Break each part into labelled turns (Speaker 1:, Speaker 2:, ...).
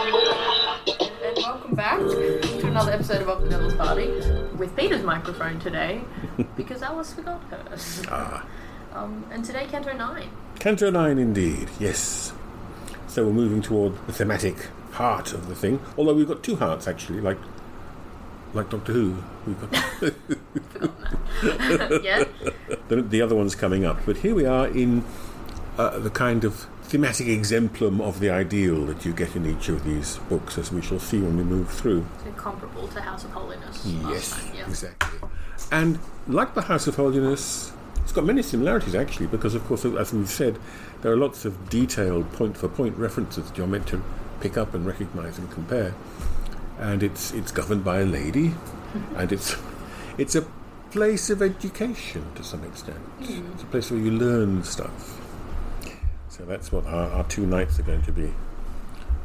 Speaker 1: And welcome back to another episode of Up the Devil's Party with Peter's microphone today because Alice forgot hers.
Speaker 2: Ah.
Speaker 1: Um, and today, Canto 9.
Speaker 2: Canto 9 indeed, yes. So we're moving toward the thematic heart of the thing. Although we've got two hearts actually, like like Doctor Who. We've got
Speaker 1: yeah?
Speaker 2: the, the other one's coming up. But here we are in uh, the kind of thematic exemplum of the ideal that you get in each of these books, as we shall see when we move through.
Speaker 1: So comparable to House of Holiness.
Speaker 2: Yes,
Speaker 1: Last time, yeah.
Speaker 2: exactly. And like the House of Holiness, it's got many similarities actually, because of course, as we've said, there are lots of detailed point-for-point references that you're meant to pick up and recognise and compare. And it's it's governed by a lady, and it's it's a place of education to some extent. It's a place where you learn stuff. So that's what our, our two nights are going to be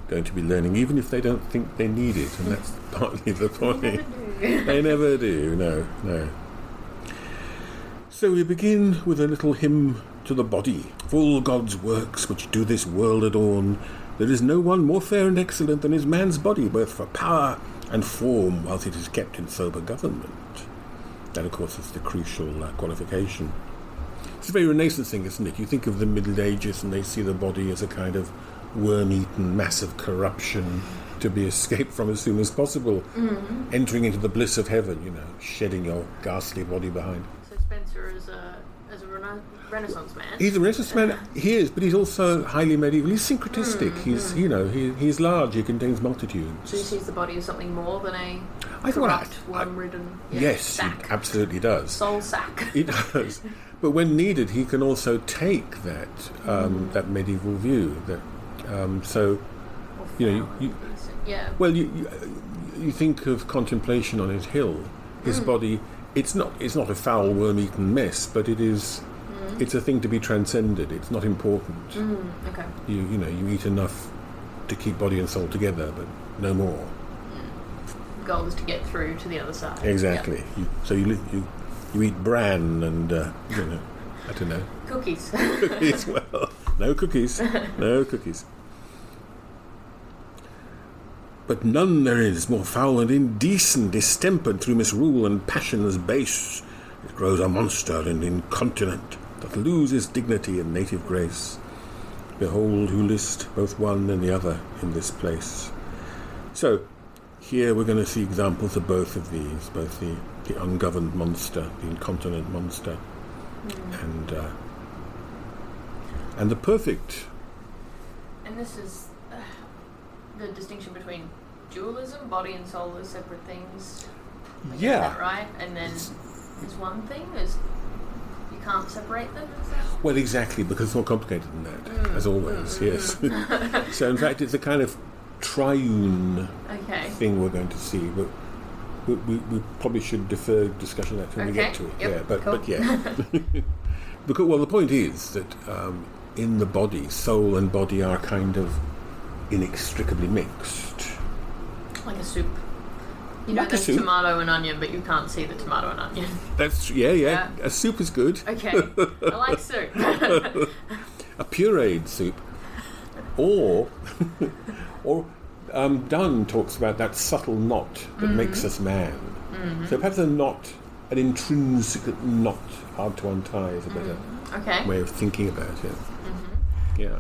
Speaker 2: going to be learning, even if they don't think they need it, and that's partly the point. They never do, no, no. So we begin with a little hymn to the body. Full God's works which do this world adorn, there is no one more fair and excellent than is man's body, both for power and form, whilst it is kept in sober government. That, of course, is the crucial uh, qualification. It's a very Renaissance thing, isn't it? You think of the Middle Ages and they see the body as a kind of worm eaten mass of corruption to be escaped from as soon as possible, entering into the bliss of heaven, you know, shedding your ghastly body behind.
Speaker 1: So Spencer is a, is a rena- Renaissance man.
Speaker 2: He's a Renaissance man, he is, but he's also highly medieval. He's syncretistic. He's, you know, he, he's large, he contains multitudes.
Speaker 1: so he sees the body as something more than a
Speaker 2: I thought I-
Speaker 1: corrupt,
Speaker 2: I-
Speaker 1: worm-ridden yeah,
Speaker 2: yes, he
Speaker 1: sack.
Speaker 2: absolutely does.
Speaker 1: soul sack.
Speaker 2: He does. But when needed, he can also take that um, that medieval view. That um, so, you know, you, you,
Speaker 1: yeah.
Speaker 2: well, you, you you think of contemplation on his hill. His body, it's not it's not a foul worm-eaten mess, but it is. It's a thing to be transcended. It's not important.
Speaker 1: okay.
Speaker 2: You you know you eat enough to keep body and soul together, but no more.
Speaker 1: Goal is to get through to the other side. Yeah.
Speaker 2: Exactly. You, so you li- you you eat bran and uh, you know I don't know.
Speaker 1: Cookies.
Speaker 2: cookies. Well, no cookies. No cookies. But none there is more foul and indecent, distempered through misrule and passions base. It grows a monster and incontinent that loses dignity and native grace. Behold, who list both one and the other in this place. So, here we're going to see examples of both of these both the, the ungoverned monster, the incontinent monster, and uh, and the perfect.
Speaker 1: And this is uh, the distinction between dualism, body and soul are separate things. Like, is that right? And then there's one thing is you can't separate them. Is that?
Speaker 2: Well, exactly, because it's more complicated than that, as
Speaker 1: Mm.
Speaker 2: always, yes. so, in fact, it's a kind of triune
Speaker 1: Okay.
Speaker 2: thing we're going to see, but we, we, we probably should defer discussion of that when we get
Speaker 1: Okay,
Speaker 2: to it.
Speaker 1: yep,
Speaker 2: yeah, but,
Speaker 1: cool.
Speaker 2: but yeah. because, well, the point is that um, in the body, soul and body are kind of inextricably mixed.
Speaker 1: Like a soup. You know,
Speaker 2: Like a
Speaker 1: there's
Speaker 2: soup.
Speaker 1: tomato and onion, but you can't see the tomato and onion.
Speaker 2: That's, yeah, yeah.
Speaker 1: Yeah.
Speaker 2: A soup is good.
Speaker 1: Okay. I like soup.
Speaker 2: a pureed soup, or or um, Dunn talks about that subtle knot that makes us man. So perhaps a knot, an intrinsic knot, hard to untie is a better
Speaker 1: okay.
Speaker 2: way of thinking about it. Yeah.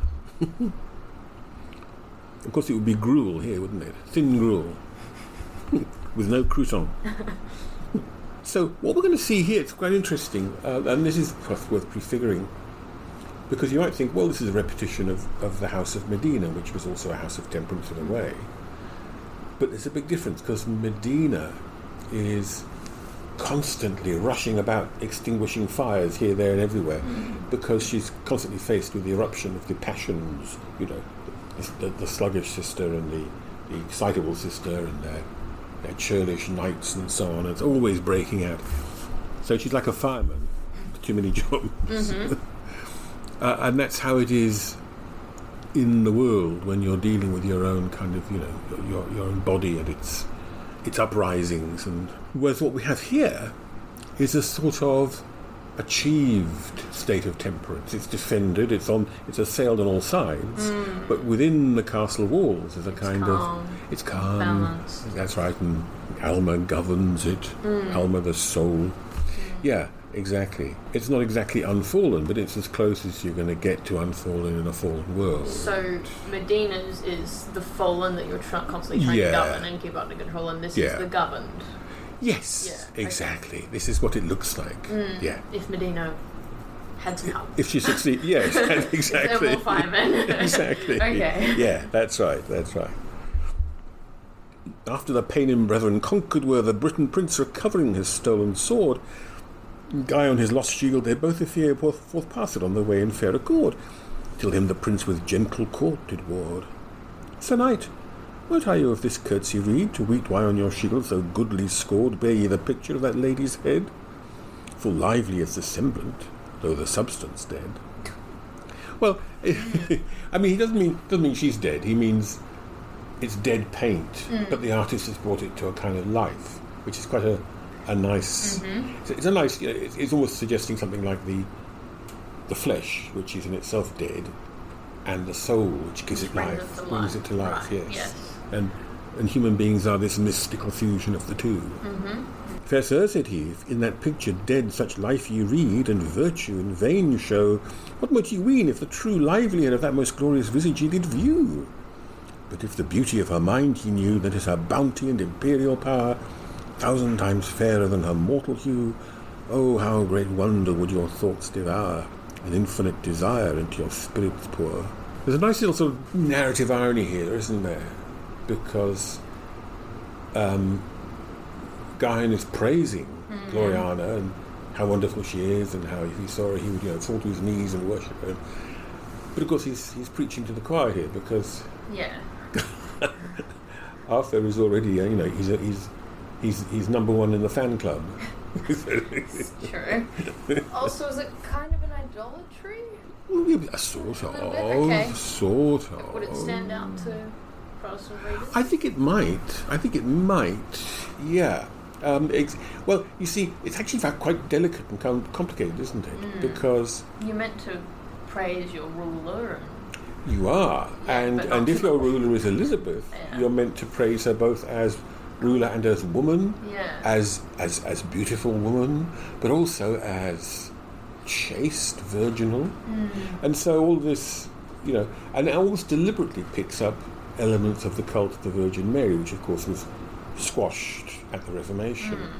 Speaker 2: of course, it would be gruel here, wouldn't it? Thin gruel with no crouton. so, what we're going to see here, it's quite interesting, uh, and this is perhaps worth prefiguring, because you might think, well, this is a repetition of, of the House of Medina, which was also a house of temperance in a way. But there's a big difference, because Medina is constantly rushing about extinguishing fires here, there, and everywhere because she's constantly faced with the eruption of the passions, you know, the, the, the sluggish sister and the, the excitable sister and their, their churlish knights and so on. It's always breaking out. So she's like a fireman, too many jobs. uh, and that's how it is in the world when you're dealing with your own kind of, you know, your, your, your own body and its its uprisings. And whereas what we have here is a sort of achieved state of temperance. It's defended. It's on. It's assailed on all sides. But within the castle walls is a kind
Speaker 1: calm.
Speaker 2: of it's calm.
Speaker 1: Balanced.
Speaker 2: That's right. And Alma governs it.
Speaker 1: Hmm.
Speaker 2: Alma the soul. Yeah, exactly. It's not exactly unfallen, but it's as close as you're going to get to unfallen in a fallen world.
Speaker 1: So Medina's is the fallen that you're tr- constantly trying
Speaker 2: Yeah.
Speaker 1: to govern and keep under control, and this
Speaker 2: Yeah.
Speaker 1: is the governed.
Speaker 2: Yes,
Speaker 1: Yeah, Hmm.
Speaker 2: exactly. This is what it looks like. Yeah.
Speaker 1: If Medina had some help,
Speaker 2: If she succeeds, yes,
Speaker 1: they're
Speaker 2: exactly.
Speaker 1: more firemen.
Speaker 2: exactly.
Speaker 1: Okay.
Speaker 2: Yeah, that's right. That's right. After the Paynim brethren conquered were, the Briton prince recovering his stolen sword, Guy on his lost shield, they both fear forth, forth passed on their way in fair accord, till him the prince with gentle court did ward. Sir knight, what are you of this curtsy reed, to weet why on your shield so goodly scored bear ye the picture of that lady's head? Full lively is the semblant, though the substance dead. Well, I mean, he doesn't mean doesn't mean she's dead. He means it's dead paint, but the artist has brought it to a kind of life, which is quite a a nice. It's, it's a nice. You know, it's, it's almost suggesting something like the the flesh, which is in itself dead, and the soul, which gives it
Speaker 1: renders
Speaker 2: life,
Speaker 1: the
Speaker 2: brings
Speaker 1: life.
Speaker 2: it to life.
Speaker 1: Right,
Speaker 2: Yes.
Speaker 1: yes.
Speaker 2: And and human beings are this mystical fusion of the 2 Mm-hmm. Fair sir, said he, if in that picture dead such life ye read, and virtue in vain show, what might ye ween if the true livelihood of that most glorious visage ye did view? But if the beauty of her mind ye knew, that is her bounty and imperial power, thousand times fairer than her mortal hue, oh, how great wonder would your thoughts devour, and infinite desire into your spirits pour. There's a nice little sort of narrative irony here, isn't there? Because Guyon is praising Gloriana and how wonderful she is, and how if he saw her, he would you know fall to his knees and worship her. But of course, he's he's preaching to the choir here because
Speaker 1: Yeah.
Speaker 2: Arthur is already uh, you know he's a, he's he's he's number one in the fan club.
Speaker 1: True. also, is it kind of an idolatry?
Speaker 2: a uh, sort of,
Speaker 1: little bit, okay.
Speaker 2: sort of.
Speaker 1: Would it stand
Speaker 2: Um,
Speaker 1: out to Protestant readers?
Speaker 2: I think it might. I think it might. Yeah. Um, ex- well, you see, it's actually in fact quite delicate and com- complicated, isn't it?
Speaker 1: Mm.
Speaker 2: Because
Speaker 1: You're meant to praise your ruler and
Speaker 2: You are, and
Speaker 1: but
Speaker 2: and
Speaker 1: not
Speaker 2: if
Speaker 1: to
Speaker 2: your ruler is Elizabeth,
Speaker 1: Yeah.
Speaker 2: you're meant to praise her both as ruler and as woman,
Speaker 1: Yeah.
Speaker 2: as as as beautiful woman, but also as chaste, virginal,
Speaker 1: Hmm.
Speaker 2: and so all this, you know, and it almost deliberately picks up elements of the cult of the Virgin Mary, which of course was squashed at the Reformation.
Speaker 1: Hmm.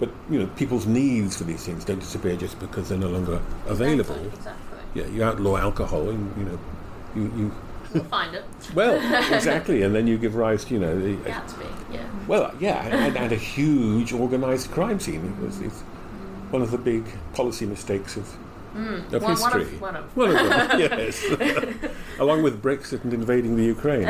Speaker 2: But you know, people's needs for these things don't disappear just because they're no longer available.
Speaker 1: Exactly.
Speaker 2: Yeah, you outlaw alcohol, and you know, you, you
Speaker 1: We'll find it.
Speaker 2: well, exactly, and then you give rise to you know, the,
Speaker 1: Gatsby. Yeah.
Speaker 2: well, yeah, and, and a huge organised crime scene. It was, it's one of the big policy mistakes of, of
Speaker 1: Hmm. One- one of-
Speaker 2: history.
Speaker 1: one of-
Speaker 2: them, yes, along with Brexit and invading the Ukraine.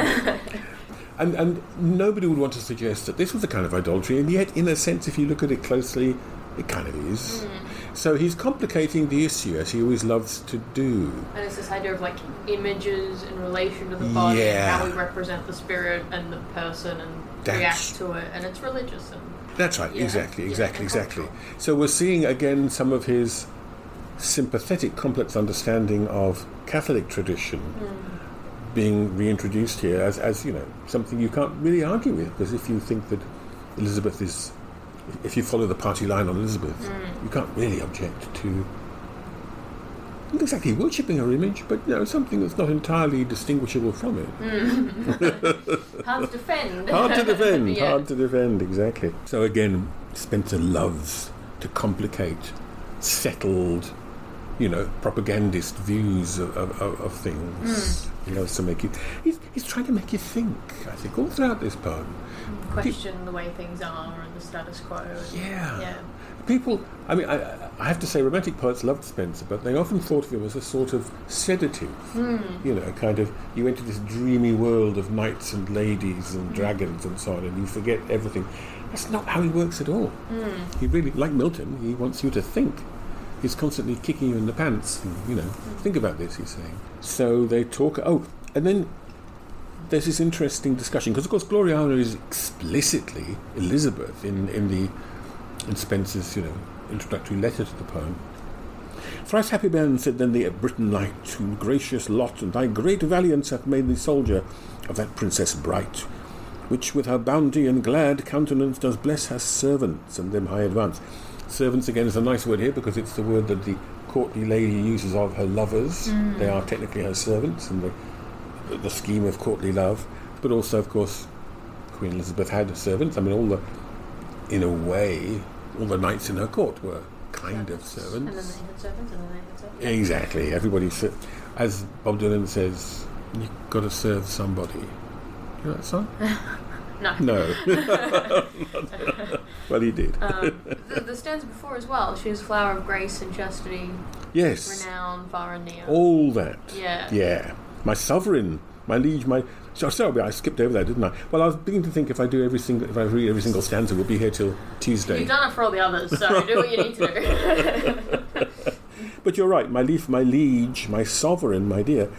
Speaker 2: And, and nobody would want to suggest that this was a kind of idolatry, and yet, in a sense, if you look at it closely, it kind of is.
Speaker 1: Hmm.
Speaker 2: So he's complicating the issue, as he always loves to do.
Speaker 1: And it's this idea of like images in relation to the body and
Speaker 2: Yeah.
Speaker 1: how we represent the spirit and the person and
Speaker 2: That's-
Speaker 1: react to it, and it's religious and
Speaker 2: That's right,
Speaker 1: Yeah,
Speaker 2: exactly,
Speaker 1: yeah,
Speaker 2: exactly,
Speaker 1: and
Speaker 2: exactly.
Speaker 1: cultural.
Speaker 2: So we're seeing again some of his sympathetic, complex understanding of Catholic tradition
Speaker 1: Hmm.
Speaker 2: being reintroduced here as, as, you know, something you can't really argue with because if you think that Elizabeth is, if you follow the party line on Elizabeth,
Speaker 1: Hmm.
Speaker 2: you can't really object to not exactly worshipping her image, but, you know, something that's not entirely distinguishable from
Speaker 1: Hmm.
Speaker 2: it.
Speaker 1: hard to defend.
Speaker 2: hard to defend.
Speaker 1: Yeah.
Speaker 2: Hard to defend. Exactly. So again, Spencer loves to complicate settled, you know, propagandist views of, of, of- of things. He loves to make you. He's, he's trying to make you think. I think all throughout this poem.
Speaker 1: Question the way things are and the status quo. And,
Speaker 2: Yeah.
Speaker 1: Yeah.
Speaker 2: People, I mean, I, I have to say, romantic poets loved Spencer, but they often thought of him as a sort of sedative. You know, kind of, you enter this dreamy world of knights and ladies and dragons and so on, and you forget everything. That's not how he works at all. He really, like Milton, he wants you to think. He's constantly kicking you in the pants, and, you know, think about this, he's saying. So they talk, oh, and then there's this interesting discussion because, of course, Gloriana is explicitly Elizabeth in, in the in Spencer's you know introductory letter to the poem. Thrice happy man said then the Briton knight, whom gracious lot and thy great valiance hath made thee soldier of that princess bright, which with her bounty and glad countenance does bless her servants and them high advance. Servants again is a nice word here because it's the word that the courtly lady uses of her lovers. They are technically her servants, and they the scheme of courtly love, but also, of course, Queen Elizabeth had servants. I mean, all the, in a way, all the knights in her court were kind of
Speaker 1: And then they
Speaker 2: servants.
Speaker 1: had servants, and then they had servants.
Speaker 2: Exactly. Everybody, ser- as Bob Dylan says, you've got to serve somebody. You know that song?
Speaker 1: No.
Speaker 2: No. well, he did.
Speaker 1: Um, The, the stanza before as well. She is flower of grace and chastity,
Speaker 2: yes.
Speaker 1: renown far and near.
Speaker 2: All that.
Speaker 1: Yeah.
Speaker 2: Yeah. My sovereign, my liege, my. So, sorry, I skipped over that, didn't I? Well, I was beginning to think if I do every single, if I read every single stanza, we'll be here till Tuesday.
Speaker 1: You've done it for all the others, so do what you need to do.
Speaker 2: But you're right, my lief, my liege, my sovereign, my dear.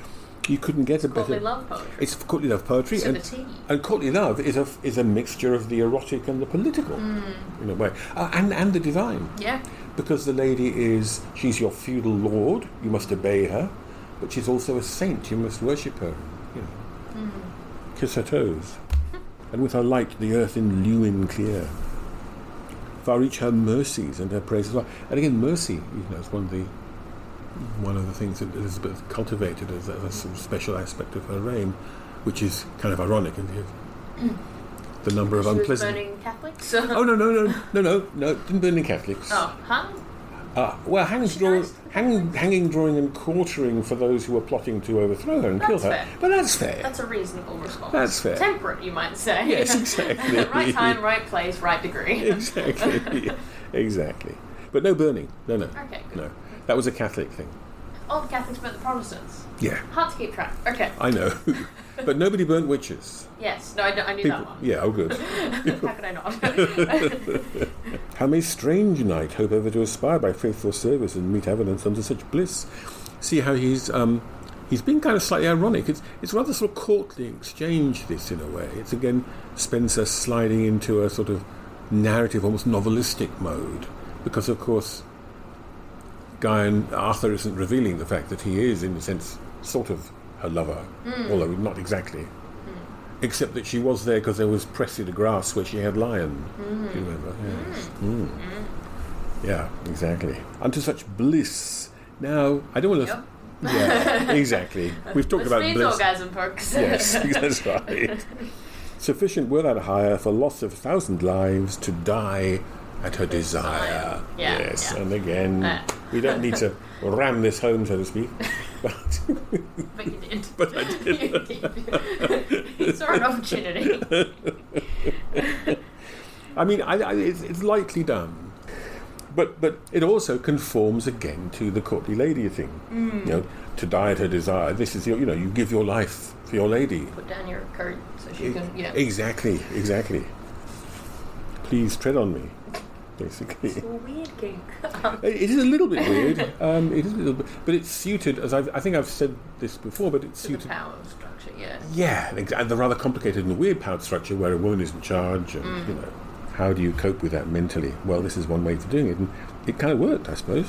Speaker 2: You couldn't get a
Speaker 1: Courtly
Speaker 2: better.
Speaker 1: love poetry.
Speaker 2: It's courtly love poetry,
Speaker 1: To the
Speaker 2: and,
Speaker 1: T.
Speaker 2: and courtly love is a is a mixture of the erotic and the political, in a way, uh, and and the divine,
Speaker 1: Yeah.
Speaker 2: because the lady is she's your feudal lord, you must obey her, but she's also a saint, you must worship her, you know,
Speaker 1: Mm-hmm.
Speaker 2: kiss her toes, and with her light the earth in lewin clear. Far reach her mercies and her praises. well. And again, mercy, you know, is one of the one of the things that Elizabeth cultivated as a, as a sort of special aspect of her reign, which is kind of ironic, isn't it? The number of
Speaker 1: Mm. She was
Speaker 2: unpleasant.
Speaker 1: burning Catholics.
Speaker 2: Oh no no no no no no! Didn't burn any Catholics.
Speaker 1: oh, huh?
Speaker 2: Uh, well, hanging,
Speaker 1: She
Speaker 2: draw,
Speaker 1: knows.
Speaker 2: hanging, hanging, drawing, and quartering for those who were plotting to overthrow her and kill
Speaker 1: That's
Speaker 2: her.
Speaker 1: fair.
Speaker 2: But that's fair.
Speaker 1: That's a reasonable response.
Speaker 2: That's fair.
Speaker 1: Temperate, you might say.
Speaker 2: Yes, exactly.
Speaker 1: right time, right place, right degree.
Speaker 2: exactly, exactly. But no burning. No, no.
Speaker 1: Okay, good.
Speaker 2: No, that was a Catholic thing.
Speaker 1: All the Catholics but the Protestants.
Speaker 2: Yeah,
Speaker 1: Hard to keep track. Okay.
Speaker 2: I know. but nobody burnt witches.
Speaker 1: Yes. No, I, kn- I knew
Speaker 2: People.
Speaker 1: that one.
Speaker 2: Yeah. Oh, good.
Speaker 1: How could I not?
Speaker 2: How may strange knight hope ever to aspire by faithful service and meet evidence unto such bliss? See how he's um, he's been kind of slightly ironic. It's it's rather sort of courtly exchange this in a way. It's again Spencer sliding into a sort of narrative, almost novelistic mode, because of course Guy and Arthur isn't revealing the fact that he is, in a sense, sort of her lover, although not exactly. Except that she was there because there was Pressy de Grasse where she had Lion. Do you remember? Yes. Mm. Yeah, exactly. Unto such bliss. Now, I don't want to.
Speaker 1: Yep.
Speaker 2: Yeah, exactly. We've talked
Speaker 1: This
Speaker 2: about
Speaker 1: means
Speaker 2: bliss.
Speaker 1: orgasm, folks.
Speaker 2: Yes, that's right. Sufficient without hire for loss of thousand lives to die at her desire.
Speaker 1: Yeah,
Speaker 2: yes,
Speaker 1: yeah.
Speaker 2: and again,
Speaker 1: Uh.
Speaker 2: we don't need to ram this home, so to speak. But
Speaker 1: but you did.
Speaker 2: But I
Speaker 1: did. you saw an opportunity.
Speaker 2: I mean, I, I, it's, it's lightly done. But, but it also conforms again to the courtly lady thing.
Speaker 1: Mm.
Speaker 2: You know, to die at her desire. This is your, you know, you give your life for your lady.
Speaker 1: Put down your coat so she can, you know.
Speaker 2: Exactly, exactly. Please tread on me, basically.
Speaker 1: It's a weird kink.
Speaker 2: It is a little bit weird. Um, it is a little bit, but it's suited. As I've, I think I've said this before, but it's
Speaker 1: to the
Speaker 2: suited.
Speaker 1: power structure, yeah.
Speaker 2: Yeah, and ex- and the rather complicated and weird power structure where a woman is in charge, and you know, how do you cope with that mentally? Well, this is one way for doing it, and it kind of worked, I suppose.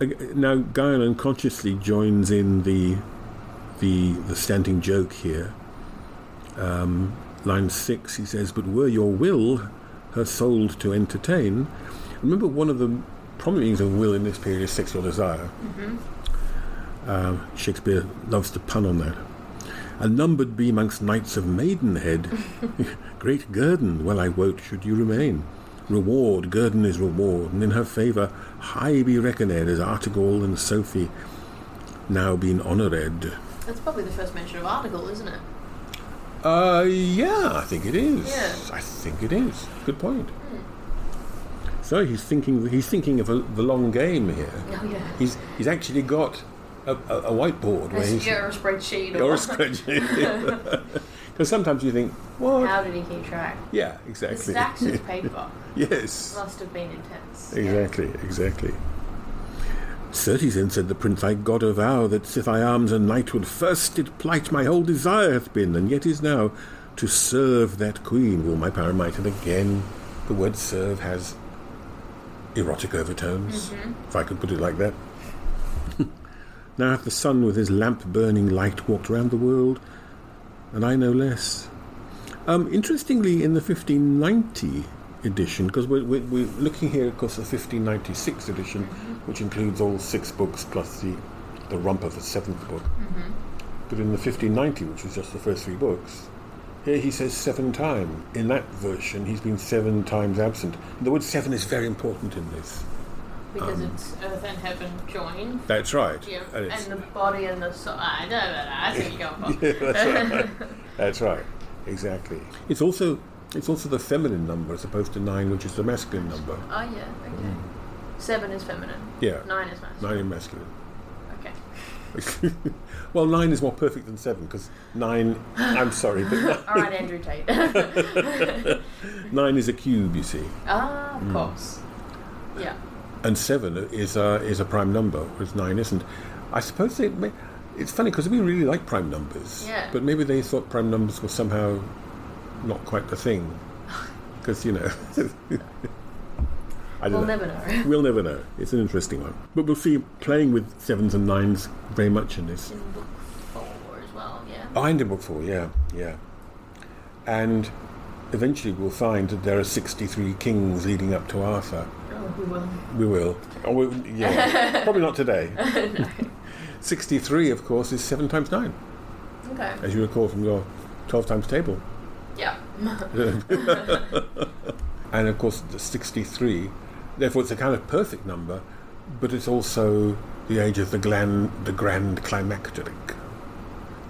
Speaker 2: Ag- Now, Guyon unconsciously joins in the the the standing joke here. Um, line six, he says, "But were your will her soul to entertain?" Remember, one of the prominent meanings of will in this period is sexual desire. Um, Shakespeare loves to pun on that. And numbered be amongst knights of Maidenhead, great guerdon, well I wot, should you remain. Reward, guerdon is reward, and in her favour high be reckoned as Artegall and Sophie, now been honoured.
Speaker 1: That's probably the first mention of article, isn't it?
Speaker 2: Uh, yeah, I think it is.
Speaker 1: Yeah. Hmm.
Speaker 2: I think it is. Good point. So he's thinking he's thinking of a, the long game here.
Speaker 1: Oh, yeah.
Speaker 2: He's he's actually got a, a, a whiteboard where he's
Speaker 1: Yeah, or a spreadsheet.
Speaker 2: or a spreadsheet. Because sometimes you think, what?
Speaker 1: How did he keep track?
Speaker 2: Yeah,
Speaker 1: The
Speaker 2: exactly.
Speaker 1: stacks of paper
Speaker 2: yes.
Speaker 1: must have been intense.
Speaker 2: Exactly, exactly. Certes then said the prince, I god avow that sith I arms and knighthood first did plight my whole desire hath been, and yet is now to serve that queen will my power and might. And again, the word serve has erotic overtones, if I could put it like that. now hath the sun with his lamp burning light walked round the world, and I no less. Um, interestingly, in the 1590 edition, because we're, we're, we're looking here, of course, the 1596 edition, which includes all six books plus the, the rump of the seventh book. But in the 1590, which was just the first three books, here he says seven time. In that version, he's been seven times absent. The word seven is very important in this.
Speaker 1: Because
Speaker 2: um,
Speaker 1: it's earth and heaven joined.
Speaker 2: That's right.
Speaker 1: Yeah. And,
Speaker 2: And it's-
Speaker 1: the body and the soul. I know that. I think you're going for.
Speaker 2: That's right. Exactly. It's also it's also the feminine number as opposed to nine, which is the masculine number.
Speaker 1: Oh, yeah. Okay.
Speaker 2: Mm.
Speaker 1: Seven is feminine.
Speaker 2: Yeah.
Speaker 1: Nine is masculine.
Speaker 2: Nine in masculine.
Speaker 1: Okay.
Speaker 2: well, nine is more perfect than seven because nine. I'm sorry, but
Speaker 1: All right, Andrew Tate.
Speaker 2: nine is a cube, you see,
Speaker 1: ah,
Speaker 2: Mm.
Speaker 1: of course. Yeah.
Speaker 2: and seven is a is a prime number, whereas nine isn't. I suppose they. May, it's funny because we really like prime numbers,
Speaker 1: Yeah.
Speaker 2: but maybe they thought prime numbers were somehow not quite the thing, because you know. I don't
Speaker 1: We'll
Speaker 2: know.
Speaker 1: never know.
Speaker 2: We'll never know. It's an interesting one, but we'll see playing with sevens and nines very much in this.
Speaker 1: In book four as well, yeah.
Speaker 2: Oh, and in book four, yeah, yeah. And eventually we'll find that there are 63 kings leading up to Arthur.
Speaker 1: Oh, we will.
Speaker 2: We will. Oh, we, yeah, probably not today. 63, of course, is 7 times 9,
Speaker 1: Okay.
Speaker 2: as you recall from your 12 times table.
Speaker 1: Yeah.
Speaker 2: And of course, the 63, therefore, it's a kind of perfect number, but it's also the age of the, glan, the grand climacteric.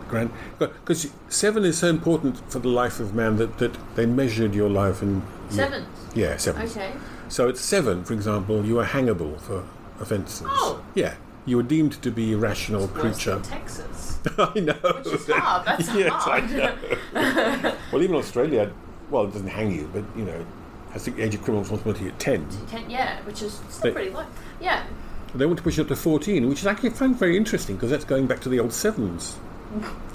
Speaker 2: Grand, because seven is so important for the life of man that, that they measured your life in
Speaker 1: Sevens.
Speaker 2: Yeah, seven.
Speaker 1: Okay.
Speaker 2: So at seven, for example, you were hangable for offences.
Speaker 1: Oh.
Speaker 2: Yeah, you were deemed to be irrational
Speaker 1: Worse
Speaker 2: creature.
Speaker 1: than Texas.
Speaker 2: I know.
Speaker 1: Which is hard. That's
Speaker 2: Yes, I
Speaker 1: hard.
Speaker 2: know. well, even Australia, well, it doesn't hang you, but you know, it has the age of criminal responsibility at ten.
Speaker 1: Can, yeah, which is still
Speaker 2: But-
Speaker 1: pretty low. Yeah.
Speaker 2: They want to push it up to fourteen, which is actually I find very interesting because that's going back to the old sevens.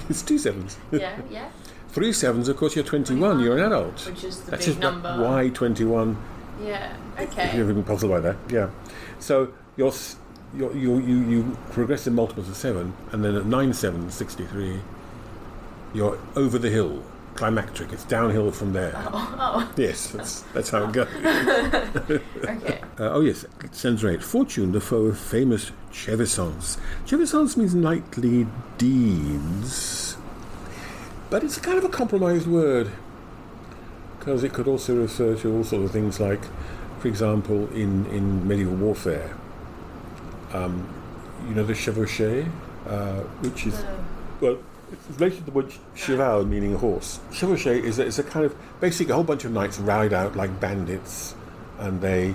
Speaker 2: it's two sevens.
Speaker 1: Yeah, yeah.
Speaker 2: Three sevens, of course, you're 21, you're an adult.
Speaker 1: Which is the
Speaker 2: That's
Speaker 1: big
Speaker 2: just
Speaker 1: number.
Speaker 2: why 21
Speaker 1: Yeah.
Speaker 2: If you've
Speaker 1: Okay.
Speaker 2: been puzzled by that, yeah. So you're, s- you're, you, you, you progress in multiples of seven, and then at 9, 7, 63, you're over the hill, climacteric. It's downhill from there.
Speaker 1: Oh,
Speaker 2: Yes, that's, that's how it goes.
Speaker 1: okay.
Speaker 2: Uh, oh, yes, it sounds right. Fortune, the foe of famous Chevisance. Chevisance means knightly deeds, but it's a kind of a compromised word because it could also refer to all sorts of things like, for example, in, in medieval warfare, um, you know, the chevauchée, uh, which is, well, it's related to the word cheval, meaning horse. Chevauchée is a, is a kind of, basically, a whole bunch of knights ride out like bandits and they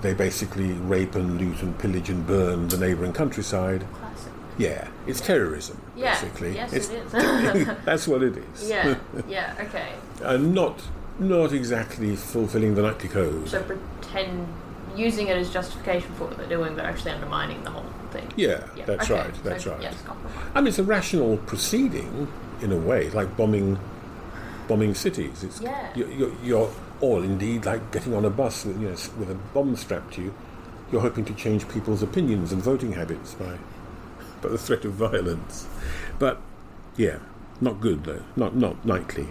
Speaker 2: they basically rape and loot and pillage and burn the neighbouring countryside.
Speaker 1: Classic.
Speaker 2: Yeah, it's terrorism,
Speaker 1: Yeah.
Speaker 2: basically.
Speaker 1: Yes,
Speaker 2: It's-
Speaker 1: it is.
Speaker 2: that's what it is.
Speaker 1: yeah. Yeah. Okay.
Speaker 2: And not not exactly fulfilling the knightly code.
Speaker 1: So pretend using it as justification for what they're doing, but actually undermining the whole thing.
Speaker 2: yeah, that's
Speaker 1: okay.
Speaker 2: right. That's
Speaker 1: so,
Speaker 2: right.
Speaker 1: Yes, compromise.
Speaker 2: I mean, it's a rational proceeding in a way, it's like bombing bombing cities. It's
Speaker 1: Yeah.
Speaker 2: you're, you're, you're or indeed like getting on a bus with you know s- with a bomb strapped to you. You're hoping to change people's opinions and voting habits by by the threat of violence. But yeah, not good though. Not not knightly.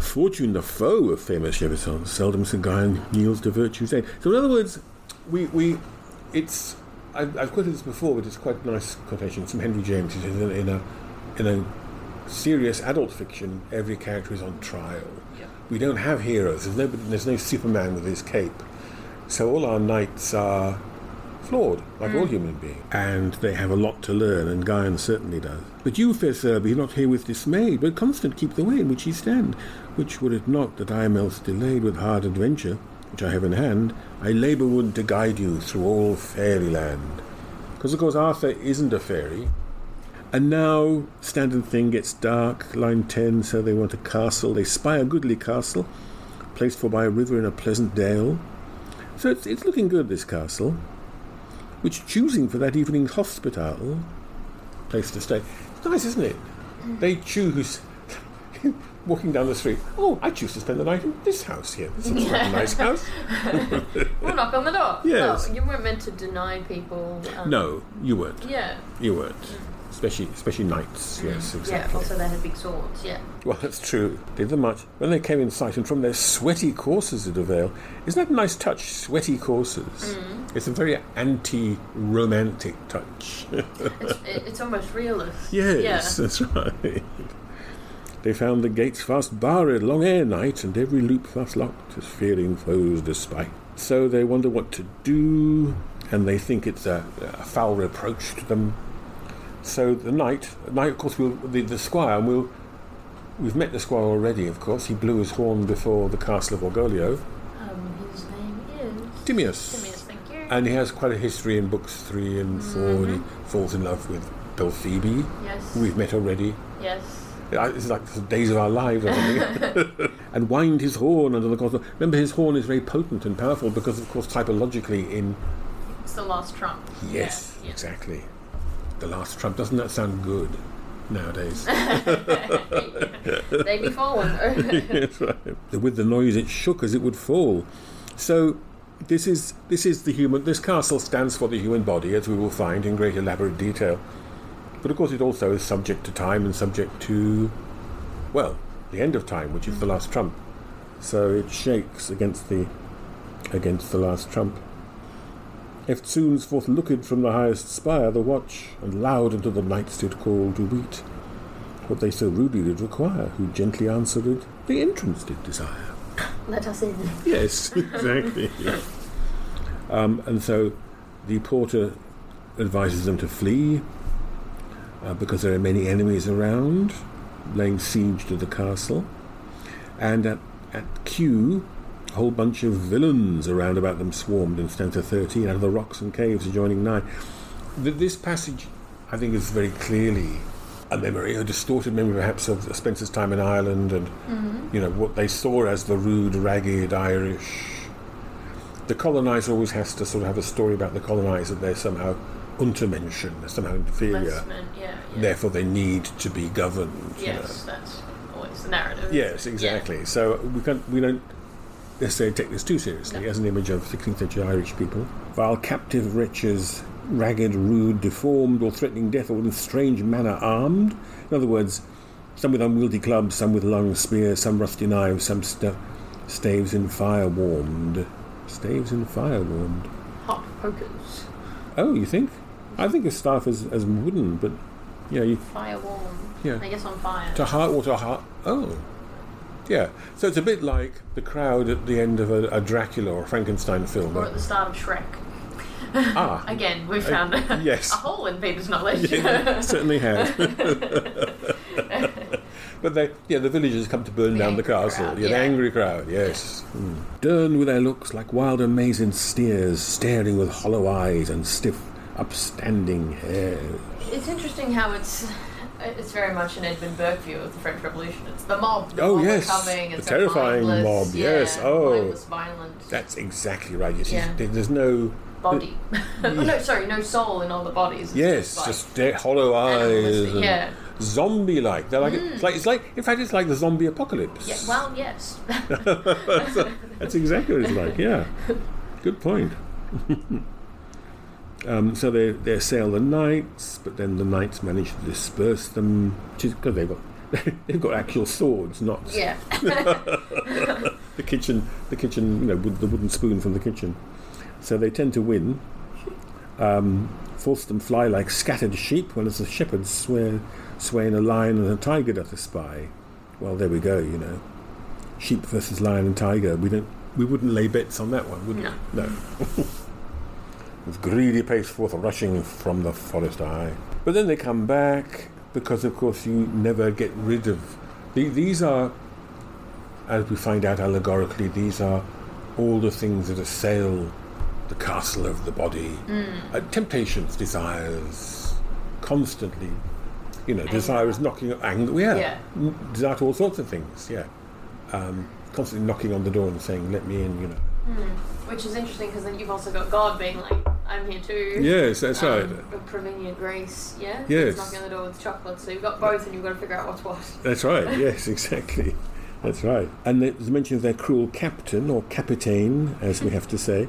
Speaker 2: Fortune, the foe of famous Chevisson, seldom Sir Guyon kneels to virtue's aid. So, in other words, we, we it's I've, I've quoted this before, but it's quite a nice quotation It's from Henry James. It is in, in a in a serious adult fiction, every character is on trial. We don't have heroes. There's nobody. There's no Superman with his cape. So all our knights are flawed, like all human beings. And they have a lot to learn, and Guyon certainly does. But you, fair sir, be not here with dismay, but constant keep the way in which ye stand. Which would it not that I am else delayed with hard adventure, which I have in hand, I labour would to guide you through all fairyland. Because, of course, Arthur isn't a fairy. And now, standard thing gets dark, line 10, so they want a castle. They spy a goodly castle, placed for by a river in a pleasant dale. So it's, it's looking good, this castle which choosing for that evening's hospital place to stay. It's nice, isn't it? They choose walking down the street. Oh, I choose to spend the night in this house here. This looks like a nice house.
Speaker 1: We'll knock on the door.
Speaker 2: Yes.
Speaker 1: Well, you weren't meant to deny people. Um,
Speaker 2: No, you weren't.
Speaker 1: Yeah.
Speaker 2: You weren't. Especially, especially knights. Yes,
Speaker 1: Yeah.
Speaker 2: exactly.
Speaker 1: Also, they had big swords. Yeah.
Speaker 2: Well, that's true. Did them much. When they came in sight, and from their sweaty courses it avail. Isn't that a nice touch? Sweaty courses.
Speaker 1: Mm.
Speaker 2: It's a very anti-romantic touch.
Speaker 1: It's, it- it's almost realist.
Speaker 2: Yes,
Speaker 1: Yeah.
Speaker 2: that's right. They found the gates fast barred long ere night, and every loop fast locked, as fearing foes despite. So they wonder what to do, and they think it's a, a foul reproach to them. So the knight, at night, of course, we'll, the, the squire, and we'll, we've met the squire already, of course. He blew his horn before the castle of Orgoglio.
Speaker 1: Um, his name is.
Speaker 2: Timaeus.
Speaker 1: Timaeus, thank you.
Speaker 2: And he has quite a history in books three and 4 and he falls in love with Belphebe,
Speaker 1: Mm-hmm. yes.
Speaker 2: who we've met already.
Speaker 1: Yes.
Speaker 2: I- It's like the days of our lives or something. and wind his horn under the console. Remember, his horn is very potent and powerful because, of course, typologically in
Speaker 1: It's the last trump.
Speaker 2: yes,
Speaker 1: Yeah, yeah.
Speaker 2: exactly. The last trump doesn't that sound good nowadays?
Speaker 1: Day before one. though.
Speaker 2: That's right. With the noise, it shook as it would fall. So. This is this is the human. This castle stands for the human body, as we will find in great elaborate detail. But of course, it also is subject to time and subject to, well, the end of time, which is the last trump. So it shakes against the, against the last trump. Eftsoons forth looked from the highest spire the watch, and loud unto the knights did call to weet what they so rudely did require, who gently answered it, the entrance did desire.
Speaker 1: Let us in.
Speaker 2: Yes, exactly. um, and so the porter advises them to flee uh, because there are many enemies around, laying siege to the castle. And at, at Q, a whole bunch of villains around about them swarmed in stanza 13 out of the rocks and caves adjoining 9. Th- this passage, I think, is very clearly a memory, a distorted memory perhaps of Spencer's time in Ireland and, you know, what they saw as the rude, ragged Irish. The colonizer always has to sort of have a story about the colonizer. They're somehow untermenschen, they're somehow inferior.
Speaker 1: Less men, yeah. yeah.
Speaker 2: Therefore, they need to be governed. you know.
Speaker 1: Yes, that's always the narrative.
Speaker 2: Yes, exactly. So we can we don't necessarily take this too seriously as an image of 16th century Irish people. While captive wretches, ragged, rude, deformed, or threatening death, or in strange manner armed. In other words, some with unwieldy clubs, some with long spears, some rusty knives, some sta- staves in fire warmed. Staves in fire warmed.
Speaker 1: Yeah. Hot pokers.
Speaker 2: Oh, you think? I think of staff as, as wooden, but yeah, you,
Speaker 1: Fire warm.
Speaker 2: Yeah.
Speaker 1: I guess on fire.
Speaker 2: To heart or to heart? Oh. Yeah. So it's a bit like the crowd at the end of a, a Dracula or Frankenstein film.
Speaker 1: Or at the
Speaker 2: right?
Speaker 1: start of Shrek.
Speaker 2: ah,
Speaker 1: Again, we found
Speaker 2: yes.
Speaker 1: a hole in Peter's knowledge.
Speaker 2: certainly has. but they, yeah, the villagers come to burn
Speaker 1: The
Speaker 2: down
Speaker 1: angry
Speaker 2: the castle.
Speaker 1: crowd,
Speaker 2: yeah, the
Speaker 1: yeah.
Speaker 2: angry crowd. Yes. Mm. Dern with their looks like wild amazing steers, staring with hollow eyes and stiff, upstanding hairs.
Speaker 1: It's interesting how it's it's very much an Edmund Burke view of the French Revolution. It's the mob. The
Speaker 2: Oh,
Speaker 1: mob are
Speaker 2: yes.
Speaker 1: coming,
Speaker 2: The
Speaker 1: it's
Speaker 2: terrifying
Speaker 1: mindless,
Speaker 2: mob,
Speaker 1: yeah,
Speaker 2: yes, oh.
Speaker 1: mindless violence.
Speaker 2: That's exactly right. Yes,
Speaker 1: Yeah.
Speaker 2: There's no.
Speaker 1: body. oh, no, sorry, no soul in all the bodies. It's
Speaker 2: Yes,
Speaker 1: like
Speaker 2: just de- hollow eyes.
Speaker 1: animalistic,
Speaker 2: and-
Speaker 1: yeah. Hmm.
Speaker 2: zombie like. They're like, it's like it's like in fact it's like the zombie apocalypse.
Speaker 1: yeah. Well, yes.
Speaker 2: That's exactly what it's like, yeah. Good point. um, so they, they assail the knights, but then the knights manage to disperse them because they've got they've got actual swords, not
Speaker 1: yeah.
Speaker 2: the kitchen the kitchen you know wood, the wooden spoon from the kitchen. So they tend to win. Um, force them fly like scattered sheep, while as the shepherds swear, swain a lion and a tiger doth espy. Well, there we go, you know. Sheep versus lion and tiger. We don't. We wouldn't lay bets on that one, would we? No. with greedy pace forth rushing from the forest high. But then they come back because, of course, you never get rid of. the- These are, as we find out allegorically, these are all the things that assail the castle of the body.
Speaker 1: Mm.
Speaker 2: Uh, temptations, desires, constantly. You know, desire is knocking at anger. Yeah,
Speaker 1: Yeah.
Speaker 2: N- desire to all sorts of things. Yeah, um, constantly knocking on the door and saying, "Let me in." You know.
Speaker 1: Which is interesting because then you've also got God being like, I'm here too.
Speaker 2: Yes, that's
Speaker 1: Um,
Speaker 2: right.
Speaker 1: with Prevenient grace, yeah?
Speaker 2: Yes.
Speaker 1: It's knocking on the door with chocolate, so you've got both and you've got to figure out what's what.
Speaker 2: That's right. Yes, exactly. That's right. And it was mentioned of their cruel captain or capitaine, as we have to say.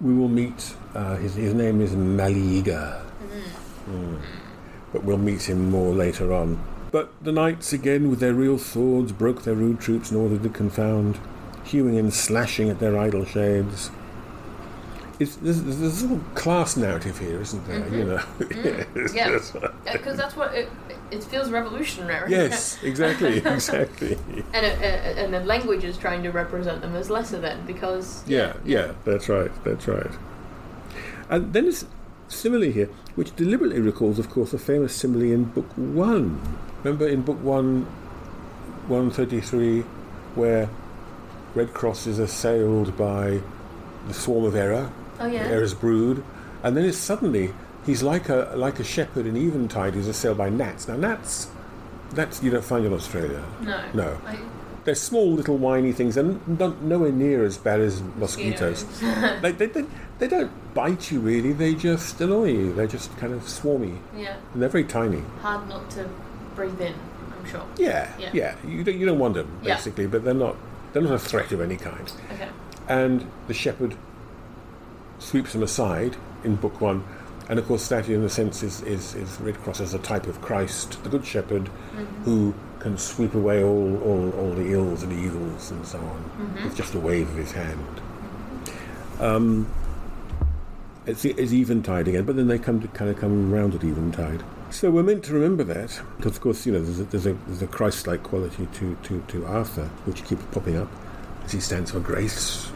Speaker 2: We will meet. Uh, his his name is Maliga, Mm. but we'll meet him more later on. But the knights again, with their real swords, broke their rude troops in order to confound, hewing and slashing at their idle shades. It's, there's, there's a little class narrative here, isn't there? You know. Yes,
Speaker 1: Yeah.
Speaker 2: that's right.
Speaker 1: Because that's what it, it feels revolutionary.
Speaker 2: Yes, exactly, exactly.
Speaker 1: and, it, uh, and the language is trying to represent them as lesser than because.
Speaker 2: Yeah, yeah, that's right, that's right. And then it's simile here, which deliberately recalls, of course, a famous simile in Book One. Remember in Book One, one thirty-three, where Red Cross is assailed by the swarm of error,
Speaker 1: Oh, yeah.
Speaker 2: the error's brood, and then it's suddenly he's like a like a shepherd in eventide who's assailed by gnats. Now gnats, that's you don't find in Australia.
Speaker 1: No.
Speaker 2: No.
Speaker 1: I,
Speaker 2: They're small, little, whiny things, and not, nowhere near as bad as mosquitoes.
Speaker 1: Mosquitoes.
Speaker 2: they, they, they, they don't bite you really. They just annoy you. They're just kind of swarmy,
Speaker 1: yeah.
Speaker 2: and they're very tiny.
Speaker 1: Hard not to breathe in, I'm sure.
Speaker 2: Yeah, yeah.
Speaker 1: Yeah.
Speaker 2: You don't you don't want them
Speaker 1: Yeah.
Speaker 2: basically, but they're not they're not a threat of any kind.
Speaker 1: Okay.
Speaker 2: And the shepherd sweeps them aside in book one, and of course that in a sense is is, is Red Cross as a type of Christ, the Good Shepherd, who can sweep away all, all, all the ills and evils and so on with just a wave of his hand. Um, It's, it's eventide again, but then they come to kind of come round at eventide. So we're meant to remember that, because of course you know there's a, there's a, there's a Christ-like quality to, to, to Arthur, which keeps popping up, as he stands for grace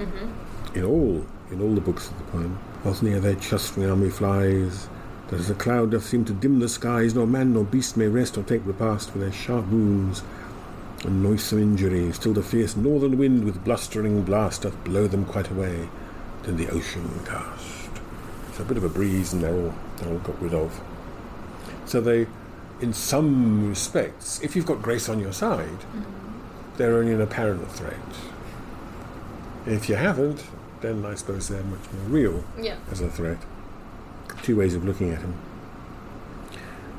Speaker 2: in all in all the books of the poem. Whilst near their clustering army flies, that as a cloud doth seem to dim the skies, nor man nor beast may rest or take repast for their sharp wounds and noisome injury. Still the fierce northern wind with blustering blast doth blow them quite away. Then the ocean cast. So a bit of a breeze, and they're all they're all got rid of. So they, in some respects, if you've got grace on your side, they're only an apparent threat. If you haven't, then I suppose they're much more real
Speaker 1: Yeah.
Speaker 2: as a threat. Two ways of looking at him.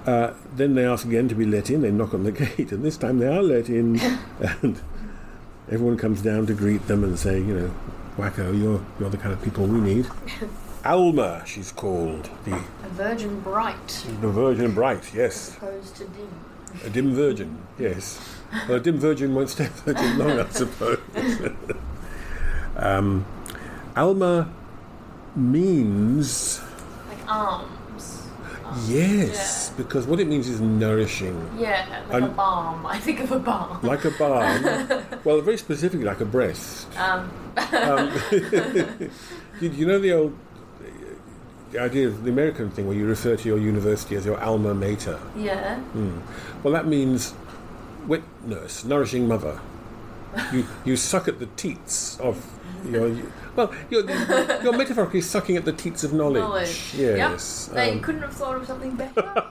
Speaker 2: Uh, then they ask again to be let in. They knock on the gate, and this time they are let in, and everyone comes down to greet them and say, you know, Wacko, you're you're the kind of people we need. Alma, she's called the
Speaker 1: A virgin bright,
Speaker 2: the Virgin Bright. Yes,
Speaker 1: opposed to dim.
Speaker 2: a dim virgin. Yes, well, a dim virgin won't stay virgin long, I suppose. um, Alma means.
Speaker 1: Like arms.
Speaker 2: Yes, because what it means is nourishing,
Speaker 1: Yeah, like a
Speaker 2: Um,
Speaker 1: balm. I think of a balm.
Speaker 2: like a balm. well, very specifically, like a breast. Um. you, you know the old uh, the idea of the American thing where you refer to your university as your alma mater.
Speaker 1: Yeah.
Speaker 2: Well, that means wet nurse, nourishing mother. You you suck at the teats of your. Well, you're, you're metaphorically sucking at the teats of knowledge.
Speaker 1: Knowledge.
Speaker 2: Yes.
Speaker 1: Yep. They
Speaker 2: um,
Speaker 1: couldn't have thought of something better.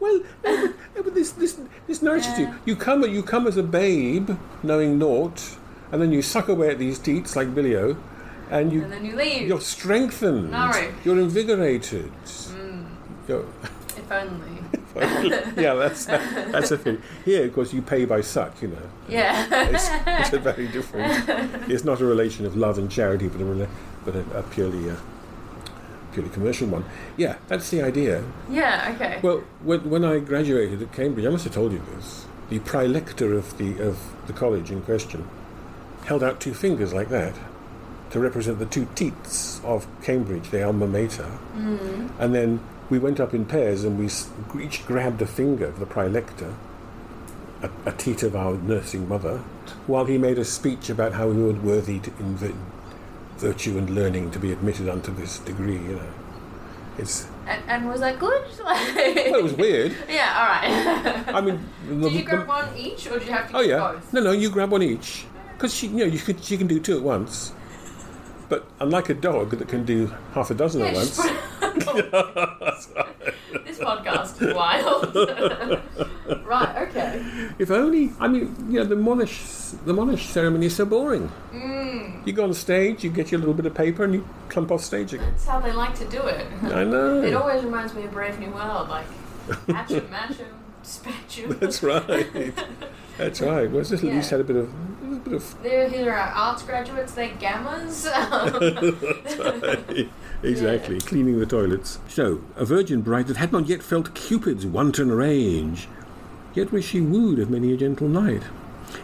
Speaker 2: Well, no, but, no, but this this this nourishes you. You come you come as a babe, knowing naught, and then you suck away at these teats like Billio, and you
Speaker 1: and then you leave.
Speaker 2: you're strengthened.
Speaker 1: Nourish.
Speaker 2: You're invigorated.
Speaker 1: Mm.
Speaker 2: You're-
Speaker 1: If only.
Speaker 2: yeah, that's that's a thing. Here, of course, you pay by suck. You know,
Speaker 1: Yeah.
Speaker 2: it's, it's a very different. It's not a relation of love and charity, but a rela- but a, a purely uh, purely commercial one. Yeah, that's the idea.
Speaker 1: yeah, okay.
Speaker 2: Well, when, when I graduated at Cambridge, I must have told you this. The praelector of the of the college in question held out two fingers like that to represent the two teats of Cambridge, the alma mater, and then we went up in pairs and we s- each grabbed a finger of the praelector, a, a teat of our nursing mother, while he made a speech about how we were worthy to, in vi- virtue and learning to be admitted unto this degree, you know. It's
Speaker 1: And, and was that good?
Speaker 2: well, it was weird.
Speaker 1: yeah, alright.
Speaker 2: I mean, the-
Speaker 1: Did you
Speaker 2: the-
Speaker 1: grab one each, or did you have to
Speaker 2: Oh
Speaker 1: get
Speaker 2: yeah.
Speaker 1: both?
Speaker 2: No, no, you grab one each because she, you know, you could she can do two at once. But unlike a dog that can do half a dozen
Speaker 1: Yeah,
Speaker 2: at once,
Speaker 1: just- this podcast is wild. right, okay.
Speaker 2: if only I mean, you know, the monish the monish ceremony is so boring.
Speaker 1: Mm.
Speaker 2: You go on stage, you get your little bit of paper, and you clump off stage again.
Speaker 1: That's how they like to do it.
Speaker 2: I know.
Speaker 1: It always reminds me of Brave New World, like Hatchem, Matchem, Spatchem.
Speaker 2: That's right. That's right. Whereas this at
Speaker 1: Yeah.
Speaker 2: least had a bit of a little bit of
Speaker 1: They're either our arts graduates, they're gammas.
Speaker 2: exactly cleaning the toilets. So a virgin bride that had not yet felt Cupid's wanton rage, yet was she wooed of many a gentle knight.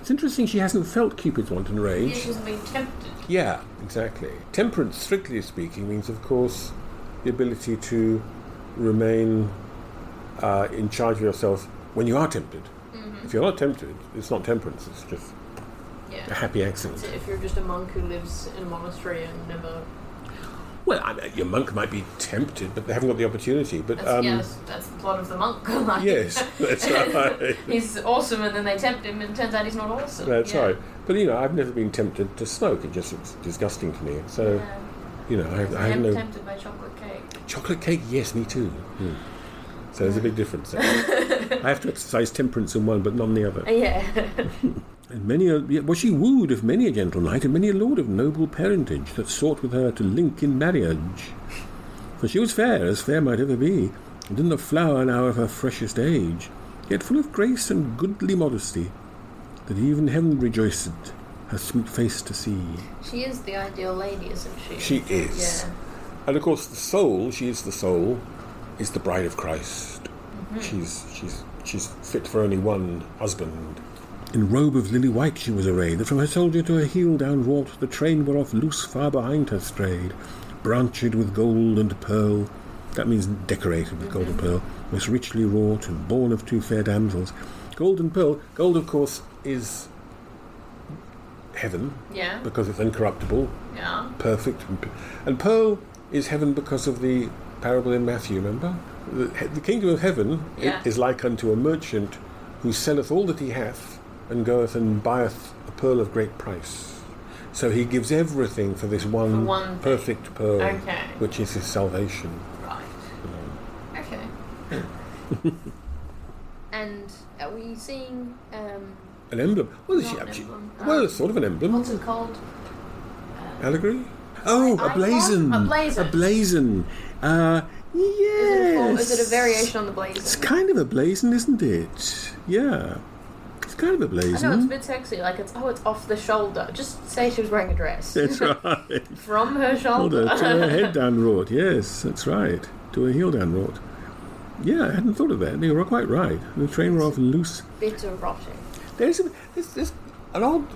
Speaker 2: It's interesting she hasn't felt Cupid's wanton
Speaker 1: yeah,
Speaker 2: rage.
Speaker 1: she's been tempted.
Speaker 2: Yeah, exactly. Temperance, strictly speaking, means, of course, the ability to remain uh, in charge of yourself when you are tempted.
Speaker 1: Mm-hmm.
Speaker 2: If you're not tempted, it's not temperance. It's just a
Speaker 1: Yeah.
Speaker 2: happy accident.
Speaker 1: So if you're just a monk who lives in a monastery and never.
Speaker 2: Well, I mean, your monk might be tempted, but they haven't got the opportunity. But
Speaker 1: That's,
Speaker 2: um,
Speaker 1: yeah, that's, that's the plot of the monk. like,
Speaker 2: yes, that's right.
Speaker 1: He's awesome, and then they tempt him, and turns out he's not awesome.
Speaker 2: That's
Speaker 1: yeah.
Speaker 2: right. But you know, I've never been tempted to smoke. It just looks disgusting to me. So
Speaker 1: Yeah.
Speaker 2: you know, I have, I
Speaker 1: I
Speaker 2: have
Speaker 1: am
Speaker 2: no
Speaker 1: tempted by chocolate cake.
Speaker 2: chocolate cake. Yes, me too. Hmm. So there's a big difference. There. I have to exercise temperance in one, but not in the other.
Speaker 1: Yeah.
Speaker 2: And many a, yet was she wooed of many a gentle knight and many a lord of noble parentage that sought with her to link in marriage. For she was fair, as fair might ever be, and in the flower now of her freshest age, yet full of grace and goodly modesty, that even heaven rejoiced her sweet face to see.
Speaker 1: she is the ideal lady, isn't she?
Speaker 2: She is.
Speaker 1: Yeah.
Speaker 2: And of course, the soul, she is the soul, is the bride of Christ.
Speaker 1: Mm-hmm.
Speaker 2: She's, she's, she's fit for only one husband. In robe of lily white she was arrayed, that from her soldier to her heel down wrought, the train whereof loose far behind her strayed, branched with gold and pearl. That means decorated with gold and
Speaker 1: Mm-hmm.
Speaker 2: pearl, most richly wrought and born of two fair damsels. Gold and pearl, gold of course is heaven
Speaker 1: Yeah.
Speaker 2: because it's incorruptible,
Speaker 1: Yeah.
Speaker 2: perfect. and p- And pearl is heaven because of the parable in Matthew, remember? The, the kingdom of heaven i-
Speaker 1: Yeah.
Speaker 2: is like unto a merchant who selleth all that he hath and goeth and buyeth a pearl of great price. So he gives everything for this one,
Speaker 1: one thing.
Speaker 2: perfect pearl,
Speaker 1: Okay.
Speaker 2: which is his salvation.
Speaker 1: Right. Okay. and are we seeing um,
Speaker 2: An emblem. Well, is
Speaker 1: Not
Speaker 2: she
Speaker 1: an
Speaker 2: actually?
Speaker 1: emblem.
Speaker 2: Well,
Speaker 1: Um,
Speaker 2: it's sort of an emblem.
Speaker 1: what's it called?
Speaker 2: Allegory? Oh, a
Speaker 1: Icon?
Speaker 2: blazon.
Speaker 1: A blazon.
Speaker 2: A blazon. Uh,
Speaker 1: Is it, a form-
Speaker 2: yes.
Speaker 1: is it a variation on the
Speaker 2: It's
Speaker 1: blazon?
Speaker 2: kind of a blazon, isn't it? Yeah. It's kind of a
Speaker 1: I know it's a
Speaker 2: blazon.
Speaker 1: bit sexy. Like it's oh, it's off the shoulder. Just say she was wearing a dress
Speaker 2: That's right.
Speaker 1: from her
Speaker 2: Hold
Speaker 1: shoulder.
Speaker 2: her, to her head down wrought. Yes, that's right. To her heel down wrought. Yeah, I hadn't thought of that. You were quite right. The train were off loose.
Speaker 1: bit erotic.
Speaker 2: There's, a, there's, there's an odd.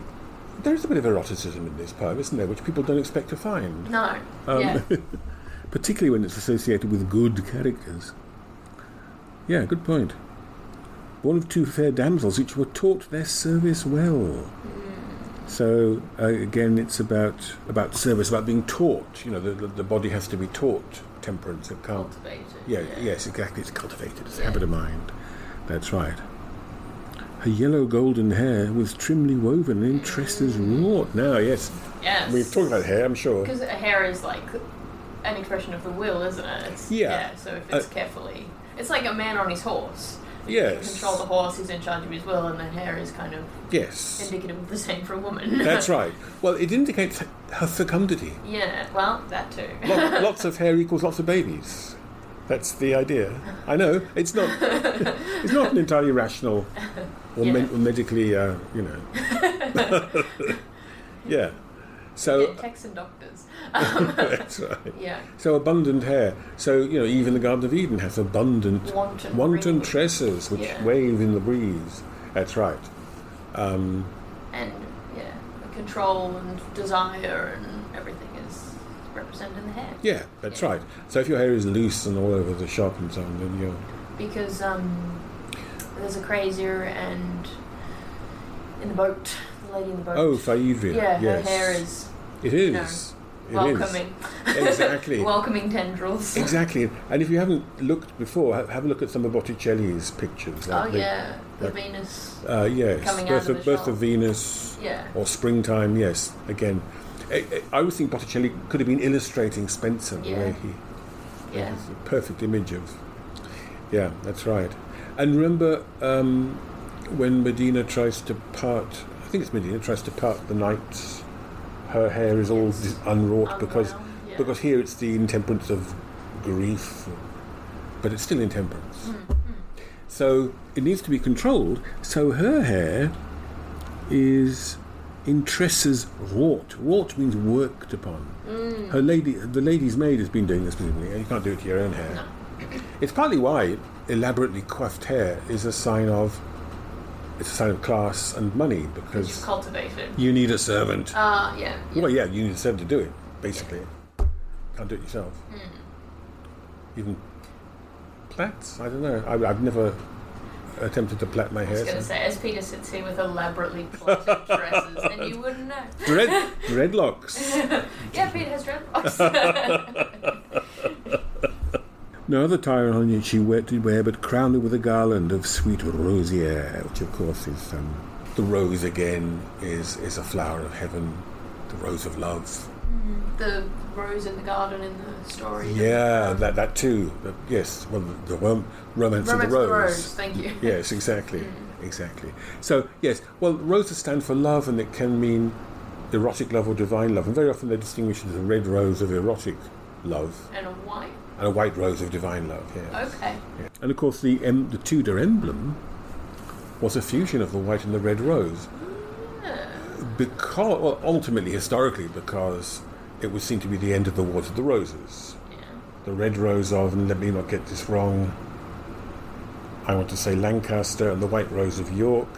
Speaker 2: There's a bit of eroticism in this poem, isn't there, which people don't expect to find.
Speaker 1: No.
Speaker 2: Um,
Speaker 1: yeah.
Speaker 2: particularly when it's associated with good characters. Yeah, good point. One of two fair damsels which were taught their service well.
Speaker 1: Hmm.
Speaker 2: So uh, again, it's about about service, about being taught. You know, the, the, the body has to be taught temperance. It can't.
Speaker 1: Cultivated.
Speaker 2: Yeah, yes, exactly. It's cultivated. It's a habit of mind. That's right. Her yellow golden hair was trimly woven and in tresses wrought. Now, yes,
Speaker 1: Yes.
Speaker 2: we've talked about hair. I'm sure.
Speaker 1: Because hair is like an expression of the will, isn't it? It's-
Speaker 2: Yeah.
Speaker 1: So if it's
Speaker 2: Uh,
Speaker 1: carefully, it's like a man on his horse.
Speaker 2: Yes.
Speaker 1: Control the horse. He's in charge of his will, and the hair is kind of
Speaker 2: Yes.
Speaker 1: indicative of the same for a woman.
Speaker 2: That's right. Well, it indicates her fecundity.
Speaker 1: yeah. Well, that too.
Speaker 2: Lot, lots of hair equals lots of babies. That's the idea. I know it's not. it's not an entirely rational or, men, or medically, uh, you know. yeah.
Speaker 1: yeah,
Speaker 2: So
Speaker 1: texts and doctors.
Speaker 2: that's right.
Speaker 1: Yeah.
Speaker 2: So abundant hair. So you know, even the Garden of Eden has abundant
Speaker 1: Wanton
Speaker 2: wanton
Speaker 1: breeze.
Speaker 2: tresses which
Speaker 1: Yeah.
Speaker 2: wave in the breeze. That's right. Um,
Speaker 1: And yeah, the control and desire and everything is represented in the hair.
Speaker 2: yeah, that's
Speaker 1: Yeah.
Speaker 2: right. So if your hair is loose and all over the shop and so on, then you're
Speaker 1: Because um, there's a crazier and in the boat, the lady in the boat.
Speaker 2: Oh, Faidria.
Speaker 1: Yeah, her
Speaker 2: yes.
Speaker 1: hair is
Speaker 2: It
Speaker 1: know,
Speaker 2: is. It is.
Speaker 1: welcoming.
Speaker 2: Exactly.
Speaker 1: welcoming tendrils.
Speaker 2: Exactly. And if you haven't looked before, ha- have a look at some of Botticelli's pictures.
Speaker 1: Oh
Speaker 2: like the-
Speaker 1: yeah, the
Speaker 2: like-
Speaker 1: Venus.
Speaker 2: Uh, yes.
Speaker 1: Coming out
Speaker 2: Birth
Speaker 1: of
Speaker 2: of,
Speaker 1: the
Speaker 2: Birth
Speaker 1: shop.
Speaker 2: of Venus.
Speaker 1: Yeah.
Speaker 2: Or Springtime, yes. Again. I, I- I always think Botticelli could have been illustrating Spencer the
Speaker 1: Yeah.
Speaker 2: way he.
Speaker 1: Yeah.
Speaker 2: It's a perfect image of. Yeah, that's right. And remember um, when Medina tries to part, I think it's Medina, tries to part the knights, her hair is all dis- unwrought because
Speaker 1: Unwound, yeah.
Speaker 2: because here it's the intemperance of grief, but it's still intemperance.
Speaker 1: Mm-hmm.
Speaker 2: So it needs to be controlled. So her hair is in tresses wrought. Wrought means worked upon.
Speaker 1: Mm.
Speaker 2: Her lady, the lady's maid, has been doing this presumably. You can't do it to your own hair. It's partly why elaborately coiffed hair is a sign of it's a sign of class and money
Speaker 1: You've
Speaker 2: because
Speaker 1: cultivated.
Speaker 2: you need a servant.
Speaker 1: Uh, yeah.
Speaker 2: Well, yeah, you need a servant to do it. Basically, can't do it yourself.
Speaker 1: Mm.
Speaker 2: Even plaits? I don't know. I, I've never attempted to plait my
Speaker 1: I was
Speaker 2: hair.
Speaker 1: going to
Speaker 2: so-
Speaker 1: say, as Peter sits here with elaborately plotted dresses, and you wouldn't know.
Speaker 2: Dread, dreadlocks.
Speaker 1: Yeah, Peter has dreadlocks.
Speaker 2: No other tire on it she went to wear, but crowned it with a garland of sweet rosier, which of course is um, the rose again is is a flower of heaven, the rose of love.
Speaker 1: the rose in the garden in the story.
Speaker 2: Yeah, that that too. But yes, well, the, the rom- romance,
Speaker 1: Romance
Speaker 2: of the rose.
Speaker 1: Thank you. Mm.
Speaker 2: Yes, exactly, exactly. So yes, well, roses stand for love, and it can mean erotic love or divine love, and very often they're distinguished as a red rose of erotic love
Speaker 1: And a white.
Speaker 2: and a white rose of divine love. Yeah.
Speaker 1: Okay.
Speaker 2: And of course, the, em- the Tudor emblem was a fusion of the white and the red rose. Because, well, ultimately, historically, because it was seen to be the end of the Wars of the Roses.
Speaker 1: Yeah.
Speaker 2: The red rose of, and let me not get this wrong, I want to say Lancaster, and the white rose of York.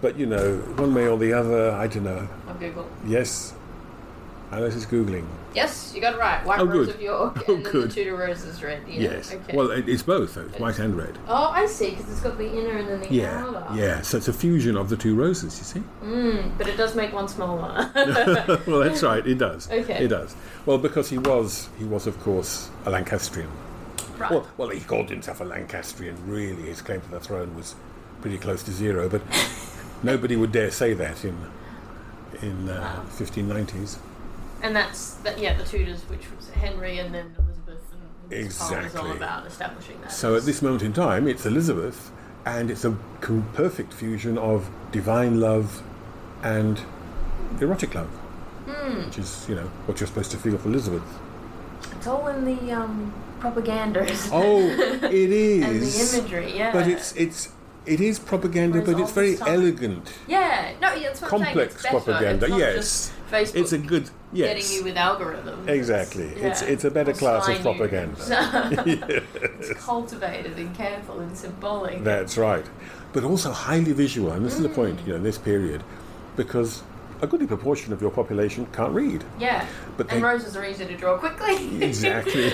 Speaker 2: But, you know, one way or the other, I don't know.
Speaker 1: I'll Google.
Speaker 2: Yes. Alice is Googling.
Speaker 1: Yes, you got it right. White
Speaker 2: Oh,
Speaker 1: rose
Speaker 2: good.
Speaker 1: of York
Speaker 2: Oh,
Speaker 1: and then
Speaker 2: good.
Speaker 1: the Tudor roses red. Yeah.
Speaker 2: Yes.
Speaker 1: Okay.
Speaker 2: Well, it, it's both, though. It's white and red.
Speaker 1: oh, I see, because it's got the inner and then the outer.
Speaker 2: Yeah, yeah. So it's a fusion of the two roses, you see.
Speaker 1: But it does make one smaller.
Speaker 2: well, that's right. It does.
Speaker 1: Okay.
Speaker 2: It does. Well, because he was, he was of course a Lancastrian.
Speaker 1: right.
Speaker 2: Well, well, he called himself a Lancastrian. Really, his claim to the throne was pretty close to zero, but nobody would dare say that in in uh, 1590s.
Speaker 1: And that's that. Yeah, the Tudors, which was Henry and then Elizabeth, and this poem is all
Speaker 2: Exactly.
Speaker 1: about establishing that.
Speaker 2: So at this moment in time, it's Elizabeth, and it's a com- perfect fusion of divine love and erotic love,
Speaker 1: Hmm.
Speaker 2: which is you know what you're supposed to feel for Elizabeth.
Speaker 1: it's all in the um, propaganda, isn't it?
Speaker 2: Oh, it
Speaker 1: and
Speaker 2: is.
Speaker 1: the imagery. Yeah.
Speaker 2: But it's it's it is propaganda,
Speaker 1: Whereas
Speaker 2: but it's
Speaker 1: all
Speaker 2: very
Speaker 1: this time-
Speaker 2: elegant,
Speaker 1: yeah. No, yeah, it's what I'm saying,
Speaker 2: complex
Speaker 1: it's better.
Speaker 2: propaganda.
Speaker 1: It's not
Speaker 2: yes,
Speaker 1: just Facebook
Speaker 2: it's a good
Speaker 1: getting
Speaker 2: yes.
Speaker 1: you with algorithms.
Speaker 2: Exactly. It's
Speaker 1: Yeah.
Speaker 2: it's a better
Speaker 1: Or
Speaker 2: class of
Speaker 1: Sky News.
Speaker 2: propaganda.
Speaker 1: It's cultivated and careful and symbolic.
Speaker 2: That's right, but also highly visual, and this
Speaker 1: Mm.
Speaker 2: is the point. You know, in this period, because a goodly proportion of your population can't read.
Speaker 1: yeah.
Speaker 2: But
Speaker 1: and
Speaker 2: they-
Speaker 1: roses are easy to draw quickly.
Speaker 2: Exactly.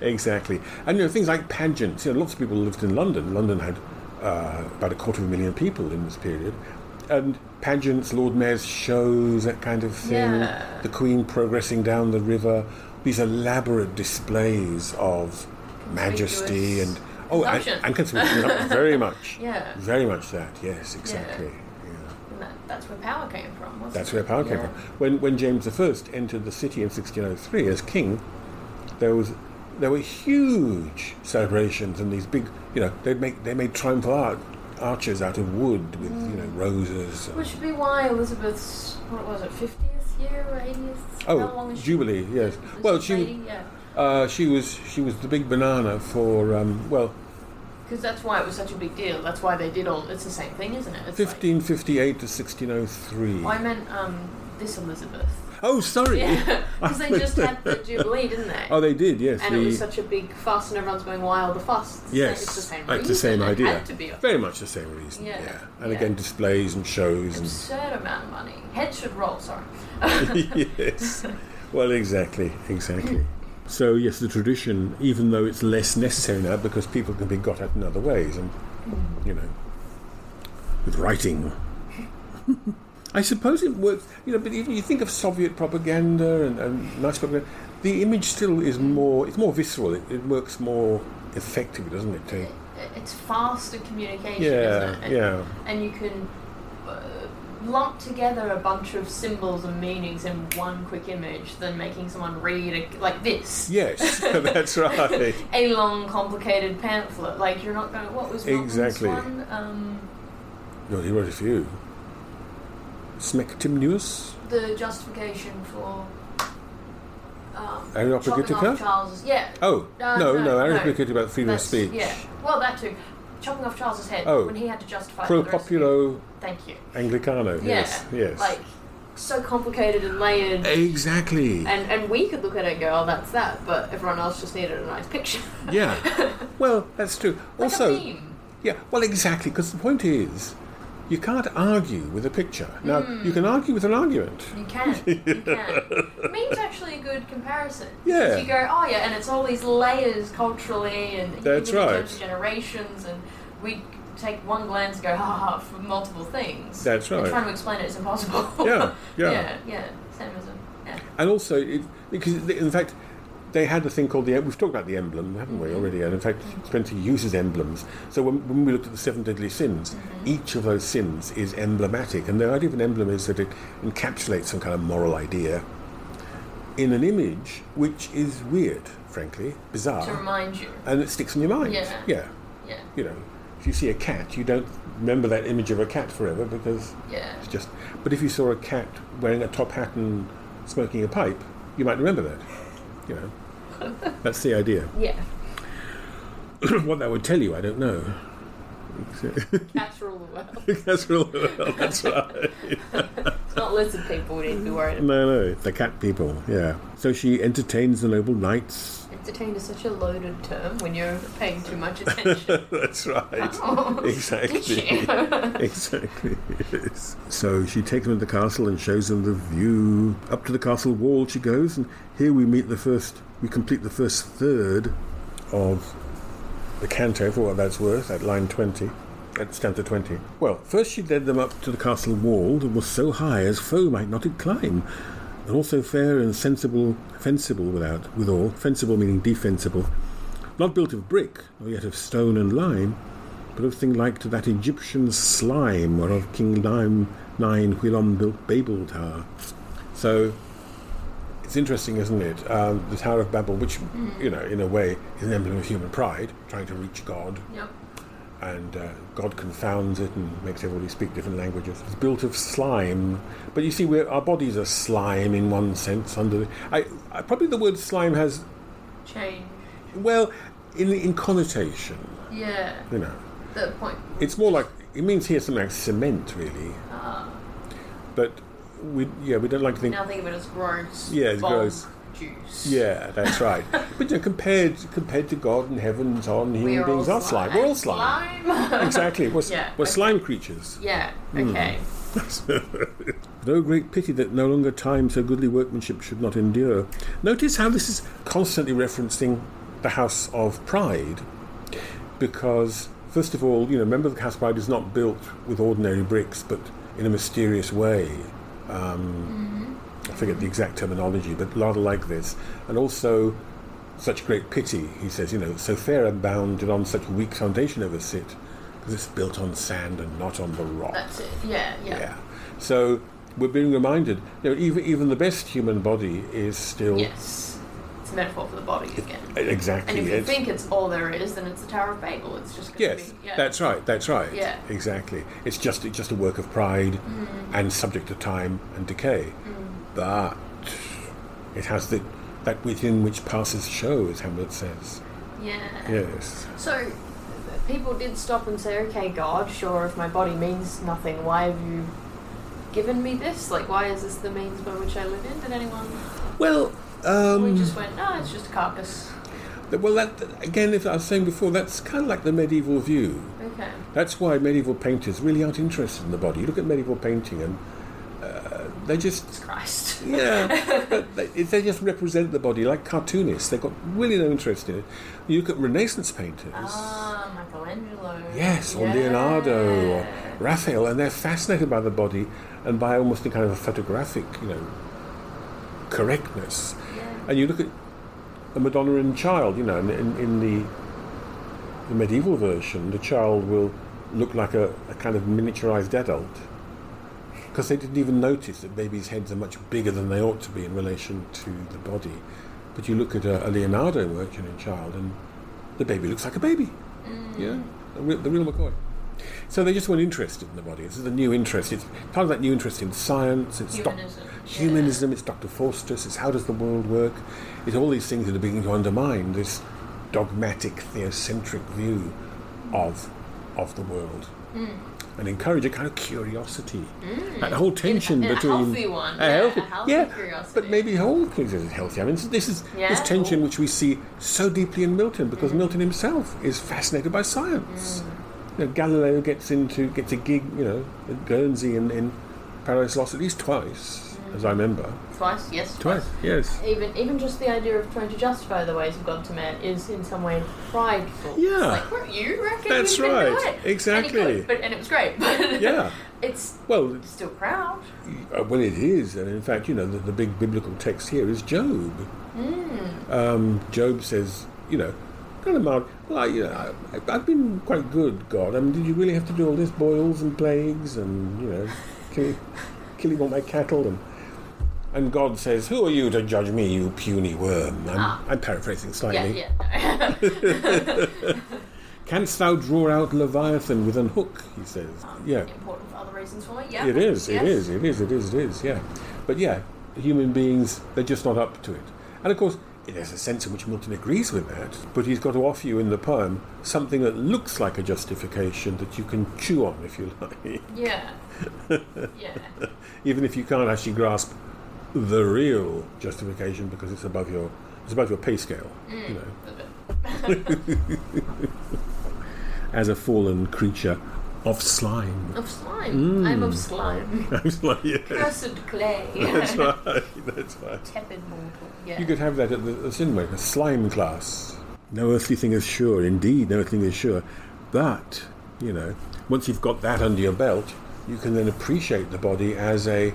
Speaker 2: exactly. And you know things like pageants. You know, lots of people lived in London. London had uh, about a quarter of a million people in this period, and pageants, Lord Mayor's shows, that kind of thing.
Speaker 1: Yeah.
Speaker 2: The Queen progressing down the river. These elaborate displays of majesty and oh, and,
Speaker 1: Consumption.
Speaker 2: and consumption. very much.
Speaker 1: Yeah.
Speaker 2: Very much that. Yes. Exactly. Yeah.
Speaker 1: And that, that's where power came from. Wasn't
Speaker 2: That's
Speaker 1: it?
Speaker 2: where power came
Speaker 1: Yeah.
Speaker 2: from. When, when James I entered the city in 1603 as king, there was there were huge celebrations and these big, you know, they'd make they made triumphal ar- arches out of wood with you know roses. and-
Speaker 1: Mm. Which should be why Elizabeth's what was it, fiftieth year or eightieth? How long
Speaker 2: oh,
Speaker 1: is she-
Speaker 2: jubilee, yes.
Speaker 1: is
Speaker 2: Well,
Speaker 1: this
Speaker 2: she
Speaker 1: lady? yeah,
Speaker 2: uh, she was she was the big banana for um, well
Speaker 1: because that's why it was such a big deal. That's why they did all. It's the same thing, isn't it? It's like-
Speaker 2: 1558 to 1603.
Speaker 1: Oh, I meant um, this Elizabeth.
Speaker 2: oh, sorry.
Speaker 1: Yeah, because they just had the jubilee, didn't they?
Speaker 2: Oh, they did, yes.
Speaker 1: and
Speaker 2: the,
Speaker 1: it was such a big fuss, and everyone's going wild. The fuss. It's the same-
Speaker 2: Yes,
Speaker 1: it's the same.
Speaker 2: like the
Speaker 1: reason.
Speaker 2: same
Speaker 1: It
Speaker 2: idea.
Speaker 1: Had to be a
Speaker 2: Very much the same reason. Yeah,
Speaker 1: Yeah,
Speaker 2: and
Speaker 1: yeah.
Speaker 2: again, displays and shows and
Speaker 1: absurd amount of money. Head should roll. Sorry.
Speaker 2: yes. Well, exactly, exactly. So yes, the tradition, even though it's less necessary now because people can be got at in other ways, and you know, with writing. I suppose it works, you know, but even you think of Soviet propaganda and, and Nazi propaganda, the image still is more, it's more visceral, it, it works more effectively, doesn't it, Tate?
Speaker 1: It's faster communication,
Speaker 2: Yeah,
Speaker 1: isn't it? And,
Speaker 2: yeah.
Speaker 1: and you can uh, lump together a bunch of symbols and meanings in one quick image than making someone read a, like this.
Speaker 2: Yes, that's right.
Speaker 1: A long, complicated pamphlet. Like you're not going. What was Wilson's
Speaker 2: Exactly.
Speaker 1: one? Um,
Speaker 2: No, he wrote a few. Smectimnuous?
Speaker 1: the justification for um,
Speaker 2: Areopagitica?
Speaker 1: chopping off Charles's yeah.
Speaker 2: Oh,
Speaker 1: Uh,
Speaker 2: no,
Speaker 1: no,
Speaker 2: no, I
Speaker 1: no.
Speaker 2: was thinking about freedom of
Speaker 1: That's-
Speaker 2: speech.
Speaker 1: Yeah. Well, that too. Chopping off Charles's head
Speaker 2: Oh.
Speaker 1: when he had to justify
Speaker 2: Pro
Speaker 1: the rest of
Speaker 2: populo
Speaker 1: it. Thank you.
Speaker 2: Anglicano, yes,
Speaker 1: yeah.
Speaker 2: yes.
Speaker 1: Like so complicated and layered.
Speaker 2: exactly.
Speaker 1: and, and we could look at it and go, oh, that's that, but everyone else just needed a nice picture.
Speaker 2: Yeah. Well, that's true.
Speaker 1: Like
Speaker 2: also,
Speaker 1: a meme.
Speaker 2: yeah, well, exactly, because the point is, you can't argue with a picture. Now,
Speaker 1: Hmm.
Speaker 2: you can argue with an argument.
Speaker 1: You can. You can. Meme's actually a good comparison. 'Cause
Speaker 2: Yeah.
Speaker 1: You go, oh yeah, and it's all these layers culturally and even
Speaker 2: That's
Speaker 1: in
Speaker 2: right.
Speaker 1: terms of generations, and we take one glance and go, ha ha, ha, for multiple things.
Speaker 2: That's
Speaker 1: And
Speaker 2: right.
Speaker 1: trying to explain it is impossible.
Speaker 2: Yeah, yeah.
Speaker 1: yeah, yeah. Same as a. Yeah.
Speaker 2: And also, it, because th- in fact, they had a thing called the. em- We've talked about the emblem, haven't
Speaker 1: Mm-hmm.
Speaker 2: we already? And in fact, Spencer uses emblems. So when, when we looked at the seven deadly sins,
Speaker 1: Mm-hmm.
Speaker 2: each of those sins is emblematic. And the idea of an emblem is that it encapsulates some kind of moral idea in an image, which is weird, frankly, bizarre,
Speaker 1: To remind you.
Speaker 2: and it sticks in your mind.
Speaker 1: Yeah. Yeah.
Speaker 2: you know, if you see a cat, you don't remember that image of a cat forever because
Speaker 1: Yeah.
Speaker 2: it's just. But if you saw a cat wearing a top hat and smoking a pipe, you might remember that. You know, that's the idea.
Speaker 1: Yeah.
Speaker 2: what that would tell you, I don't know.
Speaker 1: Cats rule the world.
Speaker 2: that's real. Well, that's right.
Speaker 1: It's not lizard people we need to be worried about.
Speaker 2: No, no, the cat people. Yeah. So she entertains the noble knights.
Speaker 1: Entertained is such a loaded term when you're paying too much attention.
Speaker 2: That's right.
Speaker 1: Oh, Did
Speaker 2: Exactly.
Speaker 1: she?
Speaker 2: exactly. Yes. So she takes them to the castle and shows them the view. Up to the castle wall she goes, and here we meet the first. We complete the first third of the canto, for what that's worth, at line twenty. At stanza 20. Well, first she led them up to the castle wall that was so high as foe might not it climb, and also fair and sensible, fencible without, withal, fencible meaning defensible, not built of brick, nor yet of stone and lime, but of thing like to that Egyptian slime whereof King Nine, Nine Huilon built Babel Tower. So it's interesting, isn't it? Um, the Tower of Babel, which, you know, in a way is an emblem of human pride, trying to reach God,
Speaker 1: Yep.
Speaker 2: and uh, God confounds it and makes everybody speak different languages. It's built of slime, but you see, we're, our bodies are slime in one sense. Under the, I, I, probably the word slime has,
Speaker 1: Change.
Speaker 2: well, in, in connotation,
Speaker 1: Yeah.
Speaker 2: you know.
Speaker 1: The point.
Speaker 2: It's more like it means here something like cement, really. But we, yeah, we don't like to think.
Speaker 1: Now think of it as gross.
Speaker 2: Yeah, it's
Speaker 1: bulk
Speaker 2: gross.
Speaker 1: Juice.
Speaker 2: Yeah, that's right. but you know, compared compared to God and heaven and so on,
Speaker 1: We
Speaker 2: human
Speaker 1: are all
Speaker 2: beings are slime. We're all slime.
Speaker 1: Slime.
Speaker 2: Exactly. Hmm. We're,
Speaker 1: Yeah,
Speaker 2: we're
Speaker 1: okay.
Speaker 2: slime creatures.
Speaker 1: yeah. Okay.
Speaker 2: No great pity that no longer time so goodly workmanship should not endure. Notice how this is constantly referencing the House of Pride, because first of all, you know, remember the House of Pride is not built with ordinary bricks, but in a mysterious way. Um, I forget the exact terminology, but rather like this, and also such great pity, he says, you know, so fair and bound and on such weak foundation ever sit, because it's built on sand and not on the rock.
Speaker 1: That's it. Yeah. Yeah.
Speaker 2: Yeah. So we're being reminded, you know, even even the best human body is still
Speaker 1: Yes. It's a metaphor for the body again. And
Speaker 2: exactly.
Speaker 1: if you
Speaker 2: it's-
Speaker 1: think it's all there is, then it's the Tower of Babel. It's just going to
Speaker 2: yes,
Speaker 1: be. Yeah.
Speaker 2: that's right. That's right.
Speaker 1: Yeah. Mm-hmm.
Speaker 2: Exactly. It's just it's just a work of pride and subject to time and decay,
Speaker 1: Mm.
Speaker 2: but it has the that within which passes show, as Hamlet says.
Speaker 1: Yeah.
Speaker 2: Yes.
Speaker 1: So, uh, people did stop and say, okay, God, sure, if my body means nothing, why have you given me this? Like, why is this the means by which I live in? Did anyone?
Speaker 2: Well.
Speaker 1: we
Speaker 2: Um,
Speaker 1: just went, no, it's just a carcass.
Speaker 2: th- well, that again, if I was saying before, that's kind of like the medieval view.
Speaker 1: Okay.
Speaker 2: That's why medieval painters really aren't interested in the body. You look at medieval painting, and uh, they just
Speaker 1: It's Christ.
Speaker 2: yeah, but they, they just represent the body like cartoonists. They've got really no interest in it. You look at Renaissance painters,
Speaker 1: Ah, Michelangelo.
Speaker 2: Yes, or
Speaker 1: Yeah.
Speaker 2: Leonardo or Raphael, and they're fascinated by the body and by almost a kind of a photographic, you know, correctness. And you look at the Madonna and Child, you know, in, in, in the, the medieval version, the child will look like a, a kind of miniaturized adult because they didn't even notice that babies' heads are much bigger than they ought to be in relation to the body. But you look at a, a Leonardo work in a child, and the baby looks like a baby.
Speaker 1: Mm.
Speaker 2: Yeah, the real, the real McCoy. So they just weren't interested in the body. This is a new interest. It's part of that new interest in science. It's doc-
Speaker 1: Humanism, yeah.
Speaker 2: humanism. It's Dr. Faustus. It's how does the world work? It's all these things that are beginning to undermine this dogmatic, theocentric view of of the world,
Speaker 1: Mm.
Speaker 2: and encourage a kind of curiosity. That whole
Speaker 1: and
Speaker 2: tension
Speaker 1: Mm. a
Speaker 2: between
Speaker 1: healthy one. Yeah, a healthy
Speaker 2: yeah, but
Speaker 1: curiosity.
Speaker 2: maybe whole things is healthy. I mean, this- this is this
Speaker 1: Yeah.
Speaker 2: tension which we see so deeply in Milton because Milton himself is fascinated by science. You know, Galileo gets into gets a gig, you know, at Guernsey in, in Paradise Lost at least twice, as I remember.
Speaker 1: Twice, yes.
Speaker 2: Twice, yes.
Speaker 3: Even even just the idea of trying to justify the ways of God to man is in some way prideful.
Speaker 2: Yeah,
Speaker 1: Weren't you reckon?
Speaker 2: That's
Speaker 1: you can do
Speaker 2: right,
Speaker 1: it? And he
Speaker 2: exactly.
Speaker 1: could, but, and it was great. But
Speaker 2: yeah.
Speaker 1: It's
Speaker 2: Well,
Speaker 1: still proud.
Speaker 2: Uh, well, it is, and in fact, you know, the, the big biblical text here is Job.
Speaker 1: Mm.
Speaker 2: Um, Job says, you know, kind of mild. Well, I, you know, I, I've been quite good, God. I mean, did you really have to do all this boils and plagues and you know, kill, killing all my cattle and and God says, who are you to judge me, you puny worm? I'm, I'm paraphrasing
Speaker 1: Yeah,
Speaker 2: slightly.
Speaker 1: Ah. yeah. no.
Speaker 2: Canst thou draw out Leviathan with an hook? He says.
Speaker 1: Ah,
Speaker 2: Yeah.
Speaker 1: Important for other reasons for me. Yeah.
Speaker 2: It is,
Speaker 1: yes.
Speaker 2: it is, it is, it is, it is, yeah. But yeah, human beings, they're just not up to it. And of course, there's a sense in which Milton agrees with that, but he's got to offer you in the poem something that looks like a justification that you can chew on, if you like,
Speaker 1: Yeah. yeah.
Speaker 2: even if you can't actually grasp the real justification because it's above your it's above your pay scale, you know. As a fallen creature of slime.
Speaker 1: Of slime.
Speaker 2: Mm.
Speaker 1: I'm of slime.
Speaker 2: I'm like, yeah,
Speaker 1: Cursed clay.
Speaker 2: that's right, that's right.
Speaker 1: Tepid mortal. Yeah.
Speaker 2: You could have that at the, the cinema, a slime class. No earthly thing is sure, indeed, no earthly thing is sure. But, you know, once you've got that under your belt, you can then appreciate the body as a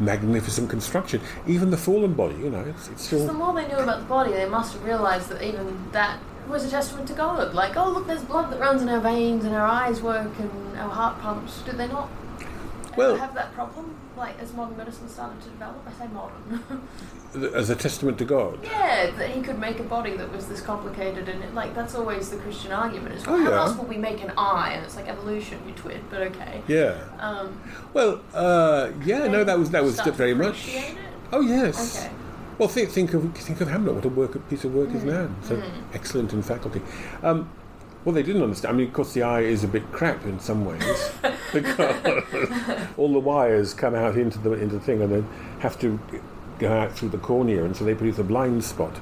Speaker 2: magnificent construction. Even the fallen body, you know, it's, it's
Speaker 1: Because the
Speaker 2: still.
Speaker 1: more they knew about the body, they must have realised that even that was a testament to God. Like, oh, look, there's blood that runs in our veins and our eyes work and our heart pumps. Did they not
Speaker 2: Well-
Speaker 1: have that problem? Like, as modern medicine started to develop? I say modern.
Speaker 2: As a testament to God.
Speaker 1: yeah, that he could make a body that was this complicated and, it, like, that's always the Christian argument. Is,
Speaker 2: Oh,
Speaker 1: how
Speaker 2: yeah.
Speaker 1: else will we make an eye? And it's like evolution, you twit, but okay.
Speaker 2: Yeah.
Speaker 1: Um,
Speaker 2: Well, uh, yeah, no, that was that was
Speaker 1: Start to
Speaker 2: very much.
Speaker 1: appreciate it?
Speaker 2: Oh yes.
Speaker 1: Okay. Hmm.
Speaker 2: Well, think think of think of Hamlet. What a work, a piece of work is man. So excellent in faculty. Um, well, they didn't understand. I mean, of course, the eye is a bit crap in some ways because all the wires come out into the into the thing and then have to go out through the cornea, and so they produce a blind spot.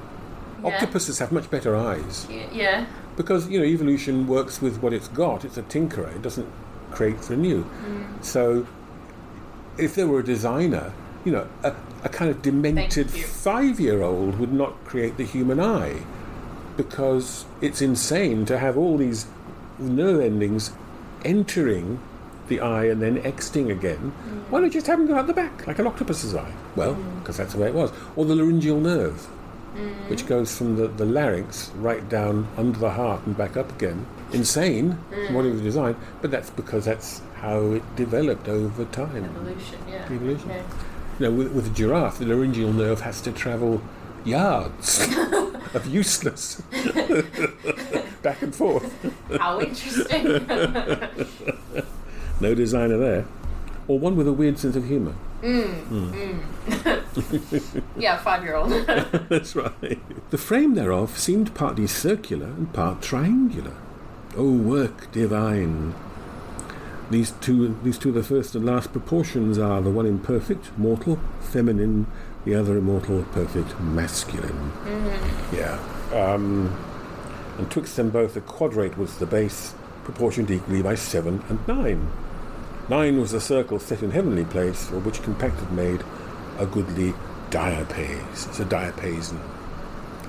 Speaker 1: Yeah.
Speaker 2: Octopuses have much better eyes
Speaker 1: Y- Yeah.
Speaker 2: because you know evolution works with what it's got. It's a tinkerer. It doesn't create for new.
Speaker 1: Mm.
Speaker 2: So, if there were a designer, you know, a, a kind of demented
Speaker 1: Thank you.
Speaker 2: five-year-old would not create the human eye because it's insane to have all these nerve endings entering the eye and then exiting again.
Speaker 1: Mm.
Speaker 2: Why not just have them go out the back like an octopus's eye? Well, because that's the way it was. Or the laryngeal nerve which goes from the, the larynx right down under the heart and back up again. Insane, from what it was designed, but that's because that's how it developed over time.
Speaker 1: Evolution, yeah.
Speaker 2: Evolution.
Speaker 1: Okay.
Speaker 2: You know, with, with a giraffe, the laryngeal nerve has to travel yards of useless back and forth.
Speaker 1: How interesting.
Speaker 2: No designer there. Or one with a weird sense of humour.
Speaker 1: yeah, five year old.
Speaker 2: That's right. The frame thereof seemed partly circular and part triangular. O work divine! These two, these two, the first and last proportions are the one imperfect, mortal, feminine; the other immortal, perfect, masculine. Yeah. Um, and twixt them both, the quadrate was the base, proportioned equally by seven and nine. Nine was the circle set in heavenly place, for which compacted made a goodly diapase. It's a diapason,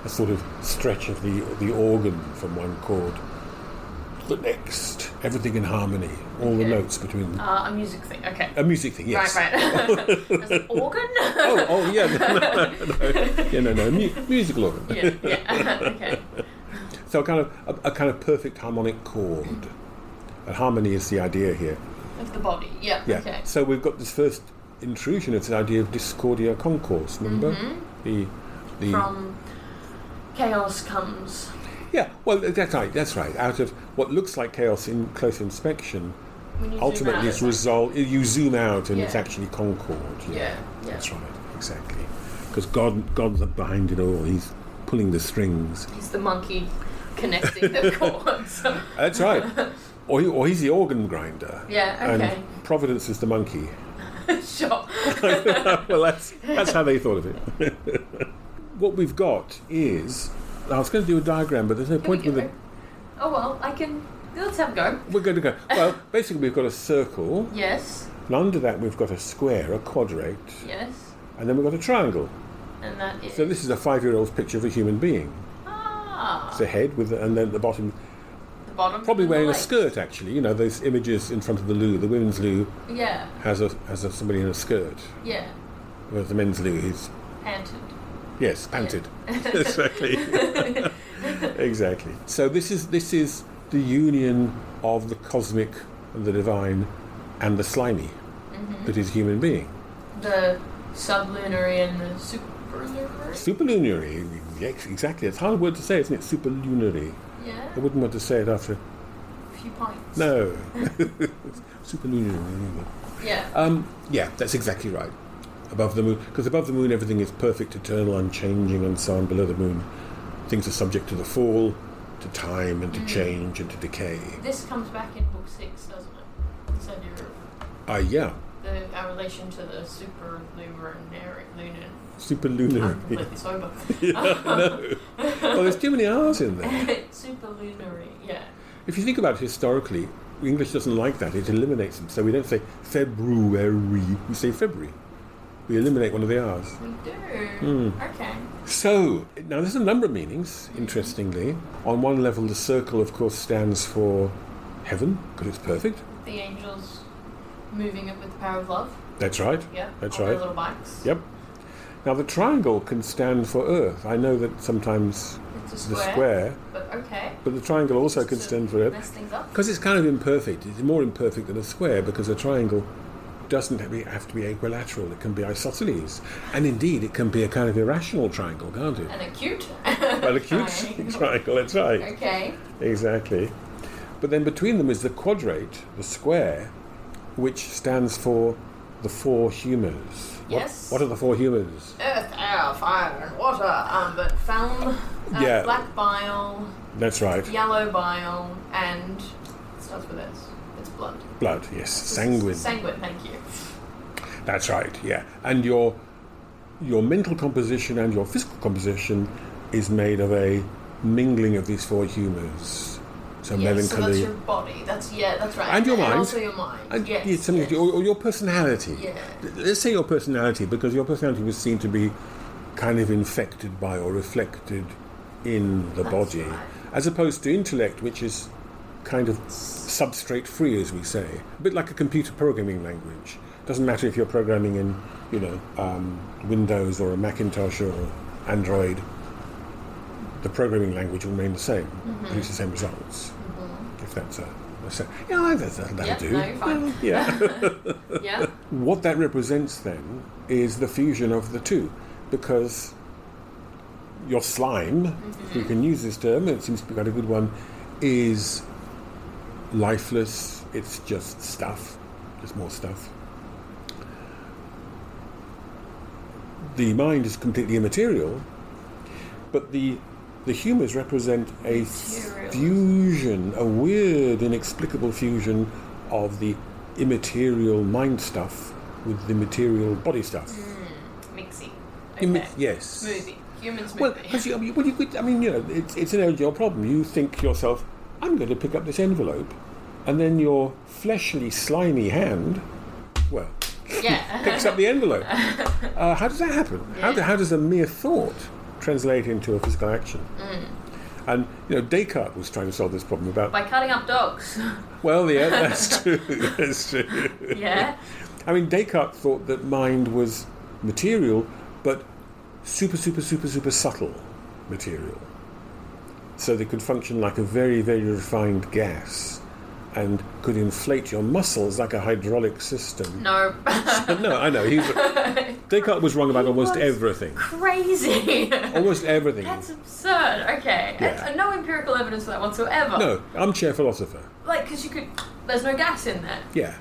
Speaker 2: a sort of stretch of the, the organ from one chord But next, everything in harmony, all the
Speaker 1: Okay.
Speaker 2: notes between the,
Speaker 1: Uh, a music thing. Okay.
Speaker 2: a music thing. Yes.
Speaker 1: Right, right. I was like, organ?
Speaker 2: Oh, oh yeah, no, no, no. yeah, no, no, mu- musical organ.
Speaker 1: yeah, yeah. okay.
Speaker 2: So a kind of a, a kind of perfect harmonic chord. And harmony is the idea here.
Speaker 1: Of the body. Yeah.
Speaker 2: Yeah.
Speaker 1: Okay.
Speaker 2: So we've got this first intrusion of this idea of discordia concourse. Remember the the
Speaker 1: Mm-hmm. From chaos comes.
Speaker 2: yeah. Well, that's right. That's right. Out of what looks like chaos in close inspection,
Speaker 1: When you zoom out,
Speaker 2: ultimately it's
Speaker 1: like-
Speaker 2: resolved. You zoom out, and it's
Speaker 1: Yeah.
Speaker 2: actually concord.
Speaker 1: Yeah. Yeah.
Speaker 2: That's right. Exactly. Because God, God's up behind it all. He's pulling the strings.
Speaker 1: He's the monkey connecting the chords.
Speaker 2: That's right. Or, he, or he's the organ grinder.
Speaker 1: Yeah, okay.
Speaker 2: And Providence is the monkey.
Speaker 1: sure.
Speaker 2: well, that's, that's how they thought of it. what we've got is. I was going to do a diagram, but there's no
Speaker 1: Can we
Speaker 2: point
Speaker 1: get
Speaker 2: with it.
Speaker 1: rid- Oh well, I can. Let's have a go.
Speaker 2: We're going to go. Well, basically, we've got a circle,
Speaker 1: Yes.
Speaker 2: and under that, we've got a square, a quadrate,
Speaker 1: Yes.
Speaker 2: and then we've got a triangle.
Speaker 1: And that is.
Speaker 2: So, this is a five year old's picture of a human being.
Speaker 1: ah,
Speaker 2: It's a head, with, and then at the bottom,
Speaker 1: the bottom.
Speaker 2: probably
Speaker 1: and the
Speaker 2: wearing a
Speaker 1: legs.
Speaker 2: skirt, actually. You know, those images in front of the loo, the women's loo
Speaker 1: Yeah.
Speaker 2: has, a, has a, somebody in a skirt,
Speaker 1: Yeah.
Speaker 2: whereas the men's loo is
Speaker 1: Panted.
Speaker 2: Yes, panted. exactly. exactly. So this is this is the union of the cosmic and the divine and the slimy that is human being.
Speaker 1: The sublunary and the superlunary.
Speaker 2: Superlunary. ex- Exactly. It's a hard word to say, isn't it? Superlunary.
Speaker 1: Yeah.
Speaker 2: I wouldn't want to say it after.
Speaker 1: A few pints.
Speaker 2: No. Superlunary.
Speaker 1: Yeah.
Speaker 2: Um, yeah, that's exactly right. Above the moon, because above the moon everything is perfect, eternal, unchanging, and so on. Below the moon, things are subject to the fall, to time, and to change, and to decay.
Speaker 1: This comes back in book six, doesn't it? This idea of
Speaker 2: Ah, yeah,
Speaker 1: the, our relation to the superlunary. Lunar. I'm
Speaker 2: superlunar.
Speaker 1: completely sober.
Speaker 2: well, there's too many R's in there.
Speaker 1: superlunary. Yeah.
Speaker 2: If you think about it historically, English doesn't like that. It eliminates them. So we don't say February. We say February. We eliminate one of the R's.
Speaker 1: We do.
Speaker 2: Hmm.
Speaker 1: Okay.
Speaker 2: So, now there's a number of meanings, interestingly. On one level, the circle, of course, stands for heaven, because it's perfect.
Speaker 1: The angels moving it with the power of love.
Speaker 2: That's right.
Speaker 1: Yeah.
Speaker 2: That's
Speaker 1: on their
Speaker 2: right.
Speaker 1: Little bikes.
Speaker 2: Yep. Now, the triangle can stand for earth. I know that sometimes
Speaker 1: It's a
Speaker 2: the
Speaker 1: square.
Speaker 2: square,
Speaker 1: But okay.
Speaker 2: but the triangle also can
Speaker 1: So
Speaker 2: stand for earth.
Speaker 1: Mess things up.
Speaker 2: Because it's kind of imperfect. It's more imperfect than a square, because a triangle doesn't have to be- have to be equilateral. It can be isosceles. And indeed, it can be a kind of irrational triangle, can't it?
Speaker 1: And acute.
Speaker 2: Well, a cute triangle, that's right.
Speaker 1: Okay.
Speaker 2: Exactly. But then between them is the quadrate, the square, which stands for the four humours. What-
Speaker 1: Yes.
Speaker 2: What, are the four humours?
Speaker 1: Earth, air, fire, and water. Um, but film, uh,
Speaker 2: Yeah.
Speaker 1: black bile,
Speaker 2: That's right.
Speaker 1: yellow bile, and it starts with S. It's blood.
Speaker 2: Blood, yes. Sanguine.
Speaker 1: Sanguine. Thank you.
Speaker 2: That's right, yeah. And your your mental composition and your physical composition is made of a mingling of these four humours. So
Speaker 1: Yeah, so
Speaker 2: melancholy.
Speaker 1: that's your body. That's yeah. That's right.
Speaker 2: And your mind.
Speaker 1: also your mind.
Speaker 2: And
Speaker 1: yes.
Speaker 2: it's something to
Speaker 1: yes.
Speaker 2: do- Uh, or, or your personality.
Speaker 1: Yeah.
Speaker 2: Let's say your personality, because your personality was seen to be kind of infected by or reflected in the
Speaker 1: That's
Speaker 2: body,
Speaker 1: right.
Speaker 2: as opposed to intellect, which is kind of substrate free, as we say, a bit like a computer programming language. Doesn't matter if you're programming in, you know, um, Windows or a Macintosh or Android. The programming language will remain the same,
Speaker 1: Mm-hmm.
Speaker 2: produce the same results. If that's a, that's a yeah, I- that's, that'll
Speaker 1: Yeah,
Speaker 2: do.
Speaker 1: no, you're fine.
Speaker 2: Yeah.
Speaker 1: Yeah.
Speaker 2: What that represents then is the fusion of the two, because your slime, if
Speaker 1: Mm-hmm.
Speaker 2: we can use this term, it seems to be quite a good one, is lifeless, it's just stuff, just more stuff. The mind is completely immaterial, but the the humours represent a
Speaker 1: Material.
Speaker 2: fusion, a weird, inexplicable fusion of the immaterial mind stuff with the material body stuff.
Speaker 1: Mixy. Mm, Okay.
Speaker 2: Imma- yes.
Speaker 1: Smoothie. Human smoothie.
Speaker 2: Well, because you, I mean, well, you could, I mean, you know, it's, it's an old problem. You think to yourself, I'm going to pick up this envelope, and then your fleshly, slimy hand, well,
Speaker 1: yeah.
Speaker 2: picks up the envelope. Uh, how does that happen? How, do, how does a mere thought translate into a physical action? And you know, Descartes was trying to solve this problem about.
Speaker 1: By cutting up dogs.
Speaker 2: Well, yeah, that's true. that's true.
Speaker 1: yeah.
Speaker 2: I mean, Descartes thought that mind was material, but super, super, super, super subtle material. So they could function like a very, very refined gas and could inflate your muscles like a hydraulic system.
Speaker 1: No.
Speaker 2: no, I know. He was, Descartes was wrong about almost
Speaker 1: was.
Speaker 2: everything.
Speaker 1: Crazy.
Speaker 2: Almost everything.
Speaker 1: That's absurd. Okay.
Speaker 2: Yeah.
Speaker 1: And, and no empirical evidence for that whatsoever.
Speaker 2: no, armchair philosopher.
Speaker 1: Like, because you could. There's no gas in there.
Speaker 2: Yeah.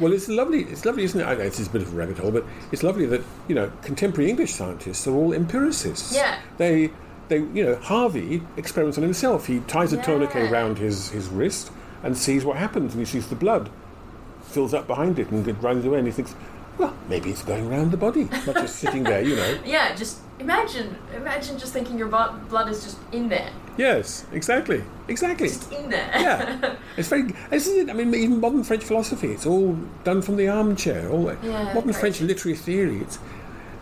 Speaker 2: Well, it's lovely. It's lovely, isn't it? I know it's a bit of a rabbit hole, but it's lovely that you know contemporary English scientists are all empiricists.
Speaker 1: Yeah.
Speaker 2: They, they, you know, Harvey experiments on himself. He ties a tourniquet
Speaker 1: Yeah.
Speaker 2: round his his wrist and sees what happens, and he sees the blood fills up behind it and it runs away, and he thinks, well, maybe it's going round the body, not just sitting there, you know.
Speaker 1: Yeah, just imagine. Imagine just thinking your bo- blood is just in there.
Speaker 2: Yes, exactly, exactly.
Speaker 1: Just in there.
Speaker 2: Yeah, it's very. Isn't it? I mean, even modern French philosophy, it's all done from the armchair. All that.
Speaker 1: Yeah,
Speaker 2: modern
Speaker 1: crazy.
Speaker 2: French literary theory, it's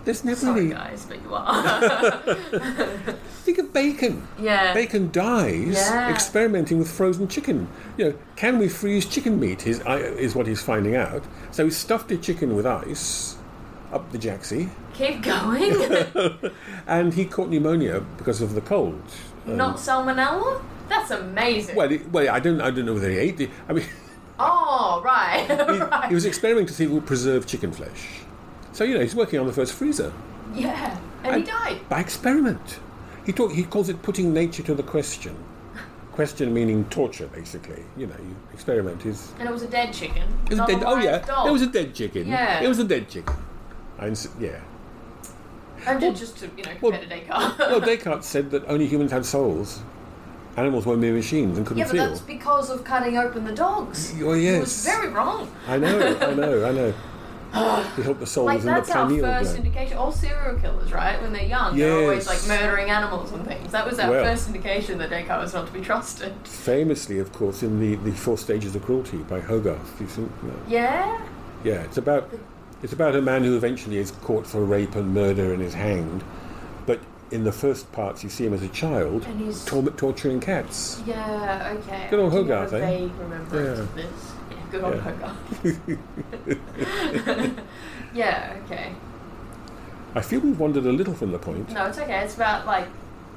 Speaker 2: there's never
Speaker 1: Sorry,
Speaker 2: really.
Speaker 1: guys, but you are.
Speaker 2: Think of Bacon.
Speaker 1: yeah.
Speaker 2: Bacon dies
Speaker 1: Yeah.
Speaker 2: experimenting with frozen chicken. You know, can we freeze chicken meat? Is I- is what he's finding out. So he stuffed a chicken with ice up the Jacksy,
Speaker 1: Keep going.
Speaker 2: and he caught pneumonia because of the cold.
Speaker 1: Not salmonella? That's amazing.
Speaker 2: Well, it, well, I don't, I don't know whether he ate the. I mean.
Speaker 1: Oh, right.
Speaker 2: he,
Speaker 1: right.
Speaker 2: he was experimenting to see if it would preserve chicken flesh. So you know he's working on the first freezer
Speaker 1: yeah. And he died.
Speaker 2: by experiment. He talk, he calls it putting nature to the question. Question meaning torture, basically. You know, you experiment is.
Speaker 1: And it was a dead chicken.
Speaker 2: It was a
Speaker 1: not
Speaker 2: dead, oh
Speaker 1: live
Speaker 2: yeah,
Speaker 1: dog.
Speaker 2: it was a dead chicken.
Speaker 1: Yeah.
Speaker 2: It was a dead chicken. I ins- yeah.
Speaker 1: I'm ju- just to, you know,
Speaker 2: well-
Speaker 1: compare to Descartes.
Speaker 2: Well, Descartes said that only humans had souls. Animals were mere machines and couldn't
Speaker 1: yeah, but
Speaker 2: feel.
Speaker 1: that's because of cutting open the dogs.
Speaker 2: Oh,
Speaker 1: He
Speaker 2: yes.
Speaker 1: was very wrong.
Speaker 2: I know, I know, I know. He helped the soul
Speaker 1: Like
Speaker 2: was in the
Speaker 1: that's our
Speaker 2: pineal
Speaker 1: first
Speaker 2: gland.
Speaker 1: indication. All serial killers, right? When they're young, they're always like
Speaker 2: Yes.
Speaker 1: murdering animals and things. That was our
Speaker 2: Well.
Speaker 1: first indication that Descartes was not to be trusted.
Speaker 2: Famously, of course, in the, the Four Stages of Cruelty by Hogarth. You see, no.
Speaker 1: Yeah.
Speaker 2: Yeah, it's about it's about a man who eventually is caught for rape and murder and is hanged. But in the first parts, you see him as a child
Speaker 1: And he's-
Speaker 2: tor- torturing cats.
Speaker 1: Yeah. Okay.
Speaker 2: Good old
Speaker 1: I do have
Speaker 2: Hogarth,
Speaker 1: a
Speaker 2: eh?
Speaker 1: Vague remembrance
Speaker 2: Yeah.
Speaker 1: of this. Yeah. Good old
Speaker 2: Yeah.
Speaker 1: Hogarth. yeah. Okay.
Speaker 2: I feel we've wandered a little from the point.
Speaker 1: No, it's okay. It's about like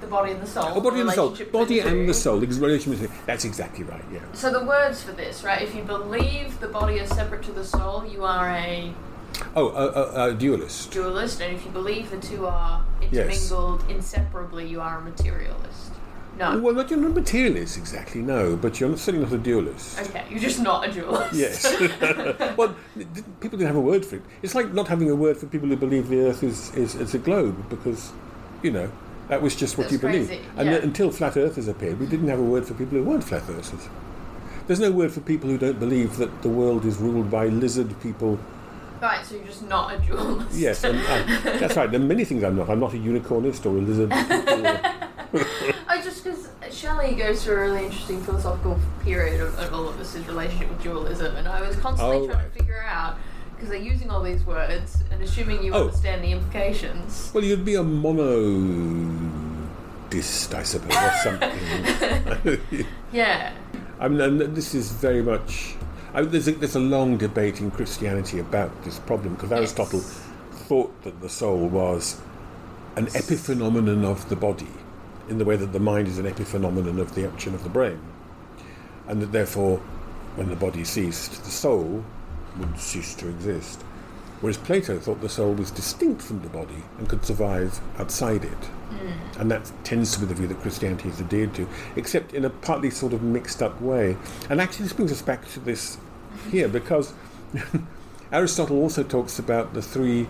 Speaker 1: the body and the soul.
Speaker 2: Oh, body and the soul.
Speaker 1: relationship
Speaker 2: Body
Speaker 1: between
Speaker 2: and
Speaker 1: two.
Speaker 2: the soul. ex- Relationship. between- That's exactly right. Yeah.
Speaker 1: So the words for this, right? If you believe the body is separate to the soul, you are a
Speaker 2: Oh, a, a, a dualist.
Speaker 1: dualist, and if you believe the two are intermingled inseparably, you are a materialist. No.
Speaker 2: Well, not, you're not a materialist exactly. No, but you're not, certainly not a dualist.
Speaker 1: Okay, you're just not a dualist.
Speaker 2: Yes. well, th- th- people didn't have a word for it. It's like not having a word for people who believe the Earth is, is, is a globe because, you know, that was just what
Speaker 1: That's
Speaker 2: you believed.
Speaker 1: crazy,
Speaker 2: And
Speaker 1: yeah.
Speaker 2: then until flat Earthers appeared, we didn't have a word for people who weren't flat Earthers. There's no word for people who don't believe that the world is ruled by lizard people.
Speaker 1: Right, so you're just not a dualist.
Speaker 2: Yes, and, and that's right. There are many things I'm not. I'm not a unicornist or a lizard. or-
Speaker 1: I just because Shelley goes through a really interesting philosophical period of, of all of this his relationship with dualism, and I was constantly
Speaker 2: Oh,
Speaker 1: trying
Speaker 2: right.
Speaker 1: to figure out because they're using all these words and assuming you
Speaker 2: Oh.
Speaker 1: understand the implications.
Speaker 2: well, you'd be a monodist, I suppose, or something.
Speaker 1: Yeah.
Speaker 2: I mean, and this is very much. I mean, there's, a, there's a long debate in Christianity about this problem because Aristotle thought that the soul was an epiphenomenon of the body, in the way that the mind is an epiphenomenon of the action of the brain, and that therefore, when the body ceased, the soul would cease to exist. Whereas Plato thought the soul was distinct from the body and could survive outside it. And that tends to be the view that Christianity is adhered to, except in a partly sort of mixed up way. And actually, this brings us back to this here, because Aristotle also talks about the three,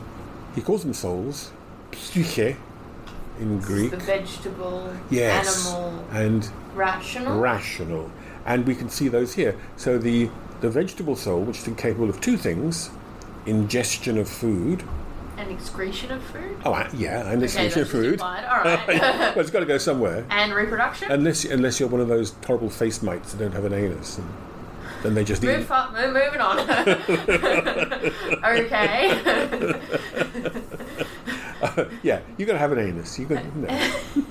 Speaker 2: he calls them souls, psyche in Greek.
Speaker 1: The vegetable,
Speaker 2: Yes.
Speaker 1: animal,
Speaker 2: And
Speaker 1: rational.
Speaker 2: rational. And we can see those here. So the, the vegetable soul, which is capable of two things ingestion of food.
Speaker 1: and excretion of food.
Speaker 2: Oh, I- yeah, and excretion of
Speaker 1: that's just
Speaker 2: food.
Speaker 1: implied. All right.
Speaker 2: well, it's got to go somewhere.
Speaker 1: and reproduction.
Speaker 2: Unless, unless you're one of those horrible face mites that don't have an anus, and then they just
Speaker 1: Move
Speaker 2: eat.
Speaker 1: fa- mo- moving on. okay.
Speaker 2: Yeah, you got to have an anus. You got no.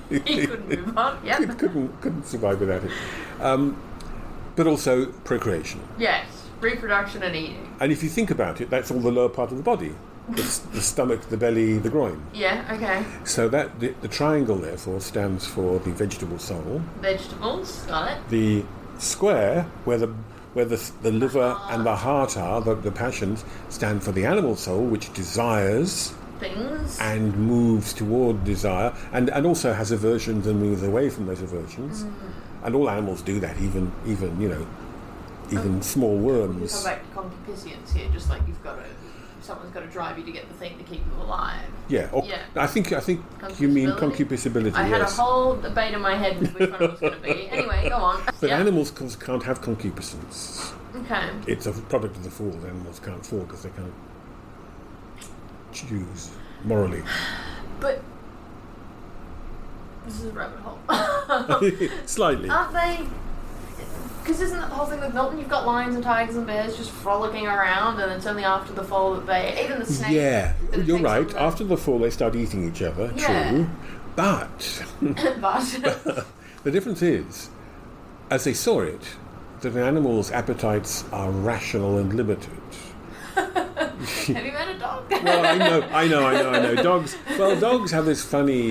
Speaker 1: he couldn't move on. Yeah.
Speaker 2: Could, couldn't couldn't survive without it. Um, but also procreation.
Speaker 1: Yes. Reproduction and eating.
Speaker 2: And if you think about it, that's all the lower part of the body: the, s- the stomach, the belly, the groin.
Speaker 1: Yeah. Okay.
Speaker 2: So that the, the triangle, therefore, stands for the vegetable soul.
Speaker 1: Vegetables. Got it.
Speaker 2: The square, where the where the, the liver and the heart are, the, the passions, stand for the animal soul, which desires
Speaker 1: Things.
Speaker 2: and moves toward desire and, and also has aversions and moves away from those aversions.
Speaker 1: Mm-hmm.
Speaker 2: And all animals do that, even even, you know,
Speaker 1: Oh.
Speaker 2: even small
Speaker 1: You come
Speaker 2: worms.
Speaker 1: back to concupiscence here, just like you've got to, someone's got to drive you to get the thing to keep you alive.
Speaker 2: Yeah. Or,
Speaker 1: Yeah.
Speaker 2: I think I think you mean concupiscibility,
Speaker 1: I had a
Speaker 2: yes.
Speaker 1: whole debate in my head which one it was going to be. Anyway, go on.
Speaker 2: But
Speaker 1: yeah.
Speaker 2: animals c- can't have concupiscence.
Speaker 1: okay.
Speaker 2: It's a product of the fall. Animals can't fall because they can't choose morally.
Speaker 1: But this is a rabbit hole.
Speaker 2: Slightly.
Speaker 1: Aren't they? Because isn't that the whole thing with Milton? You've got lions and tigers and bears just frolicking around, and it's only after the fall that they, even the snake.
Speaker 2: Yeah,
Speaker 1: that it
Speaker 2: you're
Speaker 1: takes on
Speaker 2: right.
Speaker 1: the-
Speaker 2: After the fall, they start eating each other.
Speaker 1: Yeah.
Speaker 2: True. But
Speaker 1: but
Speaker 2: The difference is, as they saw it, that an animal's appetites are rational and limited.
Speaker 1: have you met a dog?
Speaker 2: Well, I know, I know, I know, I know. Dogs, well, dogs have this funny.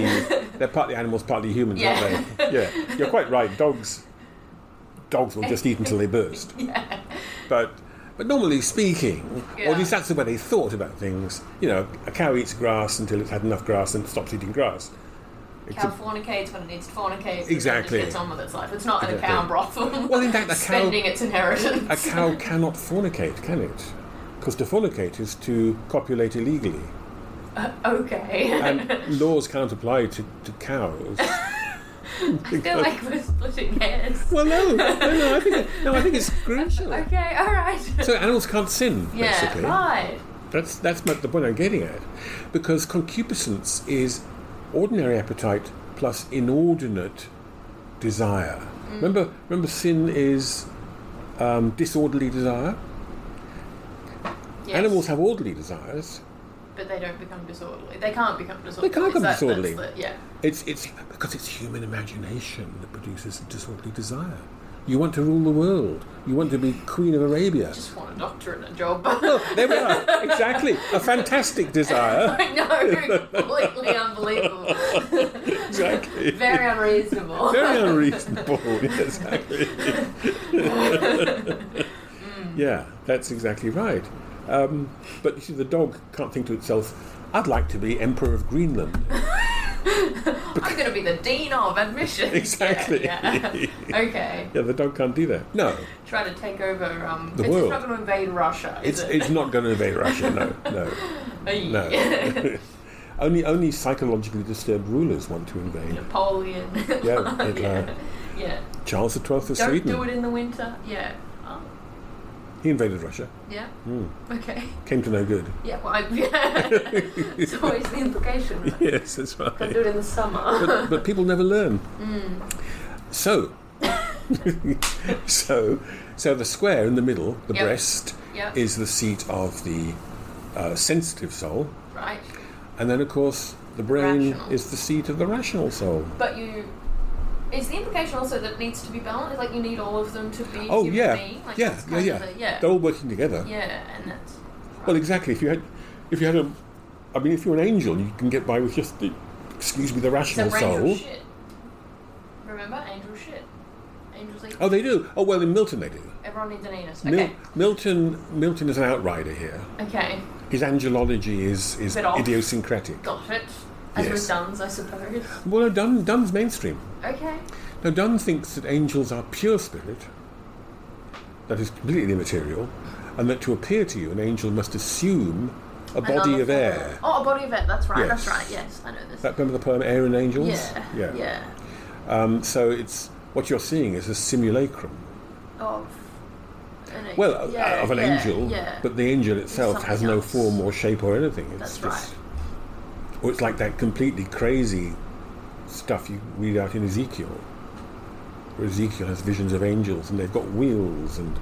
Speaker 2: They're partly animals, partly humans, aren't they? Yeah, you're quite right. Dogs, dogs will just eat until they burst. But, but normally speaking, or
Speaker 1: Yeah.
Speaker 2: at least that's the way they thought about things. You know, a cow eats grass until it's had enough grass and stops eating grass.
Speaker 1: cow fornicates when it needs to fornicate.
Speaker 2: Exactly.
Speaker 1: It just gets on with its life. It's not in a
Speaker 2: Exactly.
Speaker 1: cow brothel.
Speaker 2: Well, in fact, a cow-
Speaker 1: spending its inheritance.
Speaker 2: A cow cannot fornicate, can it? Because to fornicate is to copulate illegally.
Speaker 1: okay.
Speaker 2: And laws can't apply to, to cows.
Speaker 1: I feel like we're splitting hairs.
Speaker 2: Well, no, no, no, I think, no, I think it's crucial.
Speaker 1: Okay. All right.
Speaker 2: So animals can't sin,
Speaker 1: yeah.
Speaker 2: basically.
Speaker 1: Right.
Speaker 2: That's that's not the point I'm getting at, because concupiscence is ordinary appetite plus inordinate desire.
Speaker 1: Mm.
Speaker 2: Remember, remember, sin is um, disorderly desire.
Speaker 1: Yes.
Speaker 2: Animals have orderly desires.
Speaker 1: But they don't become disorderly. They can't become disorderly.
Speaker 2: can't become
Speaker 1: Is that- that's
Speaker 2: disorderly.
Speaker 1: the- yeah.
Speaker 2: It's, it's because it's human imagination that produces disorderly desire. You want to rule the world. You want to be queen of Arabia.
Speaker 1: Just want a doctorate and a job.
Speaker 2: Oh, there we are. Exactly. A fantastic desire.
Speaker 1: I know. Completely unbelievable.
Speaker 2: Exactly.
Speaker 1: Very unreasonable.
Speaker 2: Very unreasonable. Yeah, exactly. yeah, that's exactly right. Um, but you see, the dog can't think to itself, "I'd like to be emperor of Greenland."
Speaker 1: I'm going to be the dean of admissions. Yeah,
Speaker 2: Exactly.
Speaker 1: yeah. Okay.
Speaker 2: Yeah, the dog can't do that. No,
Speaker 1: Try to take over. Um,
Speaker 2: The
Speaker 1: it's
Speaker 2: world.
Speaker 1: not going to invade Russia. Is
Speaker 2: it's
Speaker 1: it?
Speaker 2: it's not going to invade Russia. No, no.
Speaker 1: Ay.
Speaker 2: No. only only psychologically disturbed rulers want to invade.
Speaker 1: Napoleon.
Speaker 2: Yeah, Hitler.
Speaker 1: yeah.
Speaker 2: Charles XII of
Speaker 1: Don't
Speaker 2: Sweden.
Speaker 1: do it in the winter. Yeah. Oh,
Speaker 2: He invaded Russia.
Speaker 1: yeah.
Speaker 2: Hmm.
Speaker 1: Okay.
Speaker 2: Came to no good.
Speaker 1: Yeah. Well, I, it's always the implication. Right?
Speaker 2: Yes, that's
Speaker 1: Don't
Speaker 2: right.
Speaker 1: do it in the summer.
Speaker 2: But, but people never learn.
Speaker 1: Hmm.
Speaker 2: So, so, so the square in the middle, the
Speaker 1: Yep.
Speaker 2: breast,
Speaker 1: Yep.
Speaker 2: is the seat of the uh, sensitive soul,
Speaker 1: right.
Speaker 2: and then of course the brain
Speaker 1: Rational.
Speaker 2: is the seat of the rational soul.
Speaker 1: But you. Is the implication also that it needs to be balanced? Like you need all of them to be.
Speaker 2: Oh
Speaker 1: human
Speaker 2: yeah,
Speaker 1: Being? Like
Speaker 2: yeah,
Speaker 1: that's
Speaker 2: yeah,
Speaker 1: kind
Speaker 2: yeah.
Speaker 1: Of a, yeah.
Speaker 2: They're all working together.
Speaker 1: yeah, and that's.
Speaker 2: Well, exactly. If you had, if you had a, I mean, if you're an angel, you can get by with just the, excuse me, the
Speaker 1: It's a
Speaker 2: rational
Speaker 1: range
Speaker 2: soul.
Speaker 1: of shit. Remember, angel shit. Angels like
Speaker 2: Oh, they do. Oh, well, in Milton they do.
Speaker 1: everyone needs an anus.
Speaker 2: Mil-
Speaker 1: Okay.
Speaker 2: Milton, Milton is an outrider here.
Speaker 1: Okay.
Speaker 2: His angelology is is
Speaker 1: Bit off.
Speaker 2: idiosyncratic.
Speaker 1: Got it. As
Speaker 2: Yes.
Speaker 1: with Duns, I suppose.
Speaker 2: Well, no, Dunn, Dunn's mainstream.
Speaker 1: Okay.
Speaker 2: Now, Dunn thinks that angels are pure spirit, that is completely immaterial, and that to appear to you, an angel must assume a body
Speaker 1: Another
Speaker 2: of
Speaker 1: form.
Speaker 2: air.
Speaker 1: Oh, a body of air. That's right.
Speaker 2: Yes.
Speaker 1: That's right. Yes, I know this.
Speaker 2: That remember the poem "Air and Angels"?
Speaker 1: yeah.
Speaker 2: yeah.
Speaker 1: Yeah.
Speaker 2: Um, so it's what you're seeing is a simulacrum.
Speaker 1: Of. An,
Speaker 2: Well, uh,
Speaker 1: yeah,
Speaker 2: of an
Speaker 1: yeah,
Speaker 2: angel,
Speaker 1: Yeah.
Speaker 2: but the angel itself has
Speaker 1: something
Speaker 2: no
Speaker 1: else.
Speaker 2: form or shape or anything.
Speaker 1: That's
Speaker 2: It's just, Or it's like that completely crazy stuff you read out in Ezekiel, where Ezekiel has visions of angels and they've got wheels and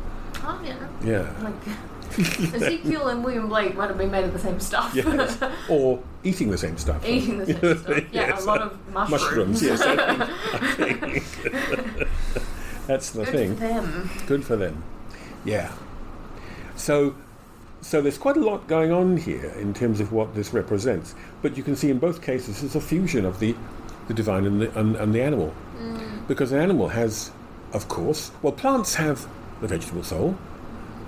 Speaker 1: oh yeah.
Speaker 2: yeah.
Speaker 1: Like Ezekiel and William Blake might have been made of the same stuff.
Speaker 2: Yes. or eating the same stuff.
Speaker 1: Eating the same stuff. Yeah,
Speaker 2: Yes.
Speaker 1: a lot of mushrooms.
Speaker 2: Mushrooms, yes. I think- I think. That's the
Speaker 1: Good
Speaker 2: thing.
Speaker 1: for them.
Speaker 2: Good for them. Yeah. So, so there's quite a lot going on here in terms of what this represents. But you can see in both cases it's a fusion of the, the divine and the, and, and the animal. Because an animal has, of course, well, plants have the vegetable soul,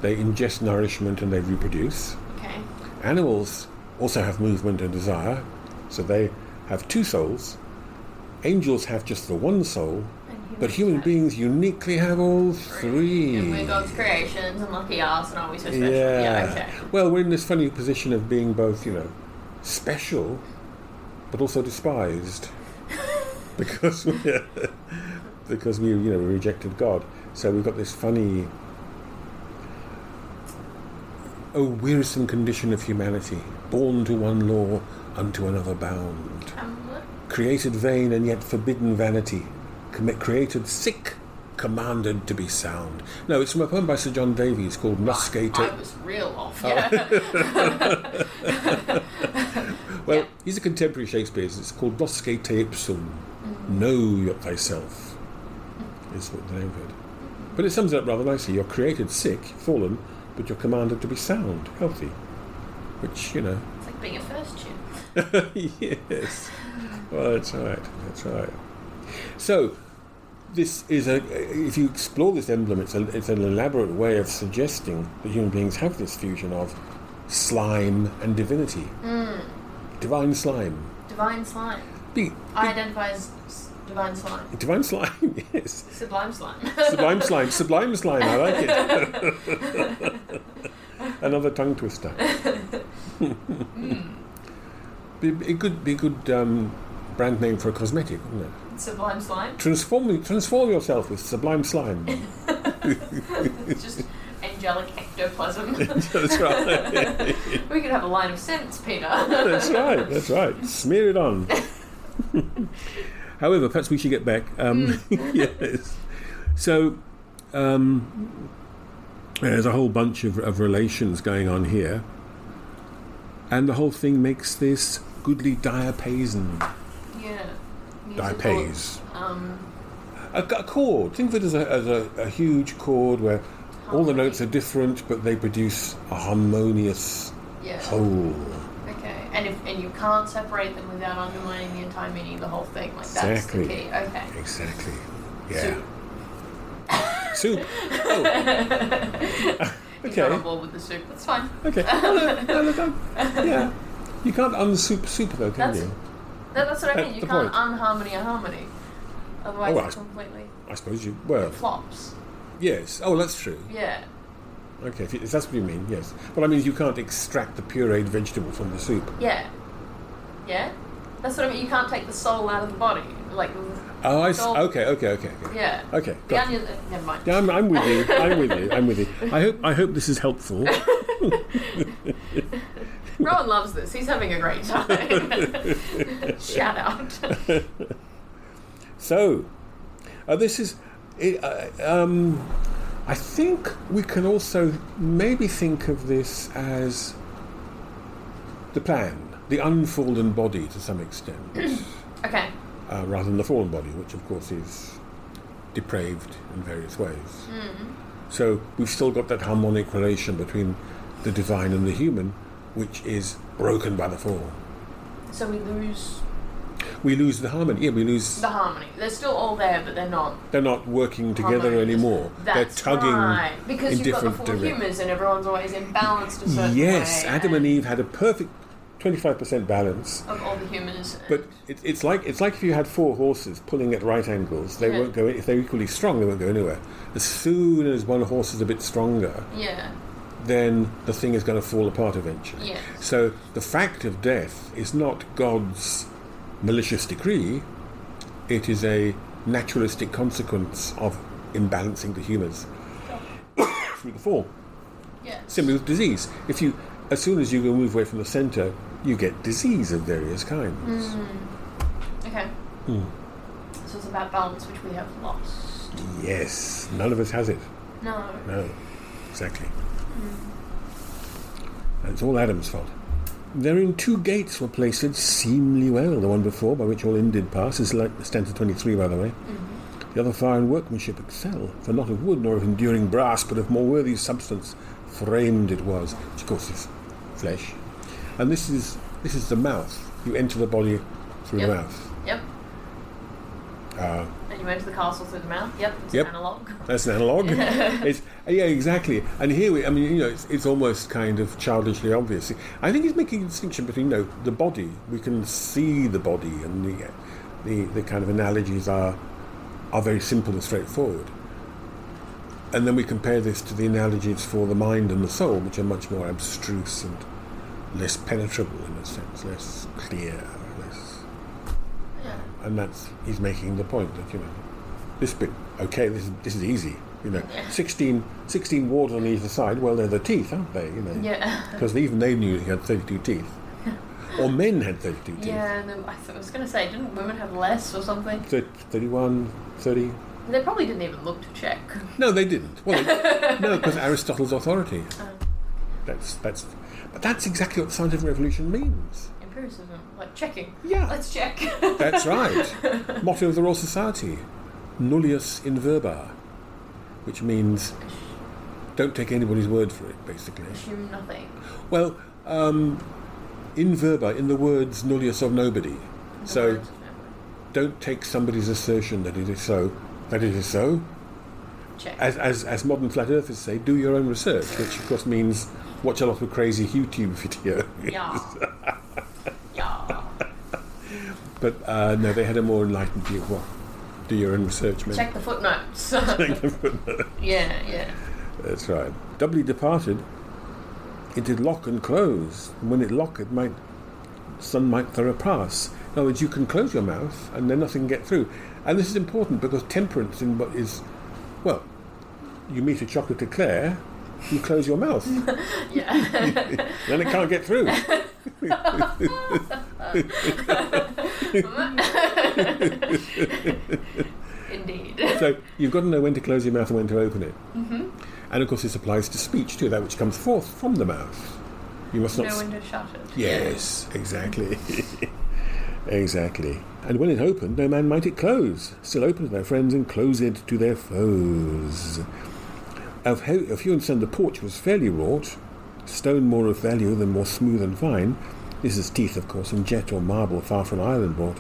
Speaker 2: they ingest nourishment and they reproduce.
Speaker 1: Okay.
Speaker 2: Animals also have movement and desire, so they have two souls. Angels have just the one soul,
Speaker 1: And
Speaker 2: but human
Speaker 1: have
Speaker 2: beings uniquely have all three.
Speaker 1: And we're God's creations and lucky us and always so special.
Speaker 2: Yeah.
Speaker 1: okay.
Speaker 2: Well, we're in this funny position of being both, you know, special, but also despised, because we because we, you know, we rejected God. So we've got this funny, oh, wearisome condition of humanity, born to one law, unto another bound,
Speaker 1: Um, what?
Speaker 2: created vain and yet forbidden vanity, commit created sick. Commanded to be sound. No, it's from a poem by Sir John Davies called Muskate.
Speaker 1: I was real off.
Speaker 2: Oh.
Speaker 1: Yeah.
Speaker 2: Well,
Speaker 1: Yeah.
Speaker 2: he's a contemporary Shakespeare. It's called Nosce te ipsum. Know y- thyself is what the name of it. But it sums it up rather nicely. You're created sick, fallen, but you're commanded to be sound, healthy. Which, you know,
Speaker 1: it's like being a first tune.
Speaker 2: yes. Well, that's right. That's right. So, this is a. If you explore this emblem, it's, a, it's an elaborate way of suggesting that human beings have this fusion of slime and divinity. Divine slime.
Speaker 1: Divine slime.
Speaker 2: Be,
Speaker 1: I identify as s- divine slime.
Speaker 2: divine slime, yes.
Speaker 1: Sublime slime.
Speaker 2: Sublime slime, sublime slime, I like it. Another tongue twister. be, be a good, be a good um, brand name for a cosmetic, wouldn't it?
Speaker 1: Sublime slime.
Speaker 2: Transform, transform yourself with sublime slime.
Speaker 1: It's just angelic ectoplasm.
Speaker 2: That's right.
Speaker 1: we could have a line of scents, Peter.
Speaker 2: That's right. That's right. Smear it on. However, perhaps we should get back. Um, yes. So um, there's a whole bunch of, of relations going on here, and the whole thing makes this goodly diapason.
Speaker 1: yeah. Musical,
Speaker 2: Diapase.
Speaker 1: Um,
Speaker 2: A, a chord. Think of it as a, as a, a huge chord where all the
Speaker 1: Harmony.
Speaker 2: notes are different, but they produce a harmonious
Speaker 1: yeah.
Speaker 2: whole.
Speaker 1: Okay. And if and you can't separate them without undermining the entire meaning of the whole thing. Like that's
Speaker 2: Exactly.
Speaker 1: the key. Okay.
Speaker 2: Exactly. Yeah. Soup. Oh.
Speaker 1: He's not
Speaker 2: okay.
Speaker 1: on board with the soup. That's fine.
Speaker 2: Okay. Oh, no, no, look, I'm- yeah. You can't unsoup soup though, can
Speaker 1: That's-
Speaker 2: you?
Speaker 1: No, that's what I
Speaker 2: That's
Speaker 1: mean. You
Speaker 2: the
Speaker 1: can't
Speaker 2: point.
Speaker 1: unharmony a harmony. Otherwise,
Speaker 2: Oh,
Speaker 1: it
Speaker 2: right.
Speaker 1: completely
Speaker 2: I suppose you. Well,
Speaker 1: flops.
Speaker 2: yes. Oh, that's true.
Speaker 1: Yeah.
Speaker 2: Okay, if, you- if that's what you mean, yes. But I mean, you can't extract the pureed vegetable from the soup.
Speaker 1: Yeah. Yeah? That's what I mean. You can't take the soul out of the body. Like,
Speaker 2: Oh, I s-
Speaker 1: So-
Speaker 2: okay, okay, okay, okay.
Speaker 1: yeah.
Speaker 2: Okay,
Speaker 1: The
Speaker 2: got it.
Speaker 1: onion. uh, Never mind.
Speaker 2: Yeah, I'm, I'm with you. I'm with you. I'm with you. I hope I hope this is helpful.
Speaker 1: Rowan loves this. He's having a great time. Shout out.
Speaker 2: So, uh, this is. It, uh, um, I think we can also maybe think of this as the plan, the unfallen body to some extent,
Speaker 1: Okay.
Speaker 2: uh, rather than the fallen body, which of course is depraved in various ways. So we've still got that harmonic relation between the divine and the human, which is broken by the fall.
Speaker 1: So we lose
Speaker 2: We lose the harmony. Yeah, we lose.
Speaker 1: the harmony. They're still all there, but they're not.
Speaker 2: They're not working together
Speaker 1: harmonious.
Speaker 2: anymore.
Speaker 1: That's
Speaker 2: They're tugging
Speaker 1: right. Because
Speaker 2: in
Speaker 1: you've
Speaker 2: different
Speaker 1: got the four
Speaker 2: direc-
Speaker 1: humors and everyone's always imbalanced a certain
Speaker 2: Yes,
Speaker 1: way.
Speaker 2: Adam and Eve had a perfect 25% balance.
Speaker 1: Of all the humors. and-
Speaker 2: But it, it's like it's like if you had four horses pulling at right angles, they
Speaker 1: Yeah.
Speaker 2: won't go. If they're equally strong, they won't go anywhere. As soon as one horse is a bit stronger,
Speaker 1: Yeah.
Speaker 2: then the thing is going to fall apart eventually.
Speaker 1: Yes.
Speaker 2: So the fact of death is not God's malicious decree; it is a naturalistic consequence of imbalancing the humors through the fall.
Speaker 1: Yeah.
Speaker 2: Similarly with disease. If you, as soon as you move away from the centre, you get disease of various kinds.
Speaker 1: Okay.
Speaker 2: Hmm.
Speaker 1: So it's about balance, which we have lost.
Speaker 2: Yes, none of us has it.
Speaker 1: No.
Speaker 2: No, exactly. And it's all Adam's fault. Therein two gates were placed seemly well, the one before by which all in did pass, is like the stanza 23, by the way. The other fire in workmanship excel, for not of wood nor of enduring brass, but of more worthy substance, framed it was, which of course is flesh. And this is this is the mouth. You enter the body through the
Speaker 1: Yep.
Speaker 2: mouth.
Speaker 1: Yep.
Speaker 2: Uh,
Speaker 1: And you enter the castle through the mouth. Yep. It's
Speaker 2: Yep.
Speaker 1: analog.
Speaker 2: That's an analog. it's, yeah, exactly. And here we, I mean, you know, it's, it's almost kind of childishly obvious. I think he's making a distinction between, you know, the body. We can see the body, and the, the, the kind of analogies are, are very simple and straightforward. And then we compare this to the analogies for the mind and the soul, which are much more abstruse and less penetrable in a sense, less clear, less
Speaker 1: Yeah.
Speaker 2: and that's he's making the point that you know this bit okay this is, this is easy you know 16, 16 wards on either side well they're the teeth aren't they you know
Speaker 1: Yeah.
Speaker 2: because even they knew he had 32 teeth or men had 32 teeth
Speaker 1: Yeah, and then I, th- I was going to say, didn't women have less or something?
Speaker 2: Thir 31 30
Speaker 1: They probably didn't even look to check.
Speaker 2: no they didn't well they, no because aristotle's authority that's that's but that's exactly what scientific revolution means
Speaker 1: Empiricism, like checking.
Speaker 2: Yeah.
Speaker 1: Let's check.
Speaker 2: That's right. Motto of the Royal Society, nullius in verba, which means don't take anybody's word for it, basically.
Speaker 1: Assume nothing.
Speaker 2: Well, um, in verba, in the words nullius of nobody. So don't take somebody's assertion that it is so, that it is so.
Speaker 1: Check.
Speaker 2: As, as, as modern flat earthers say, do your own research, which of course means watch a lot of crazy YouTube video.
Speaker 1: yeah. yeah.
Speaker 2: But uh, no, they had a more enlightened view of what do your own research meant.
Speaker 1: Check the footnotes. yeah, yeah.
Speaker 2: That's right. Doubly departed, it did lock and close, and when it lock, it might sun might thorough pass. In other words, you can close your mouth, and then nothing can get through. And this is important because temperance in what is, well, you meet a chocolate eclair, you close your mouth,
Speaker 1: Yeah.
Speaker 2: then it can't get through.
Speaker 1: Indeed.
Speaker 2: So you've got to know when to close your mouth and when to open it. Mm-hmm. And of course, this applies to speech too, that which comes forth from the mouth. You must not
Speaker 1: No window shuttered.
Speaker 2: Yes, exactly. exactly. And when it opened, no man might it close. Still open to their friends and close it to their foes. Of, ho- of hew and stone the porch was fairly wrought, stone more of value than more smooth and fine. This is teeth, of course, and jet or marble far from Ireland brought.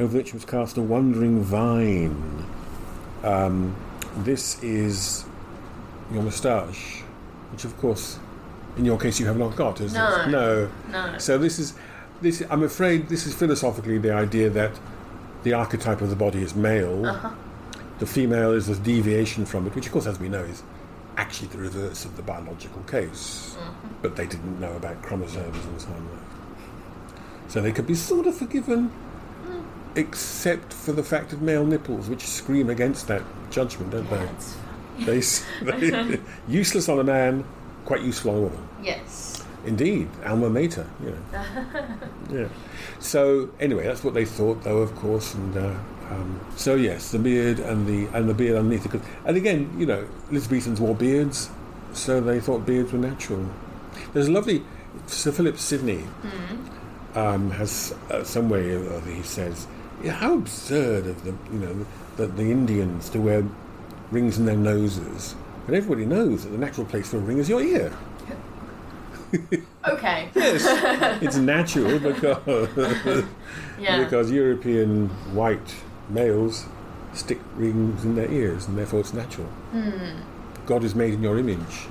Speaker 2: Over which was cast a wandering vine. Um, this is your moustache, which, of course, in your case, you have not got, is
Speaker 1: No.
Speaker 2: it? No.
Speaker 1: No.
Speaker 2: So this is this. I'm afraid this is philosophically the idea that the archetype of the body is male. The female is a deviation from it, which, of course, as we know, is actually the reverse of the biological case. But they didn't know about chromosomes and so on. So they could be sort of forgiven, except for the fact of male nipples, which scream against that judgment, don't they?
Speaker 1: That's-
Speaker 2: They, s- they useless on a man, quite useful on a woman.
Speaker 1: Yes.
Speaker 2: Indeed, alma mater. You know. yeah. So anyway, that's what they thought, though, of course. And uh, um, so yes, the beard and the and the beard underneath. it. 'Cause- And again, you know, Elizabethans wore beards, so they thought beards were natural. There's a lovely Sir Philip Sidney um, has uh, some way or other. He says, yeah, "How absurd of the you know the, the Indians to wear rings in their noses." But everybody knows that the natural place for a ring is your ear.
Speaker 1: Okay.
Speaker 2: It's natural because
Speaker 1: Yeah.
Speaker 2: because European white males stick rings in their ears, and therefore it's natural. God is made in your image.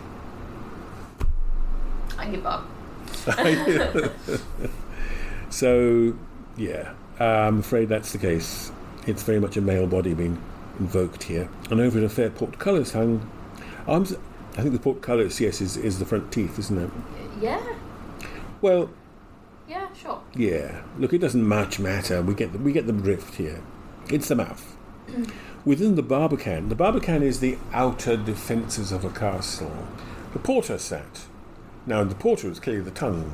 Speaker 1: I give up.
Speaker 2: so, yeah, uh, I'm afraid that's the case. It's very much a male body being invoked here. And over in a fair portcullis hung arms. I think the portcullis, yes, is, is the front teeth, isn't it?
Speaker 1: Yeah.
Speaker 2: Well,
Speaker 1: Yeah, sure.
Speaker 2: Yeah. Look, it doesn't much matter. We get the, we get the drift here. It's the mouth. Within the barbican, the barbican is the outer defences of a castle. The porter sat. Now the porter is clearly the tongue.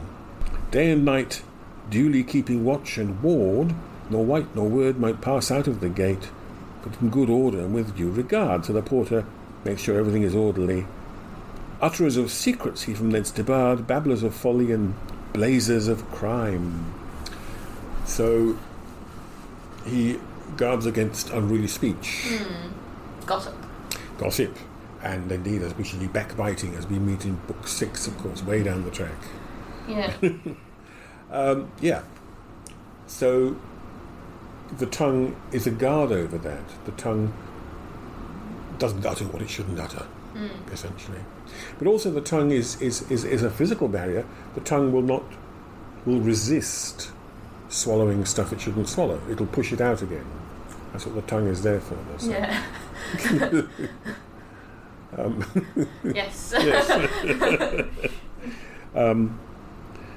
Speaker 2: Day and night, duly keeping watch and ward, nor white nor word might pass out of the gate, but in good order and with due regard. So the porter makes sure everything is orderly Utterers of secrets he from thence debarred, babblers of folly and blazers of crime. So he guards against unruly speech,
Speaker 1: Gossip.
Speaker 2: gossip, and indeed, as we should be backbiting, as we meet in book six, of course, way down the track.
Speaker 1: Yeah.
Speaker 2: Yeah. So the tongue is a guard over that. The tongue doesn't utter what it shouldn't utter, essentially. But also the tongue is, is, is, is a physical barrier. The tongue will not will resist swallowing stuff it shouldn't swallow. It'll push it out again. That's what the tongue is there for. that's it.
Speaker 1: yeah.
Speaker 2: Um.
Speaker 1: yes.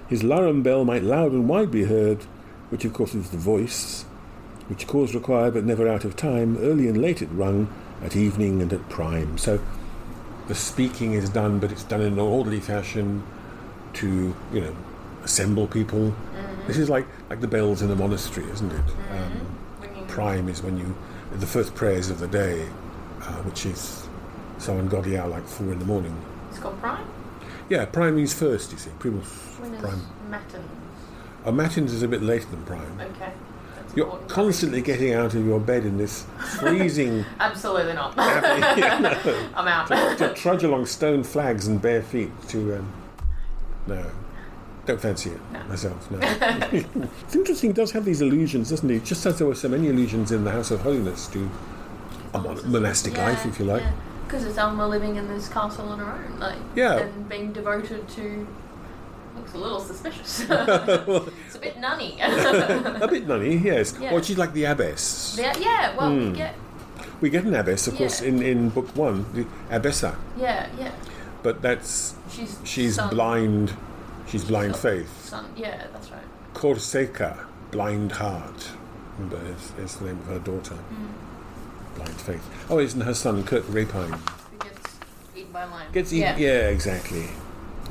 Speaker 2: His larum bell might loud and wide be heard, which of course is the voice, which cause required but never out of time, early and late it rung, at evening and at prime. So the speaking is done, but it's done in an orderly fashion to, you know, assemble people. This is like, like the bells in the monastery, isn't it? Um,
Speaker 1: Bringing-
Speaker 2: prime is when you, the first prayers of the day, uh, which is some ungodly hour like four in the morning.
Speaker 1: It's called Prime.
Speaker 2: Yeah, prime means first, you see. Primus,
Speaker 1: When is
Speaker 2: prime.
Speaker 1: Matins?
Speaker 2: A matins is a bit later than prime.
Speaker 1: Okay. That's
Speaker 2: You're
Speaker 1: important.
Speaker 2: constantly getting out of your bed in this freezing.
Speaker 1: Absolutely not.
Speaker 2: yeah, no.
Speaker 1: I'm out.
Speaker 2: To trudge along stone flags and bare feet to. Um, no. Don't fancy it myself, no. it's interesting, he does have these illusions, doesn't he? Just as there were so many illusions in the House of Holiness to a mon- monastic life, if you like.
Speaker 1: Because it's Alma living in this castle on her own, like,
Speaker 2: Yeah.
Speaker 1: and being devoted to. Looks a little suspicious. it's a bit nunny. yeah,
Speaker 2: A bit nunny, yes.
Speaker 1: Yeah.
Speaker 2: Or she's like the abbess.
Speaker 1: yeah, well,
Speaker 2: Hmm.
Speaker 1: we get.
Speaker 2: We get an abbess, of course,
Speaker 1: Yeah.
Speaker 2: in, in book one, the abbessa,
Speaker 1: Yeah, yeah.
Speaker 2: but that's.
Speaker 1: She's.
Speaker 2: She's
Speaker 1: sun-
Speaker 2: blind. She's blind faith.
Speaker 1: sun- yeah, that's right.
Speaker 2: Corsica, Blind Heart. Remember, it's, it's the name of her daughter. Blind Faith. Oh, isn't her son, Kirk Rapine?
Speaker 1: Who gets eaten by a lion.
Speaker 2: Gets eaten. Yeah. exactly.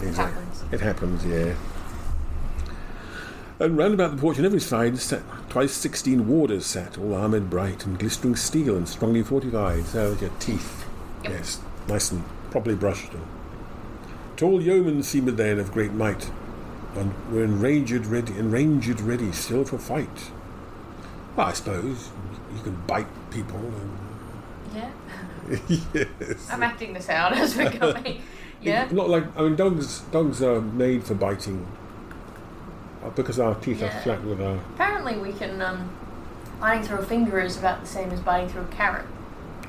Speaker 2: exactly.
Speaker 1: Happens.
Speaker 2: It happens, yeah. And round about the porch on every side sat twice sixteen warders sat, all armoured bright and glistering steel and strongly fortified, so with your teeth.
Speaker 1: Yep.
Speaker 2: Yes, nice and properly brushed. And tall yeomen seemed they and of great might, and were enraged ready enraged ready still for fight. Well, I suppose you can bite people and
Speaker 1: Yeah. yes. I'm acting this out as we're going. Yeah.
Speaker 2: Not like I mean, dogs. Dogs are made for biting uh, because our teeth
Speaker 1: Yeah.
Speaker 2: are flat with our.
Speaker 1: Apparently, we can. Um, biting through a finger is about the same as biting through a carrot.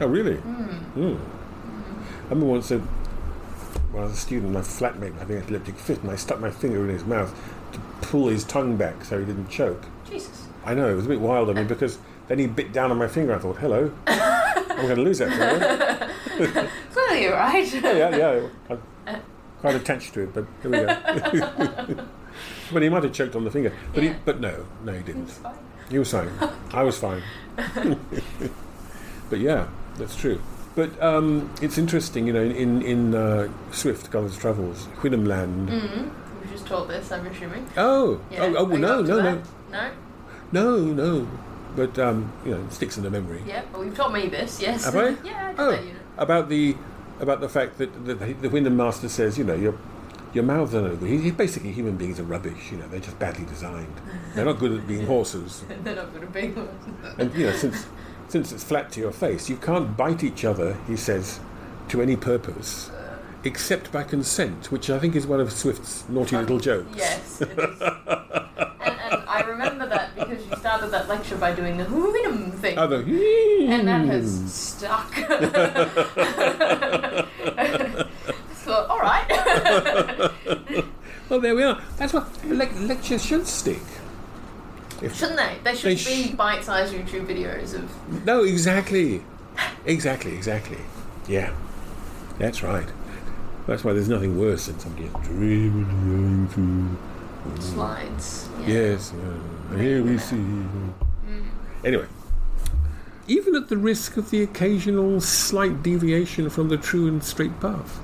Speaker 2: Oh really?
Speaker 1: Hmm.
Speaker 2: Mm. I remember once a, when I was a student, my flatmate was having an epileptic fit, and I stuck my finger in his mouth to pull his tongue back so he didn't choke.
Speaker 1: Jesus.
Speaker 2: I know it was a bit wild of me because then he bit down on my finger. I thought, "Hello, I'm going to lose that finger."
Speaker 1: Clearly, right?
Speaker 2: yeah, yeah. I'm quite attached to it, but here we go. but he might have choked on the finger. But
Speaker 1: Yeah.
Speaker 2: he, but no, no, he didn't.
Speaker 1: It's fine.
Speaker 2: You were fine. I was fine. but yeah, that's true. But um, it's interesting, you know, in in uh, Swift, Gulliver's Travels, Whinemland.
Speaker 1: We just taught this, I'm assuming.
Speaker 2: Oh,
Speaker 1: Mm. Yeah.
Speaker 2: oh, oh,
Speaker 1: Are you
Speaker 2: no,
Speaker 1: up to
Speaker 2: no, no,
Speaker 1: that? No?
Speaker 2: no, no. But um, you know, it sticks in the memory.
Speaker 1: Yeah, well, you've taught me this, yes.
Speaker 2: Have I?
Speaker 1: yeah, I did
Speaker 2: oh,
Speaker 1: that unit.
Speaker 2: about the about the fact that the, the Wyndham Master says, you know, your your mouths are no good. He, he- basically, human beings are rubbish. You know, they're just badly designed. They're not good at being horses.
Speaker 1: They're not going to be
Speaker 2: And you know, since since it's flat to your face, you can't bite each other, he says, to any purpose, except by consent, which I think is one of Swift's naughty little jokes.
Speaker 1: Yes, it is. and, and I remember that because you started that lecture by doing the hoo thing.
Speaker 2: Other
Speaker 1: and that
Speaker 2: hmm.
Speaker 1: has stuck. so, all right.
Speaker 2: well, "Oh, there we are. That's what le- lectures should stick.
Speaker 1: Shouldn't they? They should
Speaker 2: They
Speaker 1: be
Speaker 2: sh- Hmm.
Speaker 1: bite-sized YouTube videos of
Speaker 2: No, exactly, exactly, exactly. Yeah, that's right. That's why there's nothing worse than somebody just dreaming and going through
Speaker 1: slides.
Speaker 2: Yes, yeah. here we see. Anyway, even at the risk of the occasional slight deviation from the true and straight path,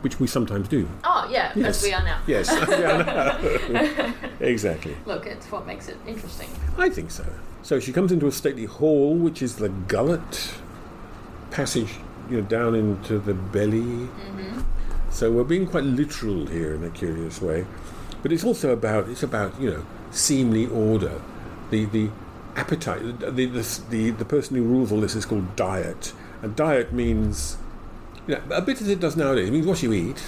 Speaker 2: which we sometimes do.
Speaker 1: Oh, yeah,
Speaker 2: Yes.
Speaker 1: as we are now.
Speaker 2: Yes, yeah, I know. exactly.
Speaker 1: Look, it's what makes it interesting.
Speaker 2: I think so. So she comes into a stately hall, which is the gullet passage you know, down into the belly. So we're being quite literal here in a curious way, but it's also about it's about you know seemly order, the the appetite. The the the, the, the person who rules all this is called diet, and diet means you know, a bit as it does nowadays. It means what you eat,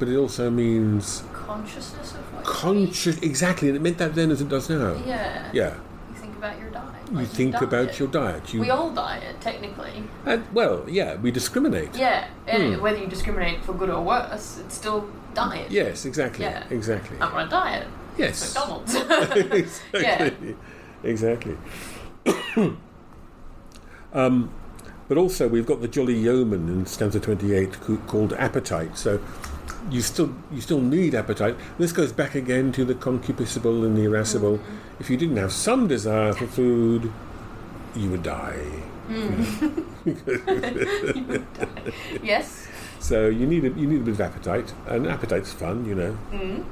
Speaker 2: but it also means
Speaker 1: Consciousness of what you
Speaker 2: conscious. Exactly, and it meant that then as it does now.
Speaker 1: eat. Yeah.
Speaker 2: Yeah.
Speaker 1: You think about your diet.
Speaker 2: You
Speaker 1: like
Speaker 2: think
Speaker 1: diet.
Speaker 2: about your diet. You
Speaker 1: We all diet, technically.
Speaker 2: and, well, yeah, we discriminate.
Speaker 1: Yeah. And
Speaker 2: Hmm.
Speaker 1: whether you discriminate for good or worse, it's still diet.
Speaker 2: Yes, exactly.
Speaker 1: Yeah.
Speaker 2: Exactly.
Speaker 1: I'm on a diet.
Speaker 2: yes.
Speaker 1: McDonald's.
Speaker 2: exactly. Exactly. um, but also, we've got the Jolly Yeoman in stanza twenty-eight c- called appetite. So you still you still need appetite. This goes back again to the concupiscible and the
Speaker 1: Mm.
Speaker 2: irascible. If you didn't have some desire for food, you would die.
Speaker 1: yes.
Speaker 2: So you need a, you need a bit of appetite, and appetite's fun, you know. Mm.
Speaker 1: Mm-hmm.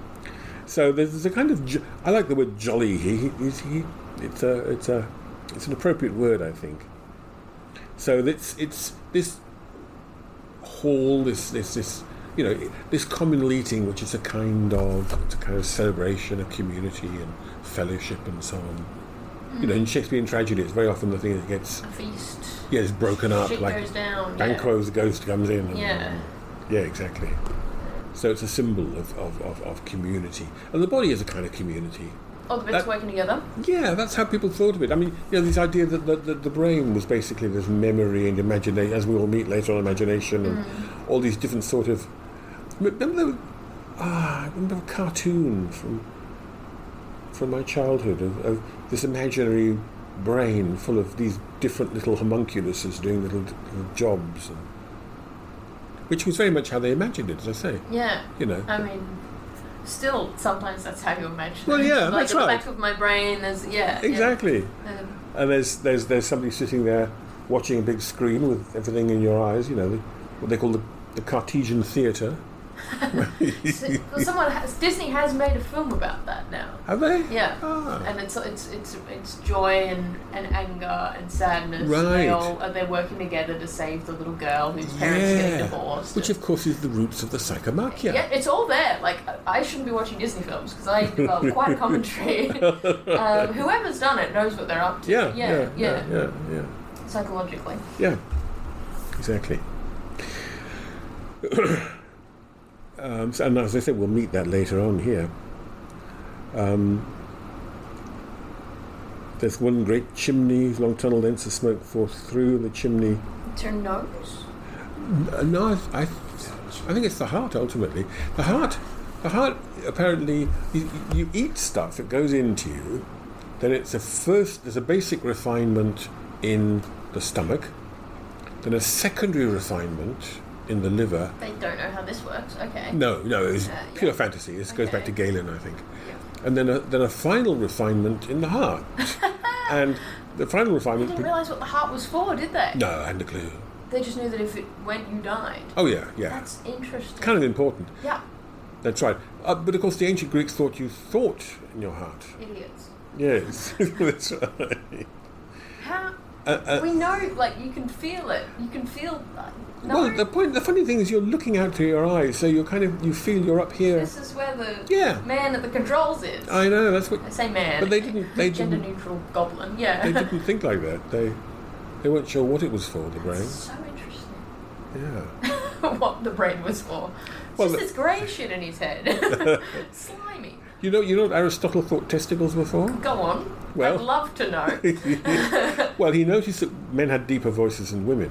Speaker 2: So there's, there's a kind of jo- I like the word jolly. He, he, he's- he it's a it's a it's an appropriate word, I think. So it's it's this hall, this this this you know this communal eating, which is a kind of it's a kind of celebration of community and fellowship and so on. You
Speaker 1: Mm-hmm.
Speaker 2: know, in Shakespearean tragedy, it's very often the thing that gets
Speaker 1: A feast.
Speaker 2: gets broken up,
Speaker 1: Shit
Speaker 2: like
Speaker 1: goes down.
Speaker 2: Banquo's ghost comes in. And,
Speaker 1: Yeah.
Speaker 2: yeah, exactly. So it's a symbol of, of, of, of community. And the body is a kind of community.
Speaker 1: yeah. All the bits
Speaker 2: That-
Speaker 1: working together.
Speaker 2: Yeah, that's how people thought of it. I mean, you know, this idea that the, the, the brain was basically this memory and imagination, as we will meet later on, imagination and all these different sort of. Remember, the, ah, I remember a cartoon from from my childhood of, of this imaginary brain full of these different little homunculuses doing little, little jobs, and, which was very much how they imagined it, as I say.
Speaker 1: Yeah.
Speaker 2: You know,
Speaker 1: I mean, still, sometimes that's how you imagine
Speaker 2: Well,
Speaker 1: it.
Speaker 2: yeah,
Speaker 1: like
Speaker 2: that's
Speaker 1: at the
Speaker 2: right.
Speaker 1: back of my brain, there's, yeah. yeah.
Speaker 2: exactly.
Speaker 1: Um,
Speaker 2: and there's there's there's somebody sitting there watching a big screen with everything in your eyes. You know, the, what they call the, the Cartesian theatre.
Speaker 1: so- well, someone has, Disney has made a film about that now.
Speaker 2: Have they?
Speaker 1: Yeah.
Speaker 2: Ah.
Speaker 1: And it's it's it's it's joy and, and anger and sadness.
Speaker 2: Right.
Speaker 1: They all and they're working together to save the little girl whose parents are getting divorced.
Speaker 2: Which, of course, is the roots of the psychomachia.
Speaker 1: yeah, it's all there. Like I shouldn't be watching Disney films because I develop quite a commentary. um, whoever's done it knows what they're up to.
Speaker 2: Yeah,
Speaker 1: yeah,
Speaker 2: yeah, yeah, yeah, yeah,
Speaker 1: Psychologically,
Speaker 2: yeah. Exactly. um, so, and as I said, we'll meet that later on here. Um, there's one great chimney, long tunnel thence the smoke forth through the chimney.
Speaker 1: it's your nose.
Speaker 2: Uh, No, I, I, I think it's the heart ultimately. The heart, the heart. Apparently, you, you eat stuff. It goes into you. Then it's a first. There's a basic refinement in the stomach. Then a secondary refinement in the liver.
Speaker 1: They don't know how this works. Okay.
Speaker 2: No, no, it's
Speaker 1: Uh, yeah.
Speaker 2: pure fantasy. This goes back to
Speaker 1: Okay.
Speaker 2: Galen, I think. And then a, then a final refinement in the heart. and the final
Speaker 1: They
Speaker 2: refinement.
Speaker 1: didn't realise what the heart was for, did they?
Speaker 2: no, I had a clue.
Speaker 1: They just knew that if it went, you died.
Speaker 2: Oh yeah, yeah.
Speaker 1: That's interesting.
Speaker 2: kind of important.
Speaker 1: yeah,
Speaker 2: That's right. Uh, but of course, the ancient Greeks thought you thought in your heart.
Speaker 1: idiots.
Speaker 2: Yes, that's right.
Speaker 1: How?
Speaker 2: Uh, uh,
Speaker 1: we know, like, you can feel it. You can feel. Like, no,
Speaker 2: well, the point, the funny thing is, you're looking out through your eyes, so you're kind of you feel you're up here.
Speaker 1: this is where the
Speaker 2: Yeah.
Speaker 1: man at the controls is.
Speaker 2: I know that's what
Speaker 1: I say man.
Speaker 2: But they didn't- they
Speaker 1: Gender
Speaker 2: didn't-
Speaker 1: neutral goblin. Yeah.
Speaker 2: they didn't think like that. They they weren't sure what it was for the brain.
Speaker 1: so interesting.
Speaker 2: Yeah,
Speaker 1: what the brain was for. It's
Speaker 2: Well,
Speaker 1: just
Speaker 2: the-
Speaker 1: this grey shit in his head. Slimy.
Speaker 2: you know, you know what Aristotle thought testicles were for.
Speaker 1: Go on.
Speaker 2: Well-
Speaker 1: I'd love to know.
Speaker 2: Well, he noticed that men had deeper voices than women,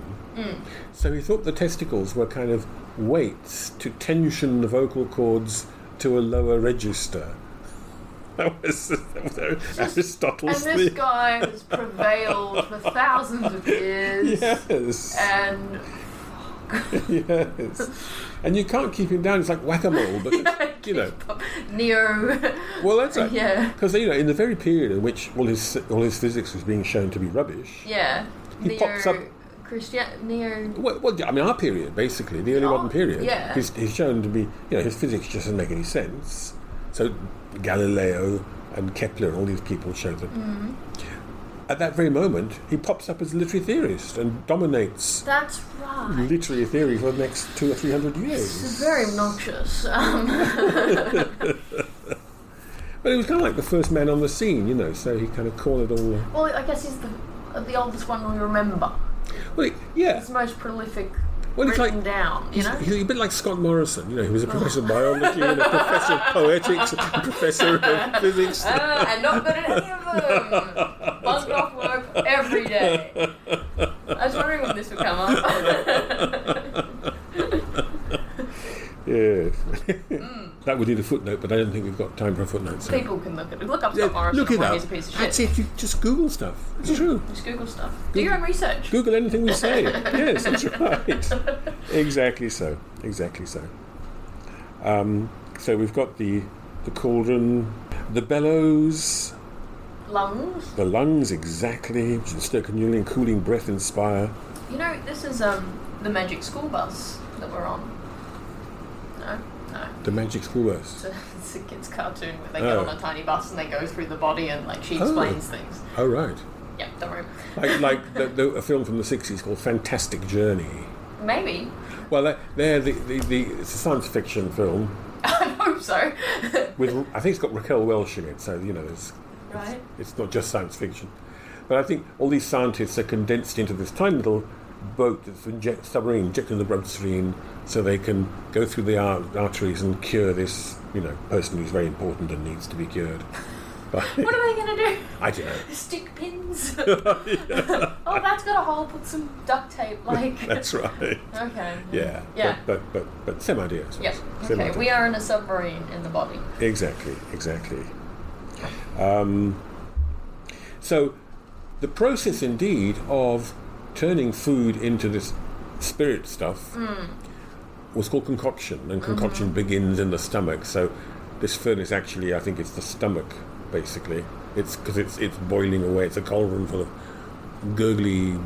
Speaker 2: so he thought the testicles were kind of weights to tension the vocal cords to a lower register. That was, that was
Speaker 1: and
Speaker 2: Aristotle's
Speaker 1: this
Speaker 2: theory.
Speaker 1: guy has prevailed for thousands of years.
Speaker 2: Yes.
Speaker 1: And
Speaker 2: yes. And you can't keep him down. It's like whack a mole, but it's, you know.
Speaker 1: Neo.
Speaker 2: Well, that's right.
Speaker 1: Yeah.
Speaker 2: Because you know, in the very period in which all his all his physics was being shown to be rubbish.
Speaker 1: Yeah.
Speaker 2: He
Speaker 1: Neo.
Speaker 2: pops up-
Speaker 1: Christian. Neo.
Speaker 2: Well, well, I mean, our period, basically, the early
Speaker 1: Oh,
Speaker 2: modern period.
Speaker 1: yeah.
Speaker 2: He's, he's shown to be, you know, his physics just doesn't make any sense.
Speaker 1: Mm-hmm.
Speaker 2: So Galileo and Kepler and all these people show that. at that very moment, he pops up as a literary theorist and dominates
Speaker 1: That's right.
Speaker 2: literary theory for the next two or three hundred years.
Speaker 1: It's very obnoxious. Um,
Speaker 2: But he was kind of like the first man on the scene, you know, so he kind of cornered all the.
Speaker 1: well, I guess he's the, the oldest one we remember.
Speaker 2: Well, he- yeah.
Speaker 1: He's the most prolific
Speaker 2: Well, it's
Speaker 1: written
Speaker 2: like-
Speaker 1: down, you
Speaker 2: He's,
Speaker 1: know?
Speaker 2: he's a bit like Scott Morrison, you know, he
Speaker 1: Oh.
Speaker 2: was a professor of biology and a professor of poetics, and a professor of physics.
Speaker 3: Ah, and not good at any of them. Bugged off work every day. I was wondering when this would come up.
Speaker 2: Yes.
Speaker 1: Mm.
Speaker 2: that would need a footnote, but I don't think we've got time for a footnote. So.
Speaker 1: People can look at it. Look up
Speaker 2: Yeah,
Speaker 1: Scott Morrison.
Speaker 2: look it
Speaker 1: why
Speaker 2: up.
Speaker 1: He's a piece of shit.
Speaker 2: That's it. You just Google stuff. It's true.
Speaker 1: Just Google stuff. Do your own research.
Speaker 2: Google anything we say. yes, that's right. Exactly so. Exactly so. Um, so we've got the the cauldron, the bellows,
Speaker 1: Lungs.
Speaker 2: the lungs exactly, which is and cooling breath inspire.
Speaker 1: You know, this is um the magic school bus that we're on. No, no.
Speaker 2: The magic school
Speaker 1: It's
Speaker 2: bus.
Speaker 1: a, it's a kid's cartoon where they get
Speaker 2: Oh.
Speaker 1: on a tiny bus and they go through the body and like she
Speaker 2: Oh.
Speaker 1: explains things.
Speaker 2: Oh right.
Speaker 1: Yeah, don't worry.
Speaker 2: Like like the, the, a film from the sixties called Fantastic Journey.
Speaker 1: Maybe.
Speaker 2: Well, they- they're the, the, the it's a science fiction film
Speaker 1: I hope so.
Speaker 2: with I think it's got Raquel Welch in it, so you know it's
Speaker 1: right?
Speaker 2: it's not just science fiction. But I think all these scientists are condensed into this tiny little boat that's inject, submarine injected in the bloodstream so they can go through the ar- arteries and cure this, you know, person who's very important and needs to be cured. But
Speaker 1: What are they gonna do?
Speaker 2: I don't know.
Speaker 1: Stick pins. oh, that's got a hole. Put some duct tape. Like.
Speaker 2: That's right.
Speaker 1: okay.
Speaker 2: Yeah.
Speaker 1: Yeah.
Speaker 2: But but but, but same idea. I suppose.
Speaker 1: Yep.
Speaker 2: Same
Speaker 1: Okay.
Speaker 2: idea.
Speaker 1: We are in a submarine in the body.
Speaker 2: Exactly, exactly. Um, so, the process indeed of turning food into this spirit stuff was called concoction, and concoction begins in the stomach. So, this furnace actually, I think it's the stomach, basically. It's because it's it's boiling away. It's a cauldron full of gurgly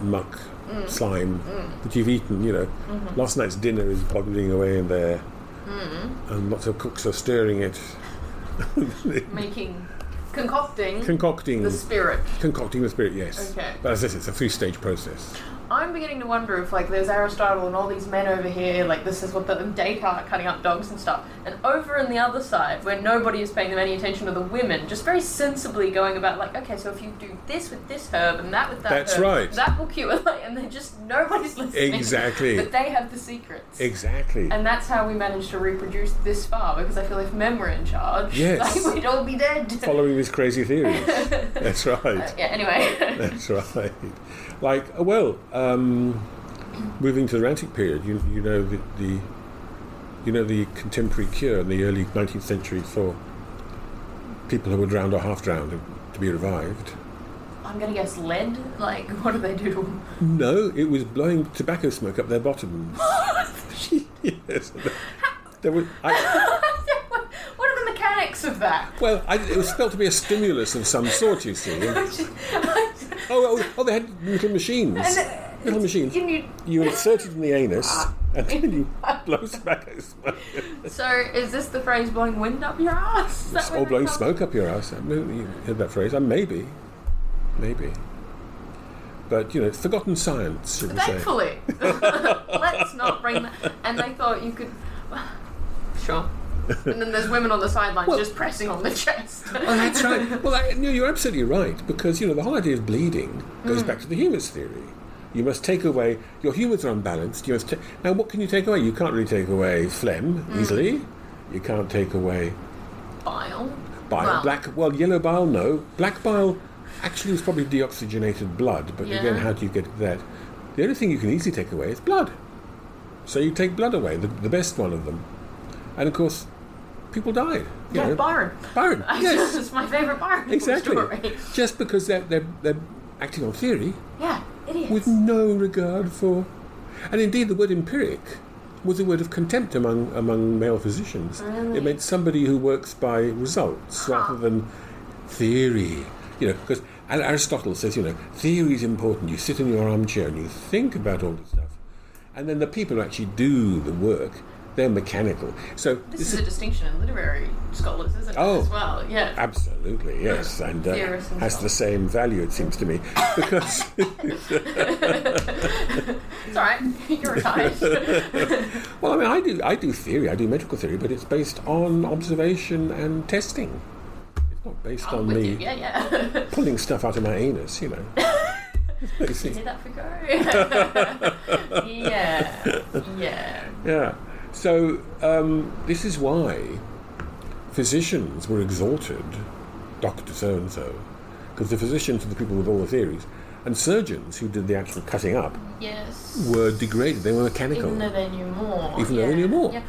Speaker 2: muck, slime that you've eaten. You know, last night's dinner is boiling away in there and lots of cooks are stirring it,
Speaker 1: Making, concocting
Speaker 2: concocting,
Speaker 1: the spirit.
Speaker 2: concocting the spirit. Yes,
Speaker 1: Okay.
Speaker 2: but as I said, it's a three-stage process.
Speaker 1: I'm beginning to wonder if like there's Aristotle and all these men over here, like this is what the and Descartes cutting up dogs and stuff, and over on the other side where nobody is paying them any attention to the women, just very sensibly going about like, okay, so if you do this with this herb and that with that,
Speaker 2: That's
Speaker 1: herb,
Speaker 2: right.
Speaker 1: that will cure, like, and then just nobody's listening.
Speaker 2: Exactly.
Speaker 1: but they have the secrets.
Speaker 2: Exactly.
Speaker 1: and that's how we managed to reproduce this far because I feel if men were in charge,
Speaker 2: Yes.
Speaker 1: like, we'd all be dead.
Speaker 2: Following these crazy theories. That's right.
Speaker 1: yeah. Anyway,
Speaker 2: That's right. Like, oh, well, um, moving to the Romantic period, you you know the, the you know the contemporary cure in the early 19th century for people who were drowned or half drowned to be revived.
Speaker 1: I'm gonna guess lead. Like, what do they do to them?
Speaker 2: No, it was blowing tobacco smoke up their bottoms. yes. There was, I,
Speaker 1: what what are the mechanics of that?
Speaker 2: well, I, it was felt to be a stimulus of some sort, you see. Oh, oh, oh they had little machines.
Speaker 1: uh,
Speaker 2: Little machines.
Speaker 1: Can you-
Speaker 2: You insert it in the anus and then you blow tobacco smoke.
Speaker 1: so is this the phrase blowing wind up your ass? Is that where
Speaker 2: Or
Speaker 1: that
Speaker 2: blowing
Speaker 1: comes-
Speaker 2: smoke up your ass. I mean, You heard that phrase? Uh, Maybe. Maybe. But, you know, it's forgotten science, should we say.
Speaker 1: Thankfully, let's not bring that. And they thought you could. Sure. And then there's women on the sidelines
Speaker 2: Well-
Speaker 1: just pressing on the chest.
Speaker 2: Well, that's right. Well, I, no, you're absolutely right because you know the whole idea of bleeding goes
Speaker 1: Mm.
Speaker 2: back to the humours theory. You must take away your humours are unbalanced. You must ta- now what can you take away? You can't really take away phlegm
Speaker 1: Mm.
Speaker 2: easily. You can't take away
Speaker 1: Bile.
Speaker 2: bile,
Speaker 1: Well,
Speaker 2: black. Well, yellow bile, no. Black bile actually is probably deoxygenated blood, but again,
Speaker 1: Yeah.
Speaker 2: how do you get that? The only thing you can easily take away is blood. So you take blood away, the, the best one of them, and of course, people died. you
Speaker 1: Yeah,
Speaker 2: know.
Speaker 1: Byron.
Speaker 2: Byron, yes.
Speaker 1: it's my favourite Byron
Speaker 2: Exactly.
Speaker 1: story.
Speaker 2: Just because they're, they're, they're acting on theory
Speaker 1: Yeah, idiots.
Speaker 2: with no regard for. And indeed, the word empiric was a word of contempt among, among male physicians.
Speaker 1: Really?
Speaker 2: It meant somebody who works by results rather than theory. You know, because Aristotle says, you know, theory is important. You sit in your armchair and you think about all this stuff. And then the people who actually do the work They're mechanical. So
Speaker 1: This is a distinction in literary scholars, isn't it?
Speaker 2: Oh.
Speaker 1: As well, yeah.
Speaker 2: Absolutely, yes, and uh,
Speaker 1: Theorists and
Speaker 2: has
Speaker 1: so
Speaker 2: the
Speaker 1: on.
Speaker 2: same value, it seems to me, because Ah.
Speaker 1: It's alright. You're retired.
Speaker 2: well, I mean, I do, I do theory, I do medical theory, but it's based on observation and testing. It's not based
Speaker 1: I'm
Speaker 2: on
Speaker 1: with
Speaker 2: me
Speaker 1: you. Yeah, yeah.
Speaker 2: pulling stuff out of my anus, you know. Basically,
Speaker 1: Did that for go? yeah. Yeah.
Speaker 2: yeah. So um, this is why physicians were exhorted, Doctor so and so, because the physicians were the people with all the theories, and surgeons who did the actual cutting up
Speaker 1: Yes.
Speaker 2: were degraded. They were mechanical.
Speaker 1: Even though they knew more.
Speaker 2: Even though
Speaker 1: yeah.
Speaker 2: they knew more.
Speaker 1: Yeah.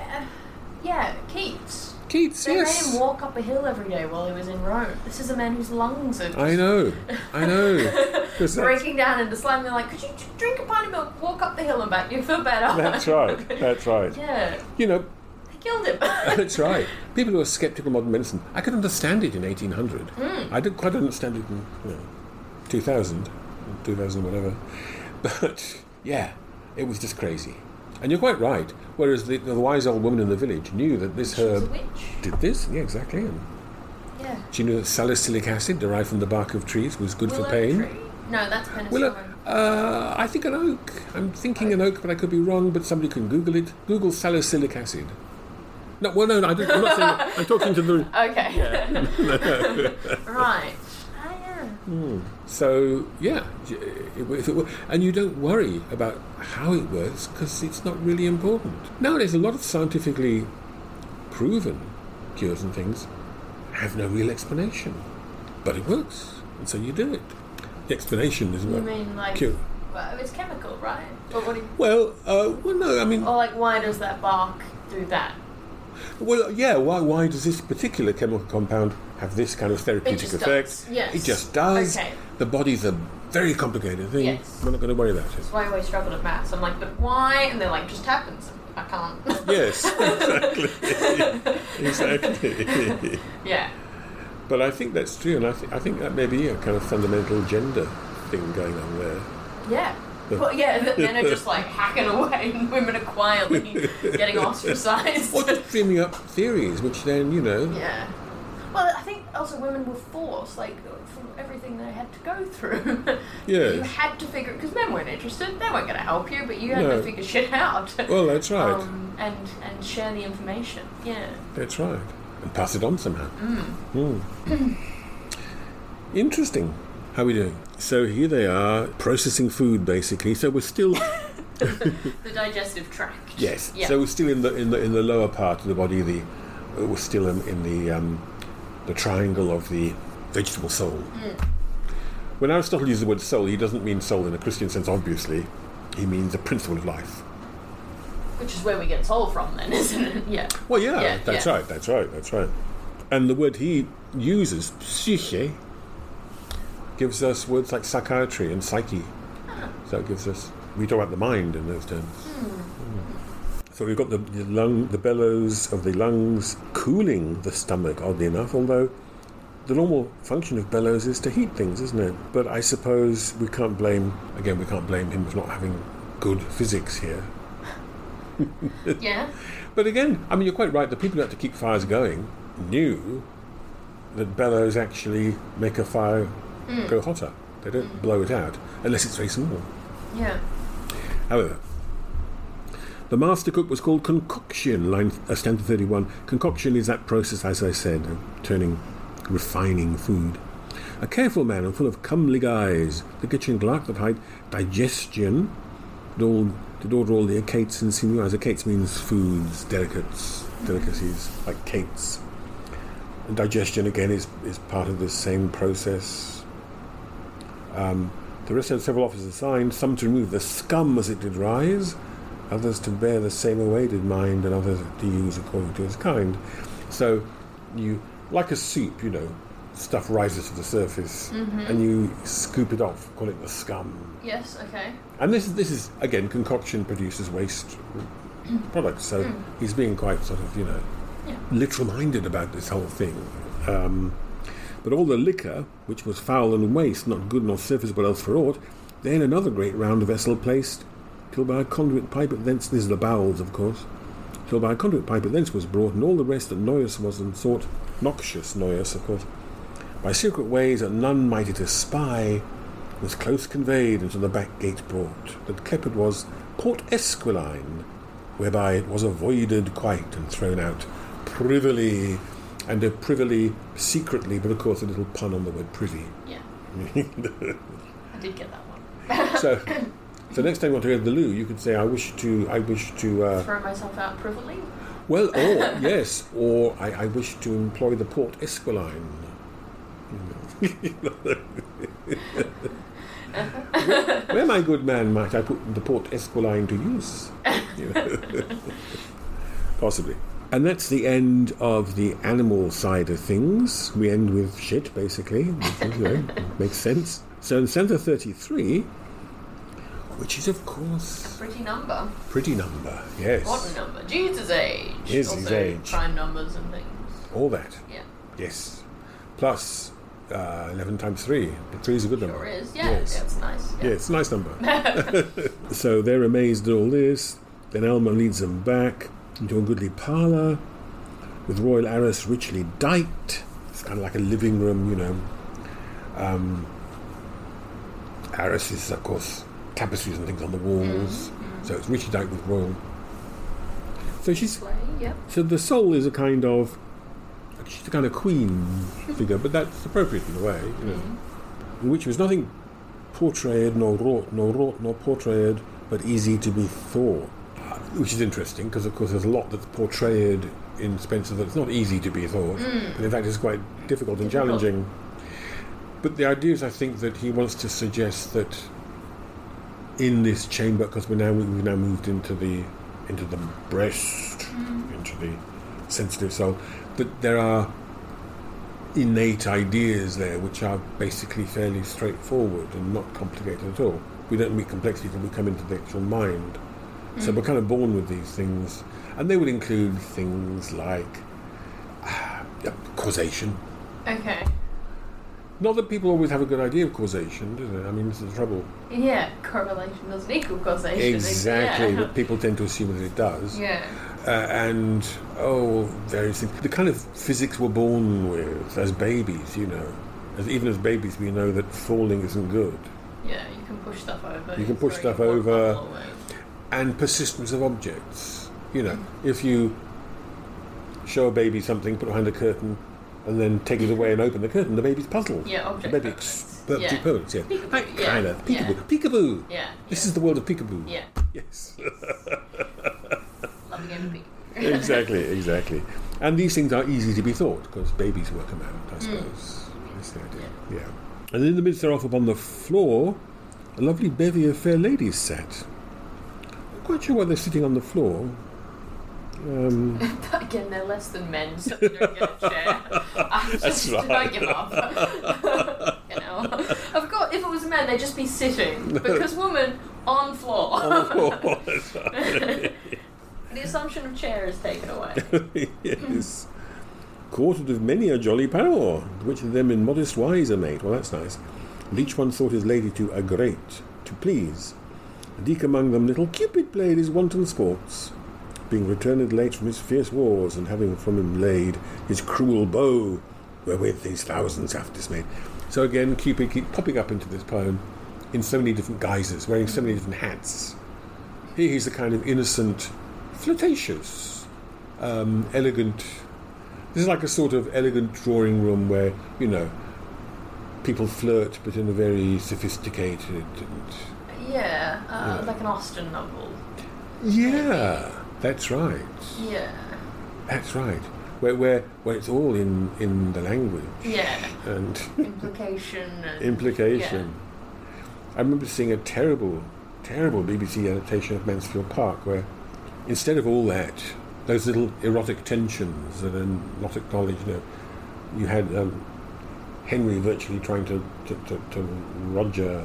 Speaker 1: Uh, yeah, Keats.
Speaker 2: Keats,
Speaker 1: They
Speaker 2: yes.
Speaker 1: made him walk up a hill every day while he was in Rome. This is a man whose lungs are
Speaker 2: I know, I know. 'Cause that's,
Speaker 1: breaking down into slime. They're like, could you j- drink a pint of milk, walk up the hill and back? You feel better.
Speaker 2: that's right. That's right.
Speaker 1: yeah,
Speaker 2: You know,
Speaker 1: they killed him.
Speaker 2: that's right. People who are sceptical of modern medicine, I could understand it in 1800.
Speaker 1: Hmm.
Speaker 2: I didn't quite understand it in you know, 2000, 2000 whatever. But yeah, it was just crazy. And you're quite right. Whereas the, the wise old woman in the village knew that this
Speaker 1: She was a
Speaker 2: herb
Speaker 1: witch.
Speaker 2: did this. Yeah, exactly. And
Speaker 1: Yeah.
Speaker 2: she knew that salicylic acid derived from the bark of trees was good
Speaker 1: Willow
Speaker 2: for pain.
Speaker 1: Tree? No, that's penicillin.
Speaker 2: Well, uh, I think an oak. I'm thinking an oak, but I could be wrong. But somebody can Google it. Google salicylic acid. No, well, no, no I don't, I'm not saying. that. I'm talking to the.
Speaker 1: Okay. right. Ah, yeah.
Speaker 2: So yeah, j- if it were, and you don't worry about how it works because it's not really important. Nowadays, a lot of scientifically proven cures and things have no real explanation, but it works, and so you do it. The explanation is
Speaker 1: You
Speaker 2: what
Speaker 1: mean like?
Speaker 2: cure.
Speaker 1: Well, it's chemical, right? But what? Do you,
Speaker 2: Well, uh, well, no, I mean.
Speaker 1: or like, why does that bark do that?
Speaker 2: Well, yeah. Why? Why does this particular chemical compound have this kind of therapeutic
Speaker 1: just
Speaker 2: effect?
Speaker 1: does, yes.
Speaker 2: It just does.
Speaker 1: Okay.
Speaker 2: The body's a very complicated thing.
Speaker 1: Yes.
Speaker 2: We're not going to worry about it.
Speaker 1: That's why I always struggle at maths. I'm like, but why? And they're like, just happens. I can't.
Speaker 2: Yes, exactly, exactly.
Speaker 1: yeah.
Speaker 2: but I think that's true, and I, th- I think that may be a kind of fundamental gender thing going on there.
Speaker 1: Yeah. Well, yeah, and the men are just like hacking away, and women are quietly getting ostracized.
Speaker 2: Or just dreaming up theories, which then you know.
Speaker 1: yeah. Well, I think also women were forced, like, from everything they had to go through.
Speaker 2: Yes.
Speaker 1: You had to figure because men weren't interested. They weren't going to help you, but you had
Speaker 2: No.
Speaker 1: to figure shit out.
Speaker 2: Well, that's right.
Speaker 1: Um, and and share the information. Yeah.
Speaker 2: That's right. And pass it on somehow. Mm. Interesting. How we doing? So here they are processing food, basically. So we're still
Speaker 1: The digestive tract.
Speaker 2: yes.
Speaker 1: Yeah.
Speaker 2: So we're still in the in the in the lower part of the body. The uh, we're still in, in the um, the triangle of the vegetable soul. When Aristotle uses the word soul, he doesn't mean soul in a Christian sense. Obviously, he means the principle of life.
Speaker 1: Which is where we get soul from, then, isn't it? Yeah.
Speaker 2: Well, yeah,
Speaker 1: Yeah,
Speaker 2: that's
Speaker 1: yeah.
Speaker 2: right, that's right, that's right. And the word he uses, psyche, gives us words like psychiatry and psyche. So it gives us, we talk about the mind in those terms. Mm. So we've got the, the lung, the bellows of the lungs cooling the stomach, oddly enough, although the normal function of bellows is to heat things, isn't it? But I suppose we can't blame, again, we can't blame him for not having good physics here.
Speaker 1: Yeah.
Speaker 2: But again, I mean, you're quite right. The people who had to keep fires going knew that bellows actually make a fire go hotter. They don't blow it out unless it's very small.
Speaker 1: Yeah.
Speaker 2: However, the master cook was called concoction, line uh, standard 31. Concoction is that process, as I said, of turning, refining food. A careful man and full of comely guise, the kitchen clerk that hight digestion did, all, did order all the acates and sinuas. Acates means foods, delicates, delicacies, like cates. And digestion, again, is, is part of this same process. The rest had several officers assigned, some to remove the scum as it did rise, others to bear the same away did mind, and others to use according to its kind. So you, like a soup, you know, stuff rises to the surface, and you scoop it off, call it the scum.
Speaker 1: Yes. Okay.
Speaker 2: And this, this is again, concoction produces waste products. So he's being quite sort of, you know,
Speaker 1: Yeah.
Speaker 2: literal-minded about this whole thing. Um, but all the liquor, which was foul and waste, not good nor serviceable else for aught, then another great round vessel placed, till by a conduit pipe, and thence this is the bowels, of course, till by a conduit pipe it thence was brought, and all the rest that Noyus was and sought, noxious Noyus, of course, by secret ways that none might it espy, was close conveyed unto the back gate brought, that Clepid was Port Esquiline, whereby it was avoided quite and thrown out privily, and a privily secretly, but of course a little pun on the word privy.
Speaker 1: Yeah. I did get that one.
Speaker 2: so, so next time you want to go to the loo, you could say, "I wish to, I wish to." Uh,
Speaker 1: Throw myself out privily.
Speaker 2: Well, or yes, or I, I wish to employ the Port Esquiline. You know. where, where, my good man, might I put the Port Esquiline to use? You know. Possibly. And that's the end of the animal side of things. We end with shit, basically. which, you know, makes sense. So in Santa 33, which is, of course,
Speaker 1: Pretty number.
Speaker 2: pretty number, yes.
Speaker 1: What number? Jesus' age.
Speaker 2: Jesus'
Speaker 1: also
Speaker 2: age.
Speaker 1: Prime numbers and things.
Speaker 2: All that,
Speaker 1: Yeah.
Speaker 2: yes. Plus uh, 11 times 3. 3 is a good number.
Speaker 1: There is. Yeah,
Speaker 2: Yes.
Speaker 1: that's nice.
Speaker 2: Yeah, it's a nice number. so they're amazed at all this. Then Elmer leads them back into a goodly parlour with royal arras richly diked. It's kind of like a living room, you know. Um, arras is, of course, tapestries and things on the walls.
Speaker 1: Mm-hmm.
Speaker 2: So it's richly diked with royal. So she's
Speaker 1: Play, yep.
Speaker 2: so the soul is a kind of she's a kind of queen figure, but that's appropriate in a way, you know. In which was nothing portrayed nor wrought, nor wrought nor portrayed, but easy to be thought. Which is interesting because, of course, there's a lot that's portrayed in Spencer that's not easy to be thought, but in fact is quite difficult and
Speaker 1: Difficult.
Speaker 2: challenging. But the idea is, I think, that he wants to suggest that in this chamber, because we're now we've now moved into the into the breast, into the sensitive soul, that there are innate ideas there which are basically fairly straightforward and not complicated at all. We don't meet complexity till we come into the actual mind. So we're kind of born with these things, and they would include things like uh, causation.
Speaker 1: Okay.
Speaker 2: Not that people always have a good idea of causation, do they? I mean, this is the trouble.
Speaker 1: Yeah, correlation doesn't equal causation.
Speaker 2: Exactly,
Speaker 1: Yeah.
Speaker 2: but people tend to assume that it does.
Speaker 1: yeah.
Speaker 2: Uh, and, oh, various things. The kind of physics we're born with as babies, you know. As, even as babies, we know that falling isn't good.
Speaker 1: Yeah, you can push stuff over.
Speaker 2: You can push
Speaker 1: throw
Speaker 2: stuff
Speaker 1: your water
Speaker 2: over.
Speaker 1: bottle away.
Speaker 2: And persistence of objects. You know, if you show a baby something, put it behind a curtain, and then take it away and open the curtain, the baby's puzzled.
Speaker 1: Yeah, object
Speaker 2: The baby
Speaker 1: permanence.
Speaker 2: per-
Speaker 1: Yeah.
Speaker 2: permanence, yeah.
Speaker 1: Peekaboo,
Speaker 2: That
Speaker 1: yeah,
Speaker 2: kind of.
Speaker 1: yeah.
Speaker 2: Peekaboo. Peekaboo!
Speaker 1: Yeah.
Speaker 2: This
Speaker 1: yeah,
Speaker 2: is the world of peekaboo.
Speaker 1: Yeah.
Speaker 2: Yes.
Speaker 1: Loving empathy.
Speaker 2: exactly, exactly. And these things are easy to be thought because babies work them out, I suppose. That's the idea. Yeah. And in the midst thereof, upon the floor, a lovely bevy of fair ladies sat. Not quite sure why they're sitting on the floor.
Speaker 1: But again, they're less than men, so they don't get a chair. I just do not give up. you know, of course, if it was men, they'd just be sitting because women on floor. the assumption of chair is taken away.
Speaker 2: yes. Courted of many a jolly power, which of them in modest wise are made. Well, that's nice. And each one thought his lady to agrate, to please. And eke among them little Cupid played his wanton sports, being returned late from his fierce wars, and having from him laid his cruel bow, wherewith these thousands have dismayed. So again, Cupid keep popping up into this poem in so many different guises, wearing so many different hats. Here he's a kind of innocent, flirtatious, elegant. This is like a sort of elegant drawing room where you know people flirt, but in a very sophisticated. And
Speaker 1: Yeah, uh, like an Austen novel.
Speaker 2: yeah, that's right.
Speaker 1: Yeah,
Speaker 2: That's right. Where where where it's all in in the language
Speaker 1: yeah.
Speaker 2: and
Speaker 1: Implication and
Speaker 2: implication. I remember seeing a terrible, terrible BBC adaptation of Mansfield Park where instead of all that, those little erotic tensions that are not acknowledged, you know, you had um, Henry virtually trying to, to, to, to Roger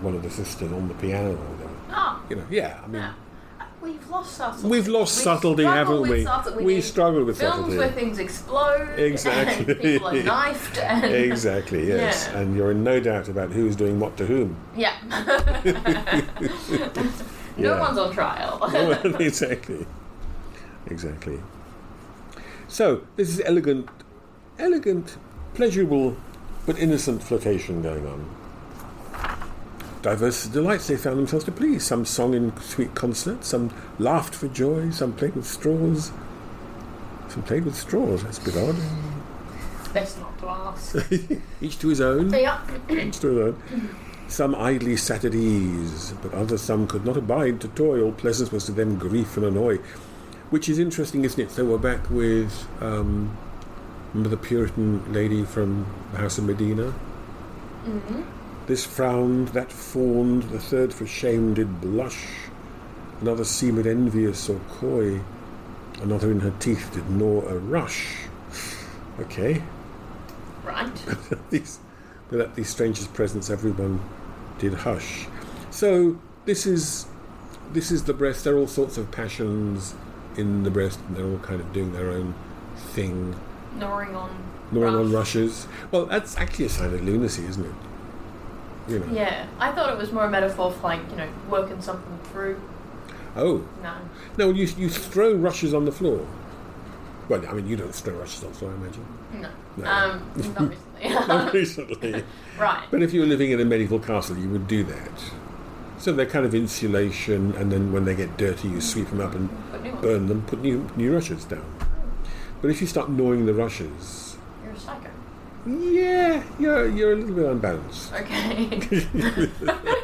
Speaker 2: one of the sisters on the piano. Or whatever.
Speaker 1: Ah,
Speaker 2: You know, yeah, I mean,
Speaker 1: yeah. We've lost subtlety.
Speaker 2: We've lost subtlety,
Speaker 1: struggle
Speaker 2: haven't
Speaker 1: with
Speaker 2: we?
Speaker 1: subtlety.
Speaker 2: We
Speaker 1: need
Speaker 2: struggle with
Speaker 1: films
Speaker 2: subtlety.
Speaker 1: where things explode.
Speaker 2: Exactly.
Speaker 1: And people are knifed. And
Speaker 2: exactly, yes.
Speaker 1: Yeah.
Speaker 2: And you're in no doubt about who's doing what to whom.
Speaker 1: Yeah.
Speaker 2: Yeah.
Speaker 1: No one's on trial.
Speaker 2: Well, exactly. Exactly. So this is elegant, elegant, pleasurable, but innocent flirtation going on. Diverse delights they found themselves to please. Some song in sweet concert, some laughed for joy, some played with straws. Some played with straws, that's a bit odd.
Speaker 1: Best not to ask.
Speaker 2: Each to his own.
Speaker 1: yeah.
Speaker 2: Each to his own. Some idly sat at ease, but others some could not abide to toil. Pleasance was to them grief and annoy. Which is interesting, isn't it? So we're back with um, remember the Puritan lady from the House of Medina? This frowned, that fawned, the third for shame did blush, another seemed envious or coy, another in her teeth did gnaw a rush. Okay.
Speaker 1: Right.
Speaker 2: these, but at these strangers' presence, everyone did hush. So this is this is the breast. There are all sorts of passions in the breast, and they're all kind of doing their own thing.
Speaker 1: Gnawing on.
Speaker 2: No one on
Speaker 1: rush.
Speaker 2: rushes. Well, that's actually a sign of lunacy, isn't it? You know.
Speaker 1: Yeah. I thought it was more a metaphor for like, you know, working something through.
Speaker 2: Oh
Speaker 1: No.
Speaker 2: no, you you throw rushes on the floor. Well, I mean, you don't throw rushes on the floor, I imagine.
Speaker 1: No.
Speaker 2: No.
Speaker 1: Um, not recently.
Speaker 2: Not recently.
Speaker 1: right.
Speaker 2: But if you were living in a medieval castle, you would do that. So they're kind of insulation, and then when they get dirty, you sweep them up and
Speaker 1: But new one.
Speaker 2: burn them, put new, new rushes down. But if you start gnawing the rushes,
Speaker 1: You're a psycho.
Speaker 2: yeah, you're, you're a little bit unbalanced.
Speaker 1: Okay.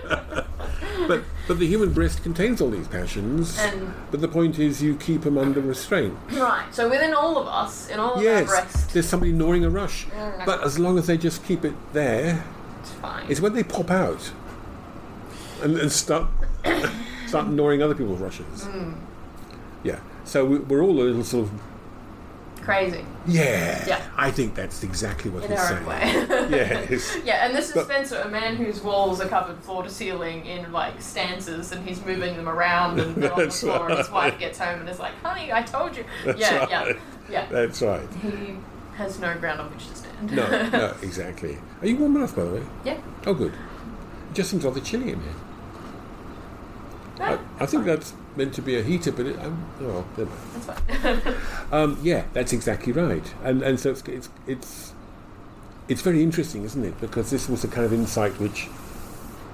Speaker 2: But, but the human breast contains all these passions.
Speaker 1: And-
Speaker 2: but the point is, you keep them under restraint.
Speaker 1: right. So within all of us, in all of our
Speaker 2: Yes,
Speaker 1: breasts,
Speaker 2: there's somebody gnawing a rush.
Speaker 1: Mm.
Speaker 2: But as long as they just keep it there,
Speaker 1: it's fine.
Speaker 2: It's when they pop out and, and start start gnawing other people's rushes.
Speaker 1: Mm.
Speaker 2: Yeah. So we- we're all a little sort of
Speaker 1: Crazy.
Speaker 2: yeah.
Speaker 1: Yeah.
Speaker 2: I think that's exactly what
Speaker 1: In
Speaker 2: he's
Speaker 1: our own
Speaker 2: saying.
Speaker 1: way.
Speaker 2: Yes.
Speaker 1: Yeah, and this is
Speaker 2: But-
Speaker 1: Spencer, a man whose walls are covered floor to ceiling in like stances, and he's moving them around and they're on the
Speaker 2: That's
Speaker 1: floor. And his wife
Speaker 2: right.
Speaker 1: gets home and is like, "Honey, I told you." yeah,
Speaker 2: right.
Speaker 1: yeah, yeah.
Speaker 2: That's right.
Speaker 1: He has no ground on which to stand.
Speaker 2: No, no, exactly. Are you warm enough, by the way?
Speaker 1: yeah.
Speaker 2: Oh, good. It just seems rather chilly in here.
Speaker 1: No,
Speaker 2: I, I think that's meant to be a heater, but it, I'm, oh, never mind.
Speaker 1: that's fine.
Speaker 2: Um, yeah, that's exactly right. And and so it's it's it's, it's very interesting, isn't it? Because this was the kind of insight which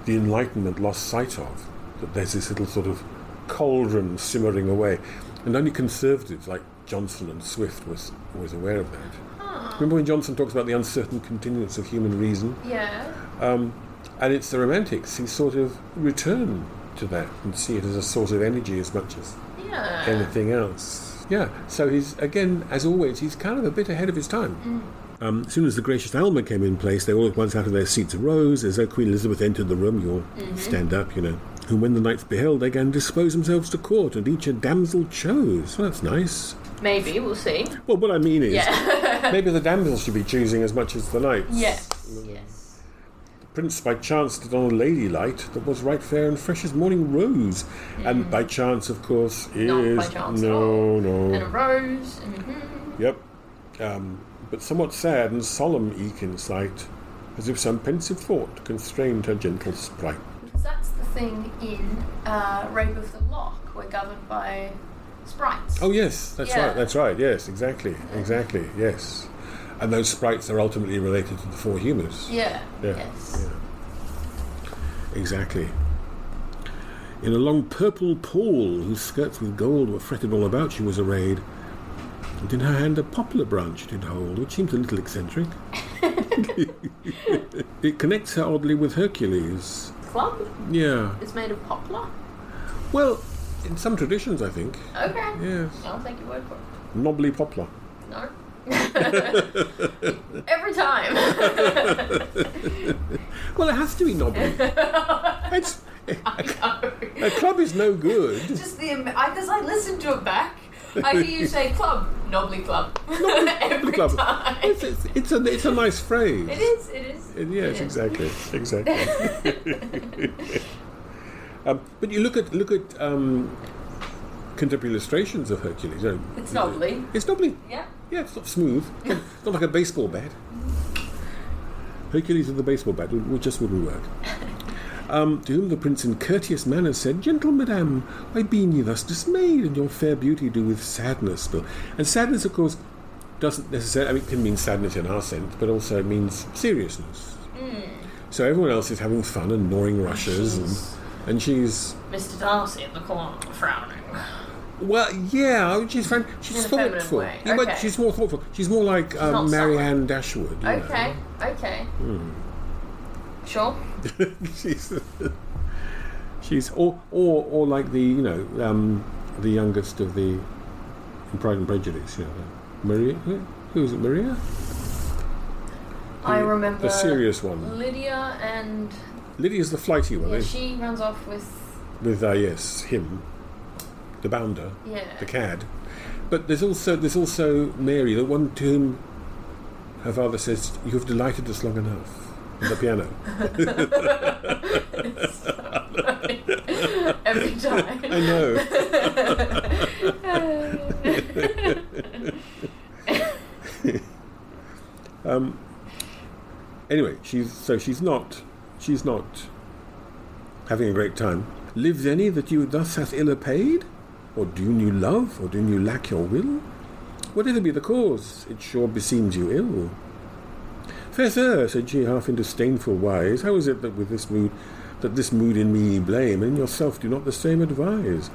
Speaker 2: the Enlightenment lost sight of. That there's this little sort of cauldron simmering away, and only conservatives like Johnson and Swift was was aware of that.
Speaker 1: Ah.
Speaker 2: Remember when Johnson talks about the uncertain continuance of human reason,
Speaker 1: yeah.
Speaker 2: and it's the Romantics who sort of return to that and see it as a source of energy as much as
Speaker 1: Yeah.
Speaker 2: anything else. Yeah, so he's, again, as always, he's kind of a bit ahead of his time. Um, as soon as the gracious Alma came in place, they all at once out of their seats arose. As though Queen Elizabeth entered the room, you all stand up, you know. Whom when the knights beheld, they gan dispose themselves to court, and each a damsel chose. Well, that's nice.
Speaker 1: Maybe we'll see.
Speaker 2: Well, what I mean is,
Speaker 1: Yeah.
Speaker 2: maybe the damsels should be choosing as much as the knights.
Speaker 1: yes.
Speaker 2: Mm.
Speaker 1: Yes.
Speaker 2: Prince by chance did on a lady light that was right fair and fresh as morning rose. And by chance, of course, is
Speaker 1: Hmm. Not by chance at
Speaker 2: no,
Speaker 1: all.
Speaker 2: no.
Speaker 1: And a rose. hmm
Speaker 2: Yep. Um, but somewhat sad and solemn eke in sight, as if some pensive thought constrained her gentle sprite.
Speaker 1: That's the thing in uh, Rape of the Lock. We're governed by sprites.
Speaker 2: Oh yes, that's
Speaker 1: Yeah.
Speaker 2: right, that's right, yes, exactly, exactly, yes. And those sprites are ultimately related to the four humours.
Speaker 1: Yeah.
Speaker 2: Yeah,
Speaker 1: Yes.
Speaker 2: Exactly. In a long purple pall, whose skirts with gold were fretted all about, she was arrayed. And in her hand a poplar branch did hold, which seems a little eccentric. it connects her oddly with Hercules.
Speaker 1: Club
Speaker 2: Yeah.
Speaker 1: is made of poplar.
Speaker 2: Well, in some traditions, I think.
Speaker 1: Okay.
Speaker 2: Yes.
Speaker 1: I'll take your word for it.
Speaker 2: Knobbly poplar.
Speaker 1: No. Every time.
Speaker 2: Well, it has to be knobbly. it's, a, a club is no good.
Speaker 1: Just the am- I because I listened to it back. I hear you say club, knobbly club. Every
Speaker 2: club.
Speaker 1: time.
Speaker 2: It's, it's, it's, a, it's a nice phrase.
Speaker 1: It is. It is.
Speaker 2: Uh, Yes,
Speaker 1: Yeah.
Speaker 2: exactly, exactly. um, but you look at look at um, contemporary illustrations of Hercules. You know,
Speaker 1: It's knobbly.
Speaker 2: it's knobbly.
Speaker 1: Yeah.
Speaker 2: Yeah, it's not smooth. It's not like a baseball bat. Hercules with a baseball bat would, would just wouldn't work. Um, to whom the prince in courteous manner said, Gentle madam, why be ye thus dismayed, and your fair beauty do with sadness fill? And sadness, of course, doesn't necessarily, I mean, it can mean sadness in our sense, but also means seriousness. So everyone else is having fun and gnawing rushes,
Speaker 1: She's-
Speaker 2: and, and she's,
Speaker 1: Mr. Darcy in the corner frowning.
Speaker 2: well, yeah, I mean, she's, fun, she's
Speaker 1: In a feminine
Speaker 2: thoughtful.
Speaker 1: way,
Speaker 2: Yeah, but
Speaker 1: okay.
Speaker 2: she's more thoughtful. She's more like
Speaker 1: not
Speaker 2: um, Marianne
Speaker 1: someone-
Speaker 2: Dashwood. you know.
Speaker 1: Okay, okay.
Speaker 2: Hmm.
Speaker 1: Sure.
Speaker 2: she's she's or or or like the you know um, the youngest of the in Pride and Prejudice, you know, Maria. Who is it, Maria?
Speaker 1: I remember
Speaker 2: the serious one.
Speaker 1: Lydia and
Speaker 2: Lydia's the flighty one.
Speaker 1: yeah,
Speaker 2: isn't
Speaker 1: she runs off with
Speaker 2: she? With uh, yes, him, the bounder,
Speaker 1: yeah.
Speaker 2: the cad. But there's also there's also Mary, the one to whom her father says, "You have delighted us long enough." on The piano.
Speaker 1: Every time.
Speaker 2: I know. anyway, she's so she's not she's not having a great time. Lives any that you thus hath ill paid? Or do you love, or do you lack your will? Whatever be the cause, it sure beseems you ill. Fair sir, said she half in disdainful wise, how is it that with this mood that this mood in me ye blame, and in yourself do not the same advise?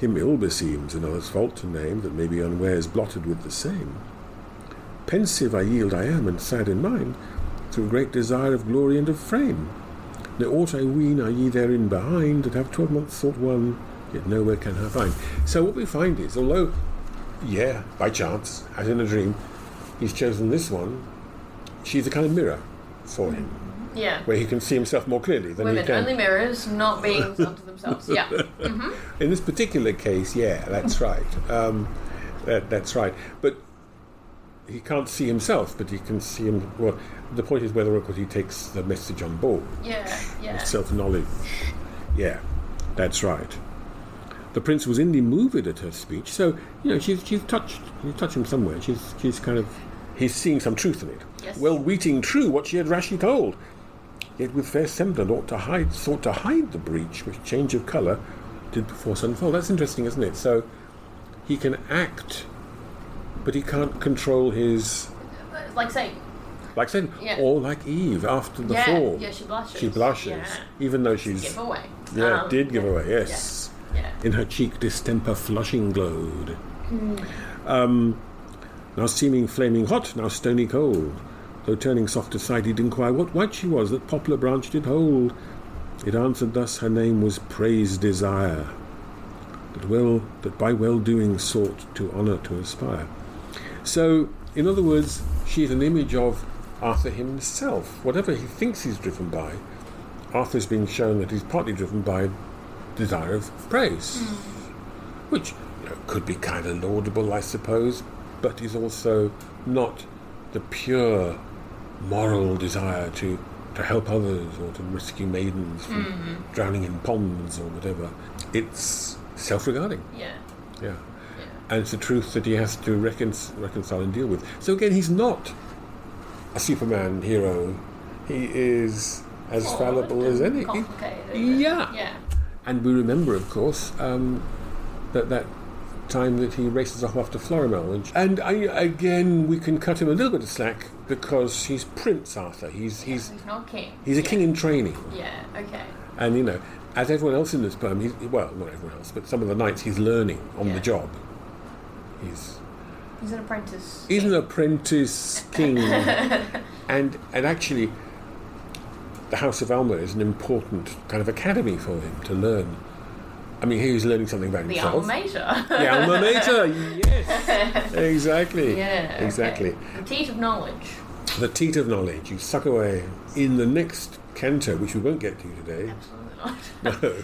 Speaker 2: Him ill beseems another's fault to name, that may be unwares blotted with the same. Pensive I yield I am, and sad in mind, through great desire of glory and of fame. No aught I ween are ye therein behind, that have twelve months sought one, yet nowhere can her find. So what we find is, although, yeah, by chance, as in a dream, he's chosen this one, she's a kind of mirror for him,
Speaker 1: yeah.
Speaker 2: where he can see himself more clearly than he
Speaker 1: Women
Speaker 2: can.
Speaker 1: only mirrors, not beings unto themselves. Yeah.
Speaker 2: In this particular case, yeah, that's right. Um, that, that's right. But he can't see himself, but he can see him. Well, the point is whether or not he takes the message on board.
Speaker 1: Yeah. Yeah.
Speaker 2: Self knowledge. Yeah, that's right. The prince was inly moved at her speech, so you know she's she's touched you touch him somewhere. She's she's kind of he's seeing some truth in it.
Speaker 1: Yes.
Speaker 2: Well, weeting true what she had rashly told, yet with fair semblant ought to hide sought to hide the breach which change of colour did perforce unfold. That's interesting, isn't it? So he can act, but he can't control his
Speaker 1: Like saying,
Speaker 2: like Satan
Speaker 1: Yeah.
Speaker 2: or like Eve after the
Speaker 1: Yeah,
Speaker 2: fall.
Speaker 1: yeah, she blushes.
Speaker 2: She blushes,
Speaker 1: Yeah.
Speaker 2: even though she's
Speaker 1: give away.
Speaker 2: yeah,
Speaker 1: Um,
Speaker 2: did give
Speaker 1: yeah,
Speaker 2: away, yes.
Speaker 1: Yeah.
Speaker 2: In her cheek distemper flushing glowed. Um, now seeming flaming hot, now stony cold. Though turning soft aside, he'd inquire what white she was that poplar branch did hold. It answered thus her name was Praise Desire, that well that by well doing sought to honour to aspire. So, in other words, she is an image of Arthur himself. Whatever he thinks he's driven by, Arthur's being shown that he's partly driven by desire of praise, which you know, could be kind of laudable, I suppose, but is also not the pure moral desire to, to help others or to rescue maidens from drowning in ponds or whatever. It's self regarding.
Speaker 1: Yeah.
Speaker 2: Yeah. And it's a truth that he has to recon- reconcile and deal with. So again, he's not a Superman hero. He is as
Speaker 1: Well,
Speaker 2: fallible as any.
Speaker 1: Oh, Complicated.
Speaker 2: Yeah.
Speaker 1: Yeah.
Speaker 2: And we remember, of course, um, that that time that he races off after Florimel. And, and I, again, we can cut him a little bit of slack because he's Prince Arthur. He's he's
Speaker 1: He's not king.
Speaker 2: he's a king in training.
Speaker 1: Yeah. Okay.
Speaker 2: And you know, as everyone else in this poem, he's well, not everyone else, but some of the knights, he's learning on
Speaker 1: Yeah.
Speaker 2: the job. He's
Speaker 1: He's an apprentice.
Speaker 2: he's an apprentice king, and and actually, the House of Alma is an important kind of academy for him to learn. I mean, he's learning something about
Speaker 1: The
Speaker 2: himself.
Speaker 1: alma mater.
Speaker 2: The alma mater, yes, exactly,
Speaker 1: Yeah.
Speaker 2: exactly.
Speaker 1: Okay. The teat of knowledge.
Speaker 2: The teat of knowledge you suck away in the next canto, which we won't get to today.
Speaker 1: Absolutely not.
Speaker 2: No.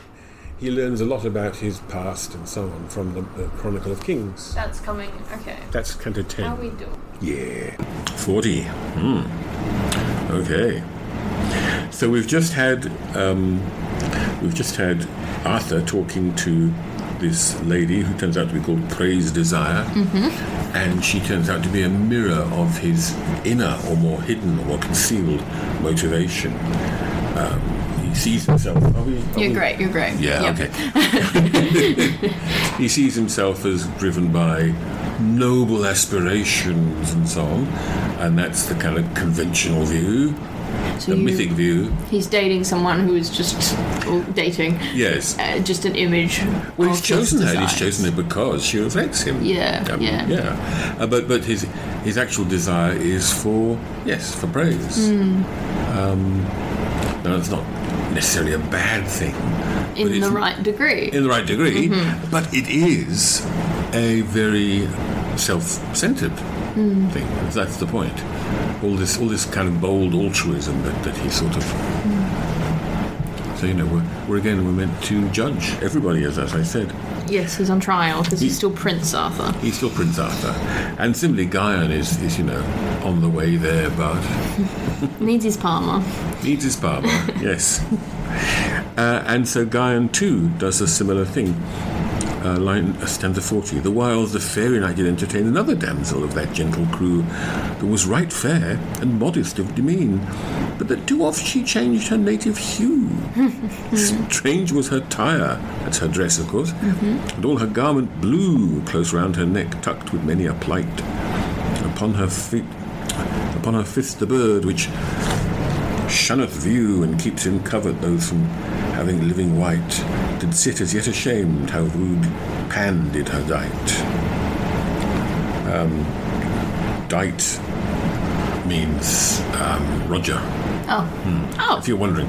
Speaker 2: He learns a lot about his past and so on from the, the Chronicle of Kings.
Speaker 1: That's coming. Okay.
Speaker 2: That's Canto 10.
Speaker 1: How we do?
Speaker 2: Yeah. 40. Hmm. Okay. So we've just had um, we've just had Arthur talking to this lady who turns out to be called Praise Desire,
Speaker 1: Mm-hmm.
Speaker 2: and she turns out to be a mirror of his inner or more hidden or more concealed motivation. Um, he sees himself. Are we, are
Speaker 1: You're
Speaker 2: we-
Speaker 1: great. You're great.
Speaker 2: Yeah,
Speaker 1: Yep.
Speaker 2: okay. he sees himself as driven by noble aspirations and so on, and that's the kind of conventional view,
Speaker 1: So
Speaker 2: the
Speaker 1: you-
Speaker 2: mythic view.
Speaker 1: He's dating someone who is just well, dating,
Speaker 2: Yes.
Speaker 1: uh, just an image. of
Speaker 2: Well, he's chosen
Speaker 1: his
Speaker 2: her. He's
Speaker 1: desires.
Speaker 2: chosen her because she reflects him. Um,
Speaker 1: Yeah, yeah.
Speaker 2: yeah. Uh, but but his his actual desire is for yes for praise.
Speaker 1: Hmm.
Speaker 2: Um, now it's not necessarily a bad thing but
Speaker 1: in
Speaker 2: it's-
Speaker 1: the right degree.
Speaker 2: in the right degree, but it is a very self-centered thing. That's the point. All this, all this kind of bold altruism that, that he sort of. So you know, we're, we're again we're meant to judge everybody, as, as I said.
Speaker 1: yes, he's on trial because he's
Speaker 2: He-
Speaker 1: still Prince Arthur.
Speaker 2: He's still Prince Arthur, and similarly, Guyon is, is you know on the way there, but
Speaker 1: Needs his Palmer.
Speaker 2: needs his barber. yes, uh, and so Guyon too does a similar thing. Uh, line uh, stanza forty. The whiles the fairy knight did entertain another damsel of that gentle crew, that was right fair and modest of demean, but that too oft she changed her native hue. Strange was her tire, that's her dress, of course, and all her garment blue, close round her neck, tucked with many a plight. Upon her feet, upon her fist, the bird which shunneth view and keeps him covered, though from having living white, did sit as yet ashamed how rude Pan did her dight. Um, dight means um, Roger,
Speaker 1: Oh,
Speaker 2: Hmm. if you're wondering.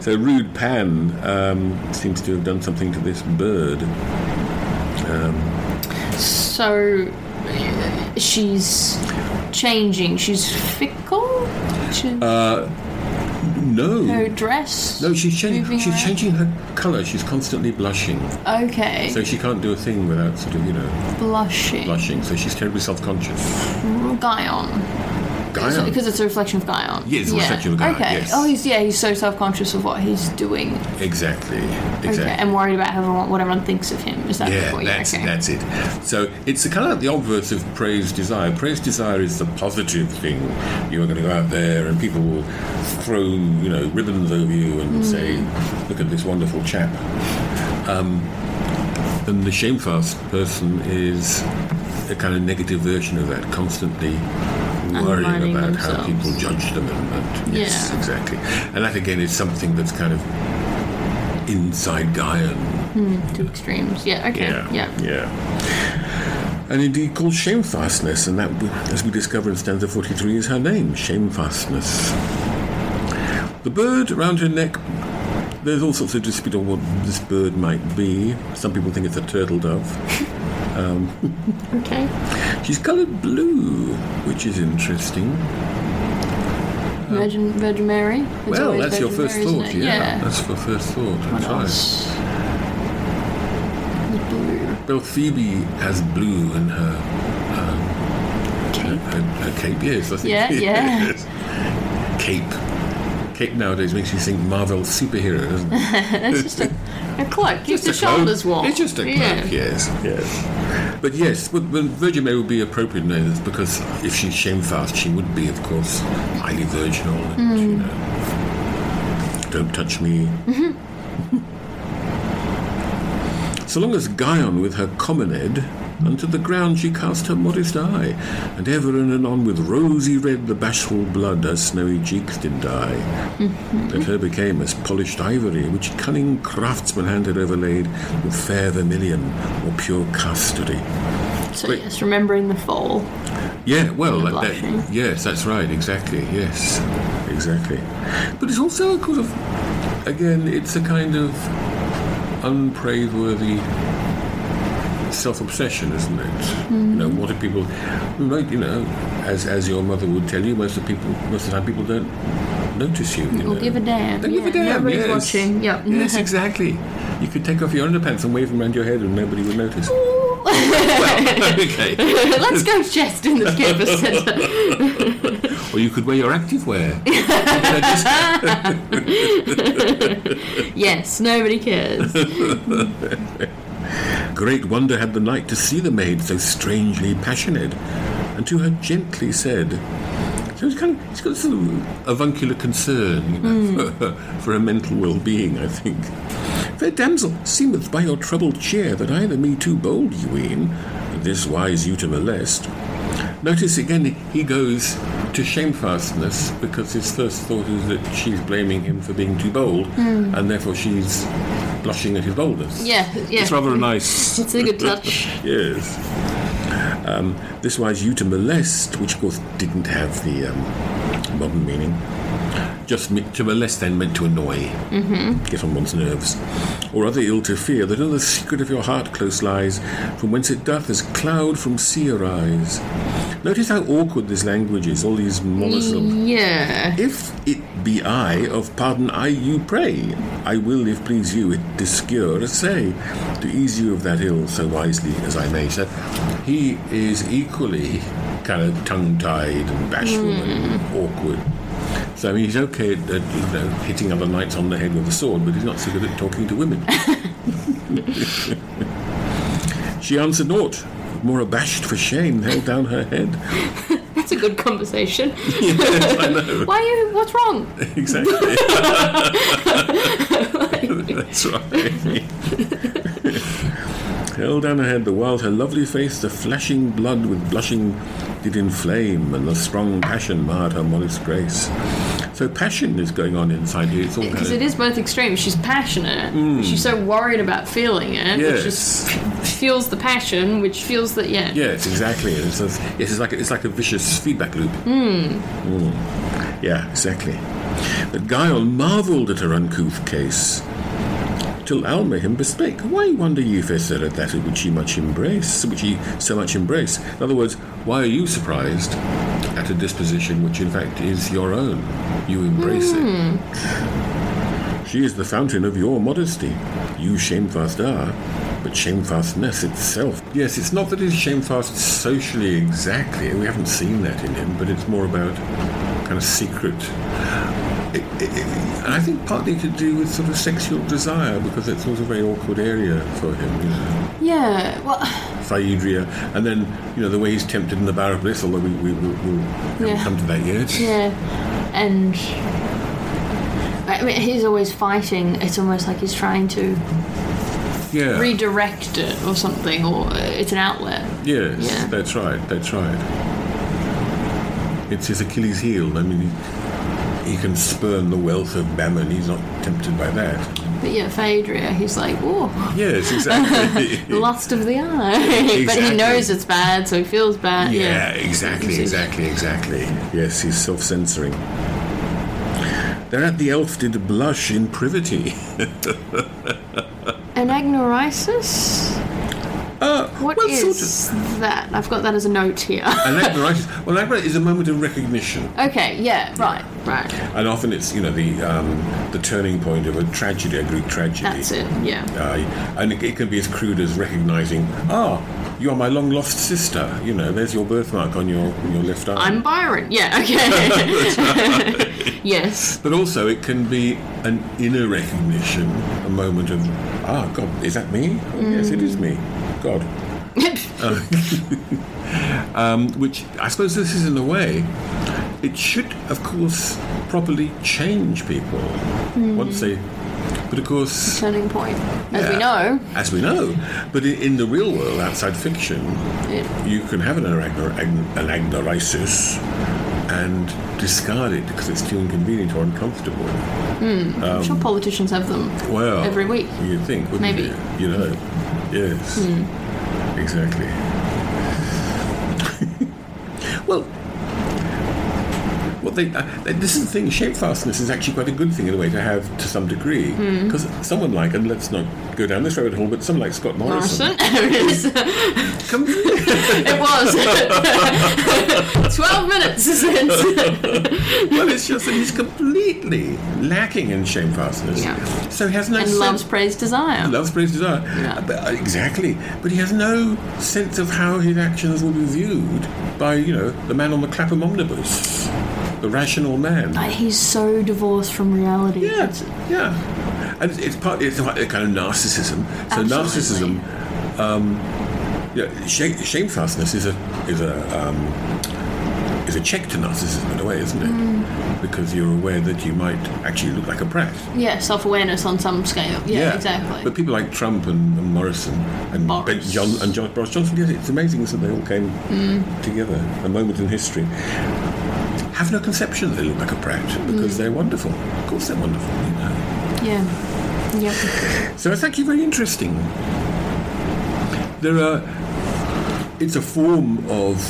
Speaker 2: So, so rude Pan um, seems to have done something to this bird.
Speaker 1: so uh, she's changing. She's fickle. She,
Speaker 2: No.
Speaker 1: her dress.
Speaker 2: Um, No, she's, chang-
Speaker 1: moving
Speaker 2: she's
Speaker 1: around.
Speaker 2: changing her colour. She's constantly blushing.
Speaker 1: Okay,
Speaker 2: So she can't do a thing without sort of, you know,
Speaker 1: blushing. Mm,
Speaker 2: blushing, so she's terribly self-conscious.
Speaker 1: Guyon,
Speaker 2: Guyon.
Speaker 1: because it's a reflection of Guyon.
Speaker 2: Yeah, it's a reflection of Guyon,
Speaker 1: Okay.
Speaker 2: yes.
Speaker 1: Oh, he's yeah, he's so self-conscious of what he's doing.
Speaker 2: exactly, exactly.
Speaker 1: Okay, and worried about how everyone, what everyone thinks of him. Is that
Speaker 2: yeah,
Speaker 1: what you're
Speaker 2: that's
Speaker 1: okay.
Speaker 2: that's it. So it's kind of like the obverse of praise desire. Praise desire is the positive thing. You're going to go out there, and people will throw you know ribbons over you
Speaker 1: Hmm.
Speaker 2: and say, "Look at this wonderful chap." Um, and the shamefast person is a kind of negative version of that, constantly worrying
Speaker 1: Undermining
Speaker 2: about how
Speaker 1: themselves.
Speaker 2: people judge them and that. Yes,
Speaker 1: Yeah.
Speaker 2: exactly. And that again is something that's kind of inside Gaian.
Speaker 1: Two extremes. Yeah. Okay.
Speaker 2: Yeah.
Speaker 1: yeah.
Speaker 2: Yeah. And indeed called shamefastness, and that, as we discover in stanza 43, is her name, shamefastness. The bird round her neck, there's all sorts of dispute on what this bird might be. Some people think it's a turtle dove.
Speaker 1: Okay.
Speaker 2: She's coloured blue, which is interesting.
Speaker 1: Virgin, Virgin Mary. It's
Speaker 2: Um, well,
Speaker 1: always
Speaker 2: that's your
Speaker 1: Virgin
Speaker 2: first
Speaker 1: Mary, isn't
Speaker 2: thought,
Speaker 1: it? Oh
Speaker 2: yeah. That's your first thought.
Speaker 1: What
Speaker 2: That's right.
Speaker 1: else? The blue
Speaker 2: Well, Phoebe has blue in her
Speaker 1: cape.
Speaker 2: A, a cape, yes, I think.
Speaker 1: Yeah, yeah.
Speaker 2: Yes. Cape. Cape nowadays makes you think Marvel superhero, doesn't it?
Speaker 1: That's just a, a cloak. Keeps the
Speaker 2: It's a cloak.
Speaker 1: shoulders warm.
Speaker 2: It's just a cloak,
Speaker 1: Yeah.
Speaker 2: yes, yes. But yes, but, but Virgin Mary would be appropriate in this because if she's shamefast, she would be, of course, highly virginal. And, you know, don't touch me. So long as Guyon with her commoned, unto the ground she cast her modest eye, and ever and anon with rosy red the bashful blood her snowy cheeks did dye, that her became as polished ivory, which cunning craftsman hand had overlaid with fair vermilion or pure custody.
Speaker 1: So
Speaker 2: Great.
Speaker 1: yes, remembering the fall.
Speaker 2: Yeah, well,
Speaker 1: And
Speaker 2: like
Speaker 1: blushing.
Speaker 2: that, yes, that's right, exactly, yes, exactly. But it's also a kind of, again, it's a kind of unpraiseworthy self-obsession, isn't it?
Speaker 1: Hmm.
Speaker 2: You know, what do people, right? You know, as as your mother would tell you, most of people, most of the time, people don't notice you. you
Speaker 1: Or
Speaker 2: know.
Speaker 1: give a damn.
Speaker 2: They give a
Speaker 1: Yeah,
Speaker 2: damn.
Speaker 1: Nobody's
Speaker 2: yes.
Speaker 1: watching. Yep.
Speaker 2: Yes, exactly. You could take off your underpants and wave them around your head, and nobody would notice. okay.
Speaker 1: Let's go chest in this campus centre.
Speaker 2: Or you could wear your active wear. You know, just-
Speaker 1: Yes, nobody cares.
Speaker 2: Great wonder had the knight to see the maid so strangely passionate, and to her gently said, So he's kind of, he's got some avuncular concern you know, for, for a mental well-being, I think. Fair damsel, seemeth by your troubled cheer that either me too bold you ween, and this wise you to molest. Notice again he goes to shamefastness because his first thought is that she's blaming him for being too bold, and therefore she's blushing at his boldness.
Speaker 1: Yeah, yeah.
Speaker 2: It's rather a nice.
Speaker 1: It's a good touch.
Speaker 2: Yes. Um, this wise you to molest, which of course didn't have the um, modern meaning. Just me- to molest then meant to annoy,
Speaker 1: Mm-hmm.
Speaker 2: get on one's nerves, or other ill to fear that in the secret of your heart close lies, from whence it doth as cloud from sea arise. Notice how awkward this language is, all these monosyllables.
Speaker 1: Yeah.
Speaker 2: If it be I, of pardon I you pray. I will, if please you, it discure say, to ease you of that ill so wisely as I may. So he is equally kind of tongue tied and bashful and awkward. So I mean, he's okay at, at you know, hitting other knights on the head with a sword, but he's not so good at talking to women. she answered naught, more abashed for shame, held down her head.
Speaker 1: That's a good conversation. Why are you, what's wrong?
Speaker 2: Exactly. That's right. Held down her head the while her lovely face, the flashing blood with blushing did inflame, and the strong passion marred her modest grace. So passion is going on inside here. It's all kind
Speaker 1: Because
Speaker 2: of,
Speaker 1: it is both extremes. She's passionate. She's so worried about feeling it.
Speaker 2: Hmm. Yes.
Speaker 1: Which just feels the passion, which feels that, yeah.
Speaker 2: Yes, exactly. It's, it's, it's like it's like a vicious feedback loop. Mm. Yeah, exactly. But Guile marvelled at her uncouth case, till Alma him bespake, "Why wonder ye, fair sir, at that which ye much embrace, which ye so much embrace? In other words, why are you surprised at a disposition which, in fact, is your own? You embrace it." She is the fountain of your modesty. You shamefast are, but shamefastness itself. Yes, it's not that he's shamefast socially exactly. We haven't seen that in him, but it's more about kind of secret. It- it- it- and I think partly to do with sort of sexual desire, because that's also a very awkward area for him. You know.
Speaker 1: Yeah. Well,
Speaker 2: Phaedria, and then you know the way he's tempted in the Bar of Bliss, although we we will we'll, we
Speaker 1: Yeah.
Speaker 2: haven't come to that yet.
Speaker 1: yeah. And. I mean, he's always fighting. It's almost like he's trying to
Speaker 2: Yeah.
Speaker 1: redirect it or something, or uh, it's an outlet.
Speaker 2: Yes,
Speaker 1: Yeah.
Speaker 2: that's right, that's right. It's his Achilles heel. I mean, he, he can spurn the wealth of mammon. He's not tempted by that.
Speaker 1: But yeah, Phaedria, he's like, oh,
Speaker 2: Yes, exactly.
Speaker 1: the lust of the eye. but he
Speaker 2: Exactly.
Speaker 1: knows it's bad, so he feels bad. Yeah.
Speaker 2: yeah, exactly, exactly, exactly. Yes, he's self censoring. Thereat the elf did blush in privity.
Speaker 1: An agnorisis?
Speaker 2: Uh,
Speaker 1: What
Speaker 2: well,
Speaker 1: is
Speaker 2: sort
Speaker 1: that? I've got that as a note here.
Speaker 2: of. An agnorasis. Well, agnorasis is a moment of recognition.
Speaker 1: okay, yeah, right, right.
Speaker 2: And often it's, you know, the um, the turning point of a tragedy, a Greek tragedy.
Speaker 1: That's it, yeah.
Speaker 2: Uh, and it, it can be as crude as recognizing, ah, you are my long lost sister. You know, there's your birthmark on your on your left arm.
Speaker 1: I'm Byron. Yeah, okay. yes.
Speaker 2: but also, it can be an inner recognition, a moment of, ah, God, is that me? Oh, Yes, it is me. God. Uh, Um, which I suppose this is in a way, it should, of course, properly change people once they. But of course,
Speaker 1: Turning point. As we
Speaker 2: Yeah.
Speaker 1: know,
Speaker 2: As we know. But in, in the real world, outside fiction, you can have an, arachno, agn- an agnorasis and discard it because it's too inconvenient or uncomfortable. Um,
Speaker 1: I'm sure politicians have them
Speaker 2: Well,
Speaker 1: every week.
Speaker 2: You'd think, wouldn't
Speaker 1: Maybe. Hmm.
Speaker 2: you? You know. Yes. Exactly. well, well, they, uh, this is the thing. Shapefastness is actually quite a good thing in a way to have to some degree,
Speaker 1: Hmm.
Speaker 2: because someone like, and let's not go down this rabbit hole, but someone like Scott Morrison,
Speaker 1: Morrison. it
Speaker 2: Come-
Speaker 1: was. 12 minutes since.
Speaker 2: well, it's just that he's completely lacking in shamefastness.
Speaker 1: Yeah.
Speaker 2: So he has no
Speaker 1: And
Speaker 2: sense-
Speaker 1: loves praise desire.
Speaker 2: Loves praise desire.
Speaker 1: Yeah.
Speaker 2: But, uh, exactly. But he has no sense of how his actions will be viewed by, you know, the man on the Clapham omnibus, the rational man.
Speaker 1: But he's so divorced from reality.
Speaker 2: yeah,
Speaker 1: It's-
Speaker 2: yeah. And it's, it's partly it's like a kind of narcissism. So
Speaker 1: Absolutely.
Speaker 2: narcissism, um, yeah, shame, shamefastness is a is a um, is a check to narcissism in a way, isn't it? Mm. Because you're aware that you might actually look like a brat.
Speaker 1: Yeah, self awareness on some scale. Yeah, yeah, exactly.
Speaker 2: But people like Trump and, and Morrison and Boris. Ben John and John, Boris Johnson, yes, it's amazing that they all came mm. together, a moment in history have no conception that they look like a brat because mm. they're wonderful. Of course, they're wonderful. You know.
Speaker 1: Yeah. Yep.
Speaker 2: So it's actually very interesting. There are. It's a form of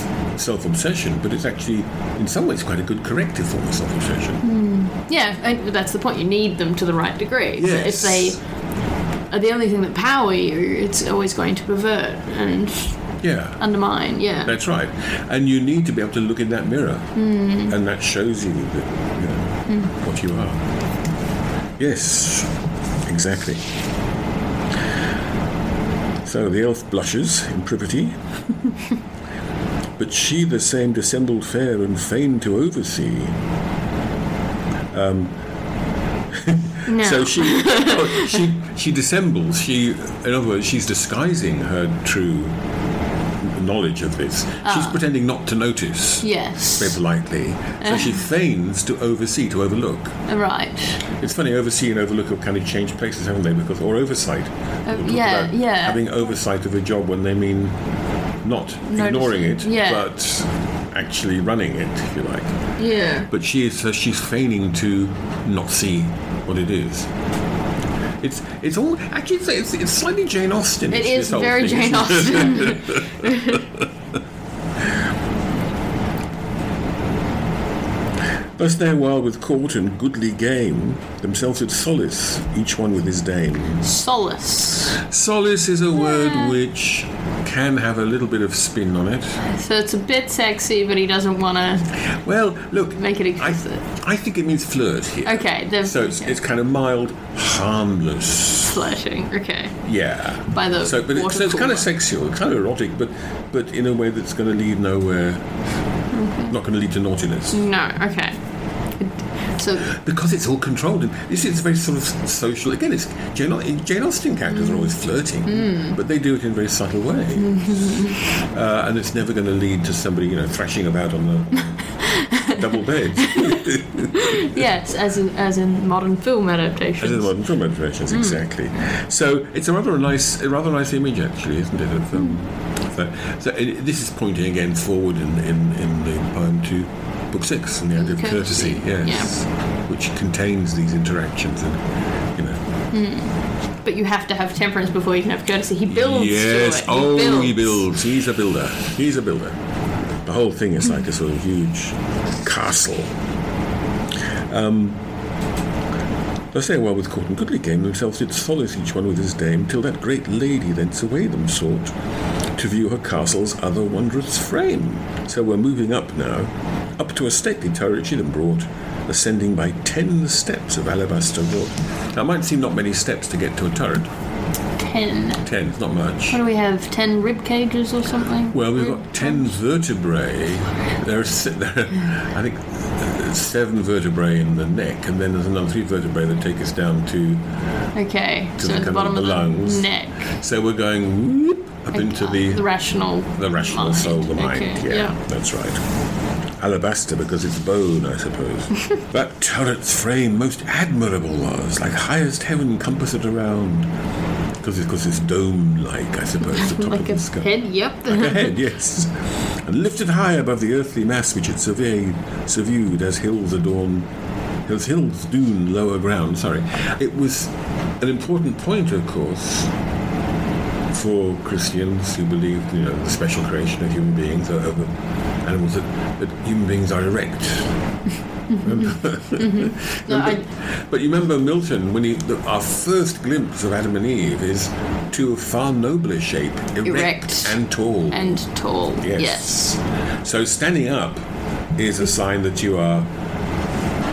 Speaker 2: self-obsession, but it's actually, in some ways, quite a good corrective form of self-obsession.
Speaker 1: Mm. Yeah, that's the point. You need them to the right degree. Yes. So if they are the only thing that power you, it's always going to pervert and
Speaker 2: yeah.
Speaker 1: undermine. Yeah,
Speaker 2: that's right. And you need to be able to look in that mirror, mm. and that shows you, that, you know, mm. what you are. Yes, exactly. So the elf blushes in privity, but she, the same dissembled fair and fain to oversee. Um, no. So she, well, she she dissembles. She, in other words, she's disguising her true knowledge of this. Ah. She's pretending not to notice.
Speaker 1: Yes.
Speaker 2: Very politely. So she feigns to oversee, to overlook.
Speaker 1: Right.
Speaker 2: It's funny, oversee and overlook have kind of changed places, haven't they? Because or oversight.
Speaker 1: Uh, we'll yeah, yeah.
Speaker 2: Having oversight of a job when they mean not Noticing. ignoring it,
Speaker 1: yeah.
Speaker 2: but actually running it, if you like.
Speaker 1: Yeah.
Speaker 2: But she is so she's feigning to not see what it is. It's it's all actually it's, it's, it's slightly Jane Austen.
Speaker 1: It is very thing. Jane Austen.
Speaker 2: Thus their while with court and goodly game, themselves at solace, each one with his dame.
Speaker 1: Solace.
Speaker 2: Solace is a yeah. word which can have a little bit of spin on it.
Speaker 1: So it's a bit sexy, but he doesn't want to.
Speaker 2: Well, look,
Speaker 1: make it explicit.
Speaker 2: I, I, think it means flirt here.
Speaker 1: Okay,
Speaker 2: so it's,
Speaker 1: okay.
Speaker 2: it's kind of mild, harmless
Speaker 1: flirting. Okay.
Speaker 2: Yeah.
Speaker 1: By the
Speaker 2: so, but it, so it's kind of sexual, kind of erotic, but but in a way that's going to lead nowhere. Mm-hmm. Not going to lead to naughtiness.
Speaker 1: No. Okay. So
Speaker 2: because it's all controlled, and this is very sort of social. Again, it's Jane, Jane Austen characters mm. are always flirting, mm. but they do it in a very subtle way, mm-hmm. uh, and it's never going to lead to somebody you know thrashing about on the double bed.
Speaker 1: yes, as in, as in modern film adaptations.
Speaker 2: As in modern film adaptations, mm. exactly. So it's a rather nice, a rather nice image, actually, isn't it? Of, um, of that. So it, this is pointing again forward in, in, in the poem to book six and the idea of courtesy, courtesy yes, yeah. which contains these interactions and you know.
Speaker 1: Mm. But you have to have temperance before you can have courtesy. He builds.
Speaker 2: Yes,
Speaker 1: he
Speaker 2: oh,
Speaker 1: builds.
Speaker 2: he builds. He's a builder. He's a builder. The whole thing is like a sort of huge castle. Um, Thus they well with court and goodly game themselves did solace each one with his dame, till that great lady thence away them sought to view her castle's other wondrous frame. So we're moving up now, up to a stately turret she then brought, ascending by ten steps of alabaster wrought. Now, it might seem not many steps to get to a turret.
Speaker 1: Ten.
Speaker 2: Ten, it's not much.
Speaker 1: What do we have? Ten rib cages or something?
Speaker 2: Well, we've got ten vertebrae. There are, there are I think, seven vertebrae in the neck, and then there's another three vertebrae that take us down to.
Speaker 1: Okay, to so the, the bottom of the, lungs. The neck.
Speaker 2: So we're going whoop, up okay. into the,
Speaker 1: the rational,
Speaker 2: the rational mind. soul, the mind. Okay. Yeah, yeah, that's right alabaster because it's bone, I suppose. that turret's frame most admirable was, like highest heaven compassed around. Because it's, cause it's dome-like, I suppose, the top
Speaker 1: like
Speaker 2: of the sky.
Speaker 1: head, yep.
Speaker 2: like a head, yes. And lifted high above the earthly mass which it surveyed, surviewed as hills adorn, as hills dune lower ground, sorry. It was an important point, of course, for Christians who believed, you know, the special creation of human beings over animals that, that human beings are erect.
Speaker 1: mm-hmm. no,
Speaker 2: remember, I... But you remember Milton when he the, our first glimpse of Adam and Eve is to a far nobler shape, erect, erect and tall.
Speaker 1: And tall, yes.
Speaker 2: yes. So standing up is a sign that you are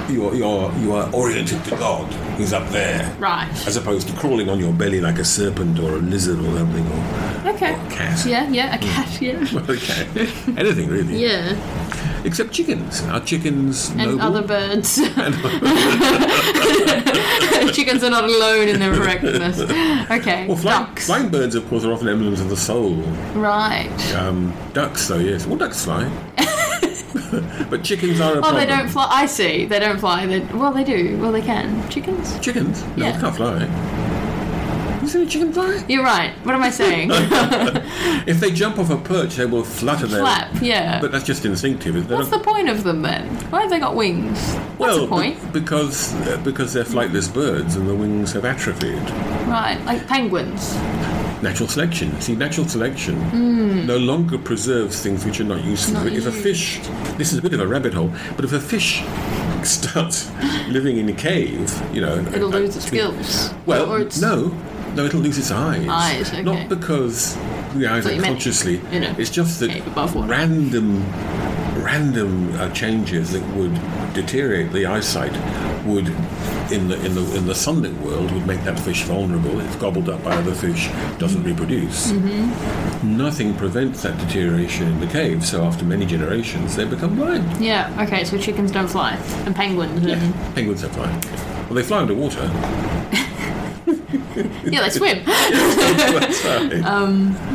Speaker 2: you are, you are, you are oriented to God, who's up there,
Speaker 1: right?
Speaker 2: As opposed to crawling on your belly like a serpent or a lizard or something, or,
Speaker 1: okay.
Speaker 2: Or a cat. Hmm.
Speaker 1: Yeah, yeah, a cat, yeah.
Speaker 2: well, a cat, anything really.
Speaker 1: Yeah.
Speaker 2: Except chickens. Are chickens
Speaker 1: and
Speaker 2: noble?
Speaker 1: other birds? And chickens are not alone in their erectness. Okay.
Speaker 2: Well, flying,
Speaker 1: ducks.
Speaker 2: flying birds, of course, are often emblems of the soul.
Speaker 1: Right.
Speaker 2: Um, ducks, though, yes. Well, ducks fly. but chickens are a
Speaker 1: Oh,
Speaker 2: problem.
Speaker 1: they don't fly. I see. They don't fly. They, well, they do. Well, they can. Chickens?
Speaker 2: Chickens? No,
Speaker 1: Yeah.
Speaker 2: they can't fly. You seen a chicken fly?
Speaker 1: You're right. What am I saying?
Speaker 2: If they jump off a perch, they will flutter their.
Speaker 1: Flap, yeah.
Speaker 2: But um, that's just instinctive. They
Speaker 1: What's the
Speaker 2: don't-
Speaker 1: point of them then? Why have they got wings? What's
Speaker 2: well,
Speaker 1: the point?
Speaker 2: be- because uh, because they're flightless birds and the wings have atrophied.
Speaker 1: Right, like penguins.
Speaker 2: Natural selection. See, natural selection no longer preserves things which are not useful.
Speaker 1: Hmm. Not
Speaker 2: if a fish, this is a bit of a rabbit hole, but if a fish starts living in a cave, you know,
Speaker 1: It'll
Speaker 2: uh,
Speaker 1: lose its gills.
Speaker 2: Well,
Speaker 1: or it's,
Speaker 2: no, no, it'll lose its eyes.
Speaker 1: Eyes, okay.
Speaker 2: Not because we eyes
Speaker 1: Thought you meant,
Speaker 2: consciously.
Speaker 1: you know,
Speaker 2: it's just that
Speaker 1: cave above water.
Speaker 2: random, random uh, changes that would deteriorate the eyesight would. In the, in the in the sunlit world would make that fish vulnerable. It's gobbled up by other fish, doesn't
Speaker 1: Mm-hmm.
Speaker 2: reproduce. Nothing prevents that deterioration in the cave. So after many generations, they become blind.
Speaker 1: Yeah, okay, so chickens don't fly. And penguins. And,
Speaker 2: Penguins are flying. Well, they fly underwater.
Speaker 1: yeah, they swim.
Speaker 2: That's right.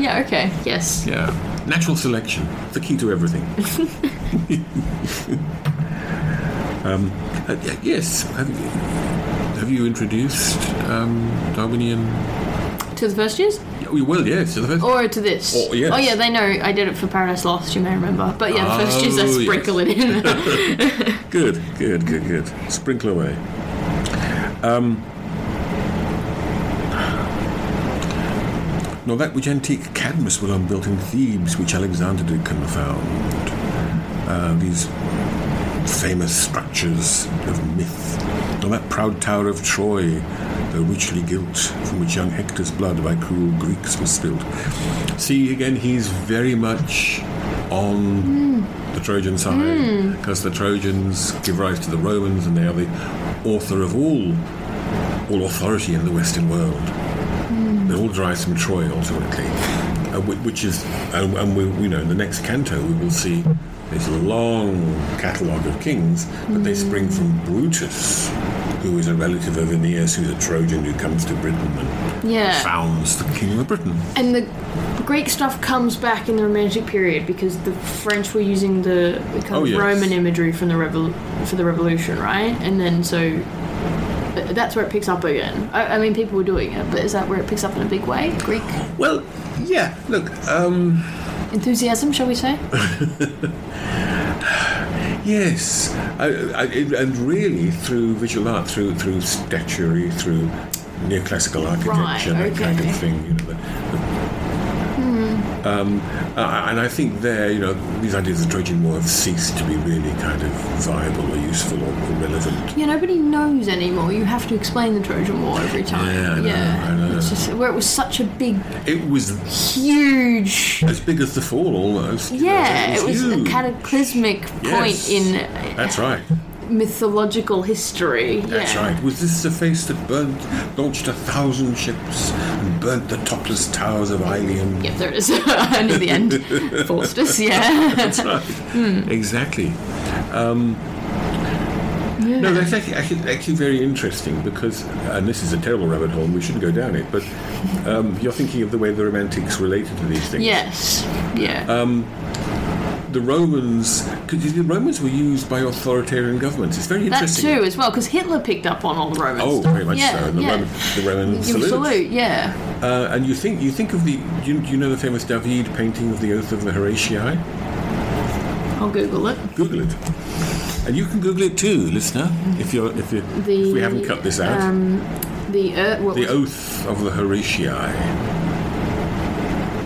Speaker 1: yeah, okay. Yes.
Speaker 2: Yeah. Natural selection, the key to everything. um, uh, y- yes. Have you, have you introduced um, Darwinian?
Speaker 1: To the first years?
Speaker 2: Yeah, Well, yes. the first-
Speaker 1: Or to this?
Speaker 2: Or- yes.
Speaker 1: Oh, yeah, they know. I did it for Paradise Lost, you may remember. But yeah, the first years,
Speaker 2: Oh,
Speaker 1: I
Speaker 2: yes.
Speaker 1: sprinkle it in.
Speaker 2: Good, good, good, good. Sprinkle away. Um, now that which antique Cadmus will unbuilt in Thebes, which Alexander did confound, uh, these famous structures of myth. Now that proud tower of Troy, though richly gilt, from which young Hector's blood by cruel Greeks was spilled. See again, he's very much on the Trojan side, because the Trojans give rise to the Romans, and they are the author of all all authority in the Western world. They all derive from Troy ultimately, uh, whi- which is, and, and we, you know, in the next canto we will see this long catalogue of kings, but they spring from Brutus, who is a relative of Aeneas, who's a Trojan who comes to Britain and
Speaker 1: yeah.
Speaker 2: founds the kingdom of Britain.
Speaker 1: And the Greek stuff comes back in the Romantic period because the French were using the the kind
Speaker 2: Oh,
Speaker 1: of
Speaker 2: yes.
Speaker 1: Roman imagery from the revol- for the revolution, right? And then so th- that's where it picks up again. I, I mean, people were doing it, but is that where it picks up in a big way? Greek
Speaker 2: Well, yeah, look, um,
Speaker 1: enthusiasm, shall we say?
Speaker 2: Yes, I, I, it- and really through visual art, through through statuary, through neoclassical architecture,
Speaker 1: Right,
Speaker 2: that kind of
Speaker 1: okay.
Speaker 2: thing. You know, the, the- um, uh, and I think there, you know, these ideas of the Trojan War have ceased to be really kind of viable or useful or, or relevant.
Speaker 1: Yeah, nobody knows anymore. You have to explain the Trojan War every time.
Speaker 2: Yeah, I know, I know.
Speaker 1: It's just where it was such a big,
Speaker 2: It was
Speaker 1: huge.
Speaker 2: as big as the fall, almost. you know,
Speaker 1: Yeah, it was a
Speaker 2: huge.
Speaker 1: cataclysmic
Speaker 2: Yes,
Speaker 1: point in
Speaker 2: That's right.
Speaker 1: mythological history.
Speaker 2: That's
Speaker 1: yeah.
Speaker 2: right. Was this the face that burnt, launched a thousand ships and burnt the topless towers of Ilium?
Speaker 1: Yep, there it is. I knew the end. Forced us, yeah.
Speaker 2: That's right.
Speaker 1: Mm.
Speaker 2: Exactly. Um, No, that's actually, actually, actually very interesting because, and this is a terrible rabbit hole, and we shouldn't go down it, but um, you're thinking of the way the Romantics related to these things.
Speaker 1: Yes. Yeah.
Speaker 2: Um, The Romans, because the Romans were used by authoritarian governments. It's very
Speaker 1: that
Speaker 2: interesting.
Speaker 1: too, as well, because Hitler picked up on all the Roman
Speaker 2: Oh,
Speaker 1: stuff.
Speaker 2: very much
Speaker 1: yeah,
Speaker 2: so. And the
Speaker 1: yeah.
Speaker 2: Roman, the Roman
Speaker 1: You
Speaker 2: salutes.
Speaker 1: salute, yeah.
Speaker 2: Uh, and you think you think of the you, you know the famous David painting of the Oath of the Horatii.
Speaker 1: I'll Google it.
Speaker 2: Google it, and you can Google it too, listener. If you're if you
Speaker 1: The,
Speaker 2: if we haven't cut this out.
Speaker 1: Um, the uh, what
Speaker 2: The
Speaker 1: was
Speaker 2: Oath of the Horatii.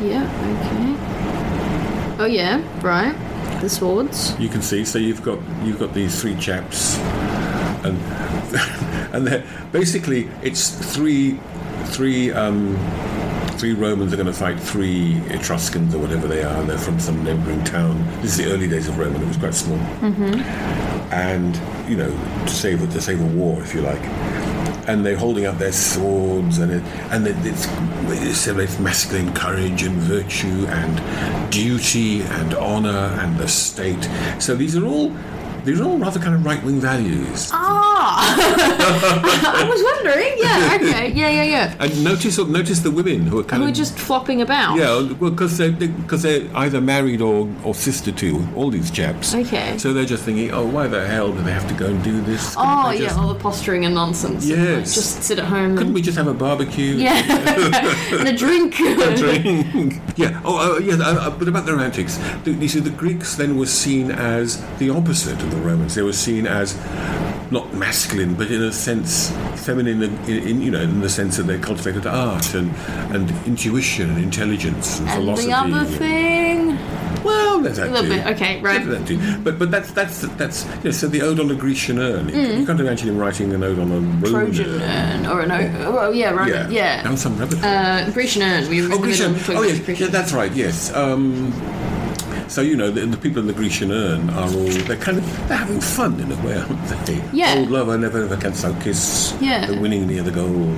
Speaker 1: Yeah. Okay. Oh yeah. Right. The swords.
Speaker 2: You can see, so you've got you've got these three chaps, and and they're basically it's three three um, three Romans are going to fight three Etruscans or whatever they are, and they're from some neighbouring town. This is the early days of Rome, and it was quite small. and you know to save to save a war if you like and they're holding up their swords and it and it, it's it celebrates masculine courage and virtue and duty and honor and the state so these are all these are all rather kind of right-wing values
Speaker 1: Ah,
Speaker 4: I was wondering. Yeah. Okay. Yeah. Yeah. Yeah.
Speaker 2: And notice notice the women who are kind
Speaker 4: We're
Speaker 2: of
Speaker 4: just flopping about.
Speaker 2: Yeah, well, because they, because they're either married or, or sister to all these chaps.
Speaker 4: Okay.
Speaker 2: So they're just thinking, oh, why the hell do they have to go and do this? Couldn't
Speaker 4: Oh
Speaker 2: they just-
Speaker 4: yeah, all the posturing and nonsense. and, like,
Speaker 2: Yes.
Speaker 4: just sit at home
Speaker 2: Couldn't
Speaker 4: and,
Speaker 2: we just have a barbecue?
Speaker 4: yeah, and a drink.
Speaker 2: Drink. yeah. Oh, uh, yeah. Uh, uh, but about their antics, the, you see, the Greeks then were seen as the opposite of the Romans. They were seen as not masculine, but in a sense feminine. In, in, in you know, in the sense that they cultivated art and and intuition and intelligence and,
Speaker 4: and
Speaker 2: philosophy.
Speaker 4: the other thing.
Speaker 2: Well, there's that
Speaker 4: A little
Speaker 2: too.
Speaker 4: bit, okay, right.
Speaker 2: There's that too. But but that's that's that's you know, so the ode on a Grecian urn. You, you can't imagine him writing an ode on a Roman
Speaker 4: Mm. Trojan
Speaker 2: urn.
Speaker 4: urn or an o- oh yeah, right,
Speaker 2: Yeah,
Speaker 4: yeah.
Speaker 2: Down some rabbit. hole.
Speaker 4: Uh, Grecian urn. We were
Speaker 2: oh,
Speaker 4: in the middle
Speaker 2: Grecian.
Speaker 4: of talking
Speaker 2: Oh,
Speaker 4: about
Speaker 2: yes,
Speaker 4: Grecian
Speaker 2: yeah, that's right. Yes. Um, so you know the, the people in the Grecian urn are all they're kind of they're having fun in a way, aren't they?
Speaker 4: Yeah.
Speaker 2: Old lover never ever can so kiss.
Speaker 4: Yeah.
Speaker 2: They're winning near the goal.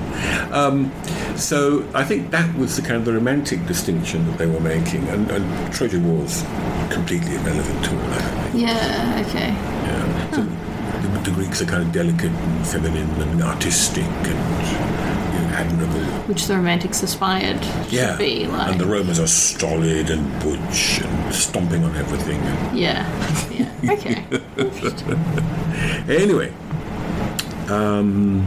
Speaker 2: Um, so I think that was the kind of the romantic distinction that they were making, and, and Trojan War was completely irrelevant to all that.
Speaker 4: Yeah. Okay.
Speaker 2: Yeah. So the, the Greeks are kind of delicate and feminine and artistic and you know, admirable.
Speaker 4: Which the Romantics aspired
Speaker 2: Yeah.
Speaker 4: to be like.
Speaker 2: and the Romans are stolid and butch and stomping on everything.
Speaker 4: yeah. Yeah. Okay. Interesting.
Speaker 2: Anyway. Um,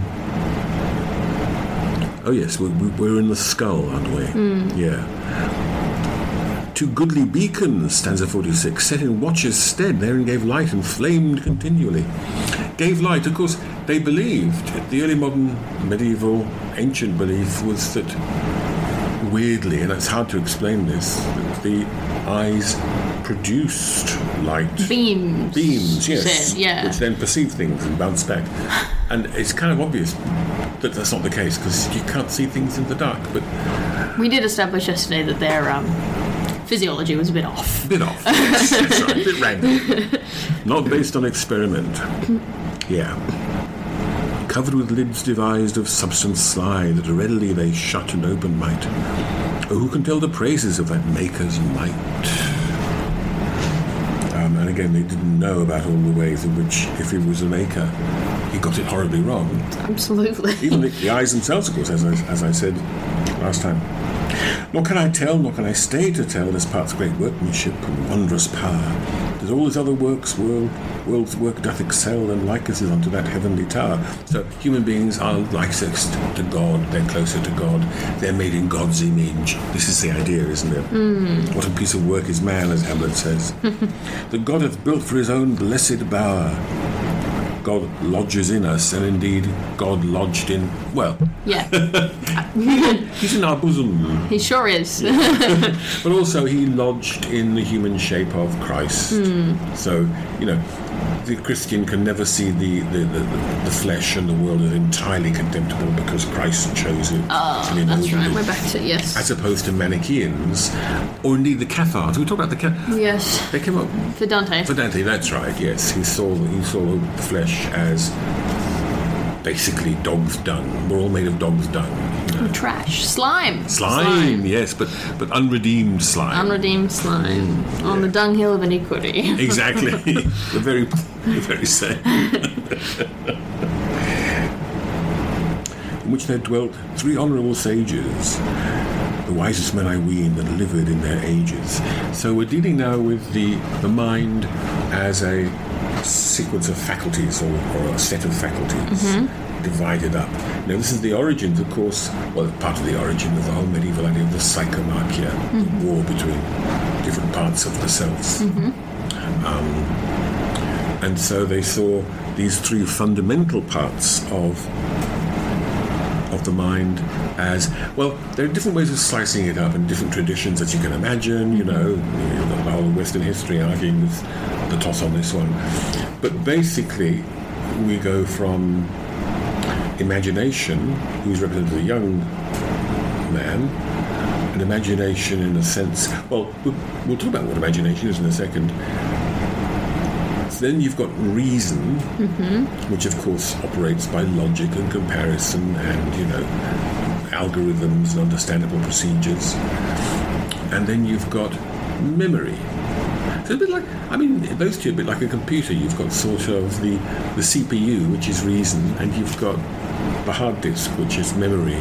Speaker 2: oh, yes, we, we, we're in the skull, aren't we? Yeah. To goodly beacons, stanza 46, set in watch's stead, therein gave light and flamed continually. Gave light, of course, they believed, the early modern, medieval, ancient belief was that weirdly, and it's hard to explain this, that the eyes produced light
Speaker 4: Beams.
Speaker 2: beams, yes,
Speaker 4: Said, yeah.
Speaker 2: which then perceive things and bounce back. And it's kind of obvious that that's not the case because you can't see things in the dark. But
Speaker 4: we did establish yesterday that their um, physiology was a bit off.
Speaker 2: a bit off, Yes, that's right, a bit wrangled, not based on experiment. Yeah. Covered with lids devised of substance sly that readily they shut and open might. Oh, who can tell the praises of that maker's might? Um, and again, they didn't know about all the ways in which, if he was a maker, he got it horribly wrong.
Speaker 4: Absolutely.
Speaker 2: Even the, the eyes themselves, of course, as I, as I said last time. Nor can I tell, nor can I stay to tell this part's great workmanship and wondrous power. As all his other works, world, world's work doth excel and likest is unto that heavenly tower. So human beings are likest to God, they're closer to God, they're made in God's image. This is the idea, isn't it? What a piece of work is man, as Hamlet says. that God hath built for his own blessed bower. God lodges in us, and indeed God lodged in, well,
Speaker 4: Yeah.
Speaker 2: he's in our bosom,
Speaker 4: he sure is.
Speaker 2: but also he lodged in the human shape of Christ. So, you know, the Christian can never see the, the, the, the flesh and the world as entirely contemptible because Christ chose it. and he
Speaker 4: That's
Speaker 2: molded
Speaker 4: right.
Speaker 2: it.
Speaker 4: We're back to yes.
Speaker 2: As opposed to Manichaeans, or indeed the Cathars. We talked about the Cathars.
Speaker 4: yes.
Speaker 2: They came up
Speaker 4: For Dante.
Speaker 2: For Dante, that's right. Yes, he saw he saw the flesh as basically dog's dung. We're all made of dog's dung.
Speaker 4: Trash. Slime.
Speaker 2: Slime, yes, but but unredeemed slime.
Speaker 4: Unredeemed slime. On the dunghill of iniquity.
Speaker 2: exactly. the very the very same. In which there dwelt three honourable sages, the wisest men I ween that livered in their ages. So we're dealing now with the the mind as a sequence of faculties or, or a set of faculties. Divided up. Now, this is the origins, of course, well, part of the origin of the whole medieval idea of the psychomachia, the war between different parts of the self. And so they saw these three fundamental parts of of the mind as well. There are different ways of slicing it up and different traditions, as you can imagine. You know, the whole Western history arguing with the toss on this one, but basically, we go from imagination, who's represented as a young man, an imagination in a sense. Well, we'll we'll talk about what imagination is in a second. Then you've got reason, which of course operates by logic and comparison and, you know, algorithms and understandable procedures. And then you've got memory. So So it's a bit like, I mean, those two are a bit like a computer. You've got sort of the, the CPU, which is reason, and you've got the hard disk, which is memory,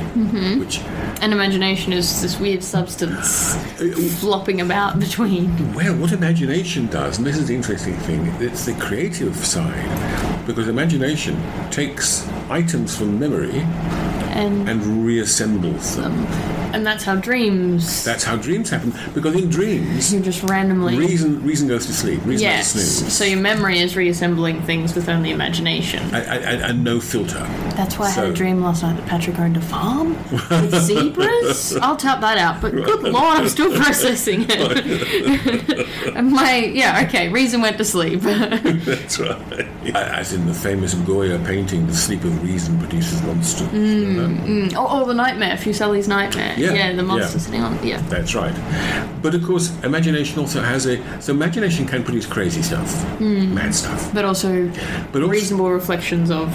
Speaker 2: which
Speaker 1: And imagination is this weird substance flopping about between.
Speaker 2: Well, what imagination does, and this is the interesting thing, it's the creative side, because imagination takes items from memory
Speaker 1: And,
Speaker 2: and reassembles them.
Speaker 1: and that's how dreams.
Speaker 2: That's how dreams happen, because in dreams,
Speaker 1: you just randomly.
Speaker 2: reason reason goes to sleep, reason
Speaker 1: yes.
Speaker 2: goes to snooze,
Speaker 1: So your memory is reassembling things with only imagination.
Speaker 2: and, and- and- and no filter.
Speaker 1: That's why I had
Speaker 2: So-
Speaker 1: a dream last night that Patrick owned a farm with zebras. I'll tap that out, but good lord, I'm still processing it. and my yeah, okay, reason went to sleep. Oh,
Speaker 2: That's right. As in the famous Goya painting, "The Sleep of Reason Produces Monsters."
Speaker 1: oh, oh, the nightmare, Fuseli's nightmare.
Speaker 2: Yeah,
Speaker 1: Yeah, the monster
Speaker 2: yeah.
Speaker 1: sitting on. Yeah,
Speaker 2: That's right. But of course, imagination also has a so imagination can produce crazy stuff, mad stuff.
Speaker 1: but also
Speaker 2: But also,
Speaker 1: reasonable reflections of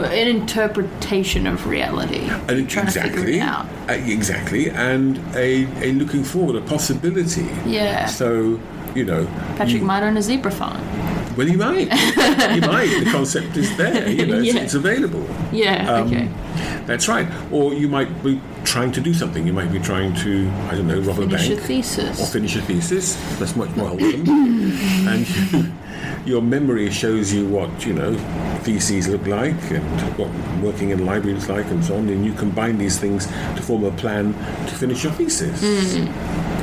Speaker 1: an interpretation of reality.
Speaker 2: And it-
Speaker 1: trying to figure
Speaker 2: exactly,
Speaker 1: it out.
Speaker 2: uh, exactly, and a, a looking forward, a possibility.
Speaker 1: Yeah.
Speaker 2: So you know,
Speaker 1: Patrick
Speaker 2: you-
Speaker 1: might own a zebra farm.
Speaker 2: well, you might, you might. The concept is there. You know, it's,
Speaker 1: Yeah.
Speaker 2: it's available.
Speaker 1: Yeah.
Speaker 2: Um,
Speaker 1: okay.
Speaker 2: That's right. Or you might be trying to do something. You might be trying to, I don't know, rob a
Speaker 1: Finish your
Speaker 2: bank. or
Speaker 1: thesis.
Speaker 2: finish a thesis. That's much more wholesome. and you, your memory shows you what you know theses look like and what working in libraries like and so on. And you combine these things to form a plan to finish your thesis.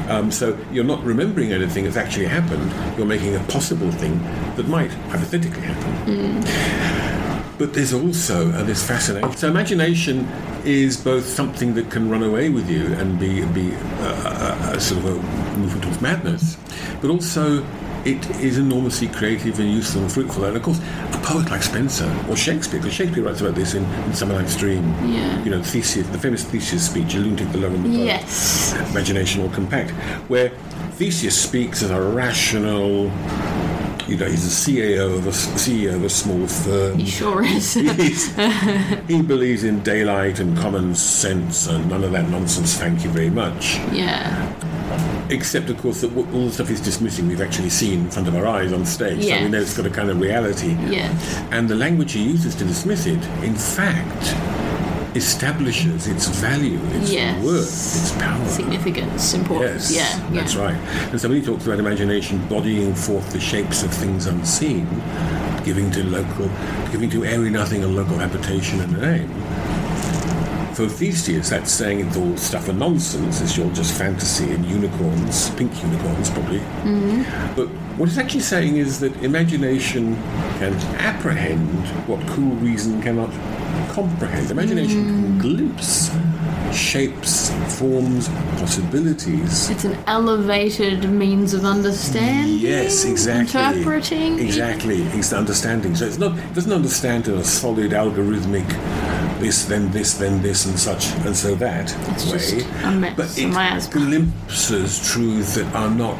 Speaker 2: Um, so you're not remembering anything that's actually happened. You're making a possible thing that might hypothetically happen. But there's also uh, this fascinating. So imagination is both something that can run away with you and be be uh, a, a sort of a movement towards madness, but also it is enormously creative and useful and fruitful. And of course, a poet like Spencer or Shakespeare, because Shakespeare writes about this in, in Summerlife's Dream.
Speaker 1: Yeah.
Speaker 2: You know, Theseus, the famous Theseus speech, alluding to the love and the poet
Speaker 1: Yes.
Speaker 2: imagination or compact, where Theseus speaks as a rational, you know, he's a CEO of a CEO of a small firm.
Speaker 1: He sure is.
Speaker 2: He's- he believes in daylight and common sense and none of that nonsense. Thank you very much.
Speaker 1: yeah.
Speaker 2: Except, of course, that w- all the stuff he's dismissing we've actually seen in front of our eyes on stage. So we know
Speaker 1: Yes.
Speaker 2: it's got a kind of reality.
Speaker 1: Yes.
Speaker 2: And the language he uses to dismiss it, in fact, establishes its value, its
Speaker 1: Yes.
Speaker 2: worth, its power.
Speaker 1: Significance, importance.
Speaker 2: Yes,
Speaker 1: yeah, yeah.
Speaker 2: that's right. And so when he talks about imagination bodying forth the shapes of things unseen, giving to local, giving to airy nothing a local habitation and a name. For Theseus, that's saying it's all stuff and nonsense. It's all just fantasy and unicorns, pink unicorns probably.
Speaker 1: Mm.
Speaker 2: But what it's actually saying is that imagination can apprehend what cool reason cannot comprehend. Imagination can
Speaker 1: Mm.
Speaker 2: glimpse shapes, forms, possibilities.
Speaker 1: It's an elevated means of understanding.
Speaker 2: Yes, exactly.
Speaker 1: Interpreting.
Speaker 2: Exactly. It's the understanding. So it's not it doesn't understand in a solid algorithmic this, then this, then this, and such, and so that
Speaker 1: It's
Speaker 2: way.
Speaker 1: just a mess
Speaker 2: but
Speaker 1: in
Speaker 2: it
Speaker 1: my eyes.
Speaker 2: glimpses truths that are not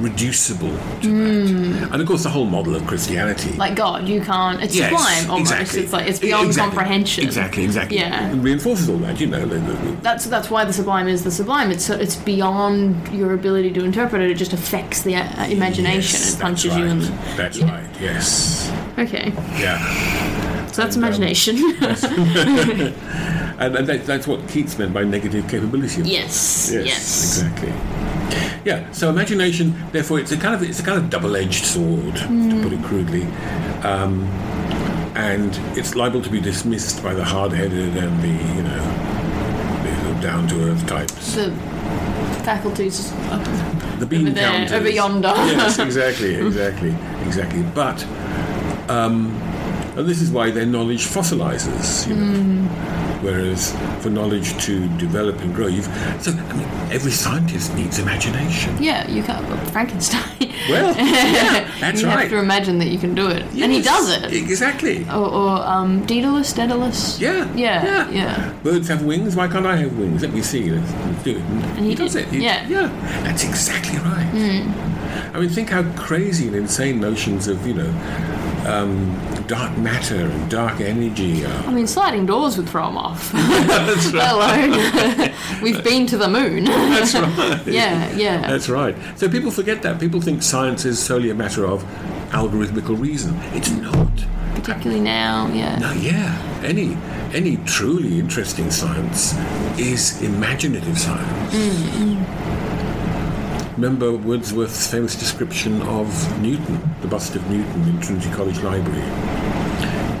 Speaker 2: reducible to that. And of course, the whole model of Christianity
Speaker 1: Hmm. Like God, you can't. It's
Speaker 2: Yes,
Speaker 1: sublime almost.
Speaker 2: Exactly.
Speaker 1: It's like it's beyond
Speaker 2: Exactly.
Speaker 1: comprehension.
Speaker 2: Exactly, exactly.
Speaker 1: Yeah.
Speaker 2: It reinforces all that, you know. the- the-
Speaker 1: That's that's why the sublime is the sublime. It's so- it's beyond your ability to interpret it. It just affects the uh, imagination.
Speaker 2: Yes,
Speaker 1: it punches
Speaker 2: that's
Speaker 1: you in
Speaker 2: right.
Speaker 1: the.
Speaker 2: That's
Speaker 1: yeah.
Speaker 2: right, yes.
Speaker 1: Okay,
Speaker 2: Yeah.
Speaker 1: so
Speaker 2: um,
Speaker 1: that's imagination.
Speaker 2: And, and that, that's what Keats meant by negative capability.
Speaker 1: yes. Yes.
Speaker 2: Yes, exactly. Yeah, so imagination, therefore, it's a kind of it's a kind of double-edged sword, to put it crudely, um, and it's liable to be dismissed by the hard-headed and the you know the down-to-earth types.
Speaker 1: The faculties up
Speaker 2: the bean
Speaker 1: over there,
Speaker 2: counters.
Speaker 1: over yonder.
Speaker 2: yes, exactly, exactly, exactly. But, um, and this is why their knowledge fossilizes, you know.
Speaker 1: Mm-hmm.
Speaker 2: Whereas for knowledge to develop and grow, you've so I mean, every scientist needs imagination.
Speaker 1: Yeah, you can't. Frankenstein.
Speaker 2: Well, yeah, that's
Speaker 1: you
Speaker 2: right.
Speaker 1: have to imagine that you can do it, and he
Speaker 2: Yes,
Speaker 1: does it.
Speaker 2: exactly.
Speaker 1: Or, or um, Daedalus, Daedalus.
Speaker 2: Yeah,
Speaker 1: yeah,
Speaker 2: yeah.
Speaker 1: yeah.
Speaker 2: Birds have wings. Why can't I have wings? Let me see. Let's, let's do it. And
Speaker 1: he
Speaker 2: does
Speaker 1: did.
Speaker 2: it. He-
Speaker 1: Yeah. Hmm.
Speaker 2: yeah. That's exactly right. I mean, think how crazy and insane notions of you know um, dark matter and dark energy.
Speaker 4: I mean, sliding doors would throw them off. That's right. Alone. We've been to the moon.
Speaker 2: That's right.
Speaker 4: yeah, yeah.
Speaker 2: That's right. So people forget that. People think science is solely a matter of algorithmical reason. It's not.
Speaker 4: Particularly now, yeah.
Speaker 2: Now, yeah, any any truly interesting science is imaginative science. Remember Wordsworth's famous description of Newton, the bust of Newton in Trinity College Library.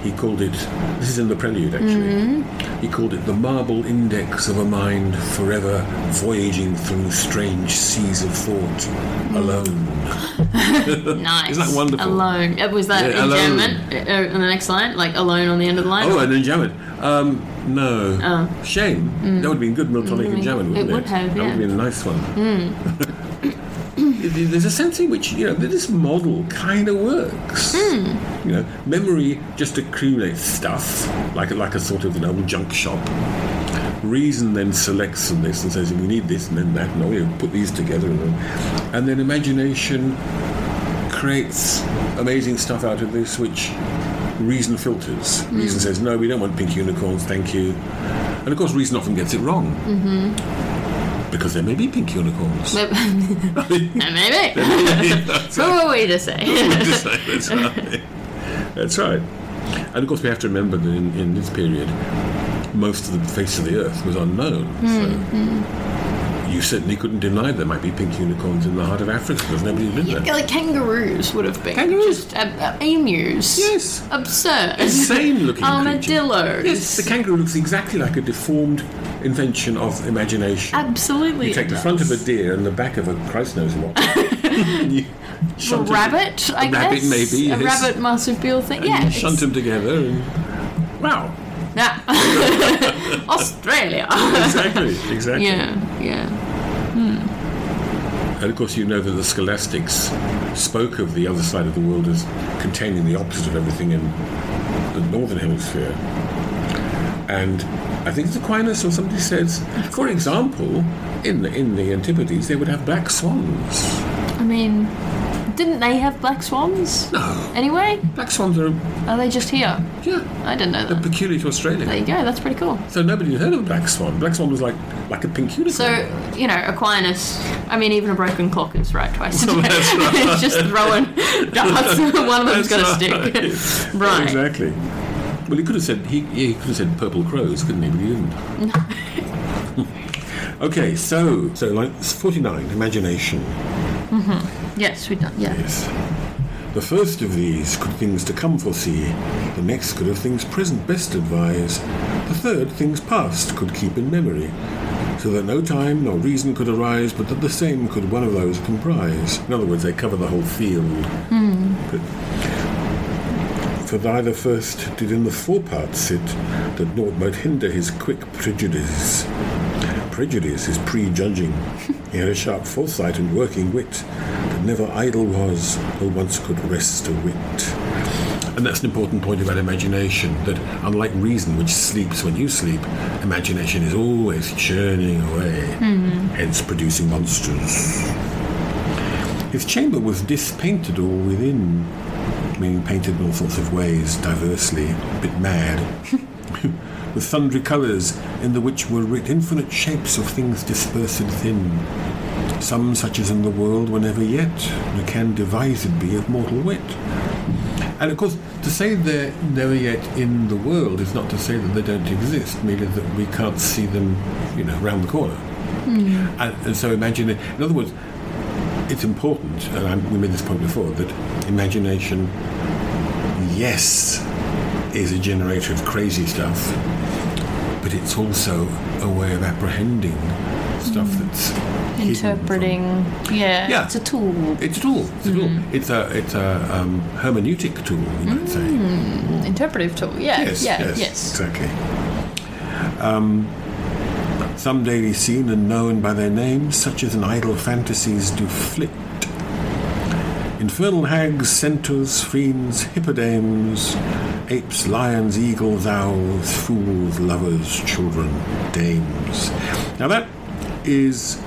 Speaker 2: He called it, this is in the prelude actually, he called it the marble index of a mind forever voyaging through strange seas of thought alone.
Speaker 4: Nice.
Speaker 2: Isn't that wonderful?
Speaker 4: Alone. Uh, Was that
Speaker 2: Yeah,
Speaker 4: in
Speaker 2: alone.
Speaker 4: German? Uh, uh, on the next line? Like alone on the end of the line?
Speaker 2: Oh, and in German. Um, no. Shame. That would have been good Miltonic in German,
Speaker 4: Oh. Mm. Mm-hmm. It
Speaker 2: wouldn't it?
Speaker 4: would have,
Speaker 2: That would have
Speaker 4: yeah. Mm.
Speaker 2: been a nice one. There- There's a sense in which, you know, that this model kind of works.
Speaker 4: Hmm.
Speaker 2: You know, memory just accumulates stuff, like, like a sort of, you know, junk shop. Reason then selects from this and says, we need this and then that, and we put these together. And then, and then imagination creates amazing stuff out of this, which reason filters. Reason says, no, we don't want pink unicorns, thank you. And of course, reason often gets it wrong. Mm-hmm. Because there may be pink unicorns.
Speaker 4: Maybe. What were we to say?
Speaker 2: That's right. That's right. And of course, we have to remember that in, in this period, most of the face of the earth was unknown.
Speaker 4: Hmm,
Speaker 2: So you certainly couldn't deny there might be pink unicorns in the heart of Africa because nobody lived there.
Speaker 4: like kangaroos would have been.
Speaker 2: Kangaroos.
Speaker 4: Just uh, uh, emus.
Speaker 2: Yes.
Speaker 4: Absurd.
Speaker 2: Insane looking
Speaker 4: Armadillos.
Speaker 2: creature. Yes, the kangaroo looks exactly like a deformed invention of imagination.
Speaker 4: Absolutely.
Speaker 2: You take
Speaker 4: it
Speaker 2: the
Speaker 4: does.
Speaker 2: front of a deer and the back of a Christ knows what. And you
Speaker 4: A
Speaker 2: shunt 'em-
Speaker 4: rabbit, I
Speaker 2: a
Speaker 4: guess.
Speaker 2: rabbit maybe.
Speaker 4: A
Speaker 2: yes.
Speaker 4: rabbit marsupial thing.
Speaker 2: And
Speaker 4: yeah.
Speaker 2: you
Speaker 4: it's-
Speaker 2: shunt them together and wow.
Speaker 4: Yeah. Australia.
Speaker 2: Exactly, exactly.
Speaker 4: yeah, yeah.
Speaker 2: And of course, you know that the scholastics spoke of the other side of the world as containing the opposite of everything in the northern hemisphere. And I think it's Aquinas or somebody says, for example, in the, in the Antipodes, they would have black swans.
Speaker 4: I mean, didn't they have black swans?
Speaker 2: No,
Speaker 4: Anyway,
Speaker 2: black swans are,
Speaker 4: are they just here?
Speaker 2: yeah,
Speaker 4: I didn't know
Speaker 2: they're
Speaker 4: that.
Speaker 2: peculiar to
Speaker 4: There
Speaker 2: Australia.
Speaker 4: you go. That's pretty cool.
Speaker 2: So nobody had heard of a black swan. Black swan was like like a pink unicorn.
Speaker 4: So you know, Aquinas. I mean, even a broken clock is right twice a day. it's just throwing darts. One of them's got to stick. right.
Speaker 2: Exactly. Well, he could have said he, he could have said purple crows, couldn't he? But he didn't. okay, so so like it's forty-nine, imagination.
Speaker 4: Yes, we done. Yeah.
Speaker 2: Yes. The first of these could things to come foresee. The next could of things present best advise. The third things past could keep in memory. So that no time nor reason could arise, but that the same could one of those comprise. In other words, they cover the whole field. For thy the first did in the forepart sit, that naught might hinder his quick prejudice. Prejudice is prejudging. He had a sharp foresight and working wit, that never idle was, or once could rest a wit. And that's an important point about imagination, that unlike reason, which sleeps when you sleep, imagination is always churning away, hence producing monsters. His chamber was dispainted all within, meaning painted in all sorts of ways, diversely, a bit mad, with sundry colours, in the which were writ infinite shapes of things dispersed thin, some such as in the world were never yet, nor can devised be of mortal wit. And of course, to say they're never yet in the world is not to say that they don't exist, merely that we can't see them, you know, round the corner. And, and so imagine, in other words, it's important, and I, we made this point before, that imagination, yes, is a generator of crazy stuff, but it's also a way of apprehending stuff that's hidden from-
Speaker 4: Interpreting. Yeah,
Speaker 2: Yeah.
Speaker 4: It's a tool.
Speaker 2: It's a tool. It's a tool. It's a it's a um, hermeneutic tool, you might say.
Speaker 4: Interpretive tool. Yeah.
Speaker 2: Yes,
Speaker 4: yeah.
Speaker 2: yes, exactly. Um, some daily seen and known by their names, such as in idle fantasies do flit. Infernal hags, centaurs, fiends, hippodames, apes, lions, eagles, owls, fools, lovers, children, dames. Now that is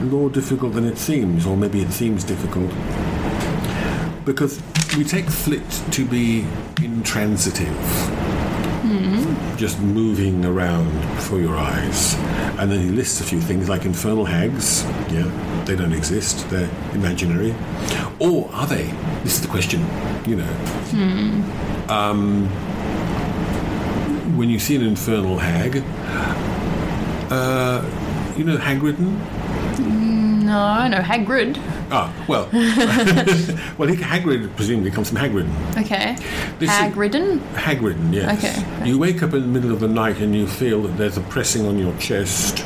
Speaker 2: more difficult than it seems, or maybe it seems difficult, because We take flit to be intransitive, just moving around before your eyes. And then he lists a few things like infernal hags. Yeah, they don't exist, they're imaginary. Or are they? This is the question, you know. Um, when you see an infernal hag, uh, you know Hagridden?
Speaker 4: No, no, Hagrid.
Speaker 2: Ah, well, well, he- Hagrid presumably comes from Hagridden.
Speaker 4: Okay.
Speaker 2: This is-
Speaker 4: Hagridden?
Speaker 2: Hagridden, yes.
Speaker 4: Okay.
Speaker 2: You wake up in the middle of the night and you feel that there's a pressing on your chest,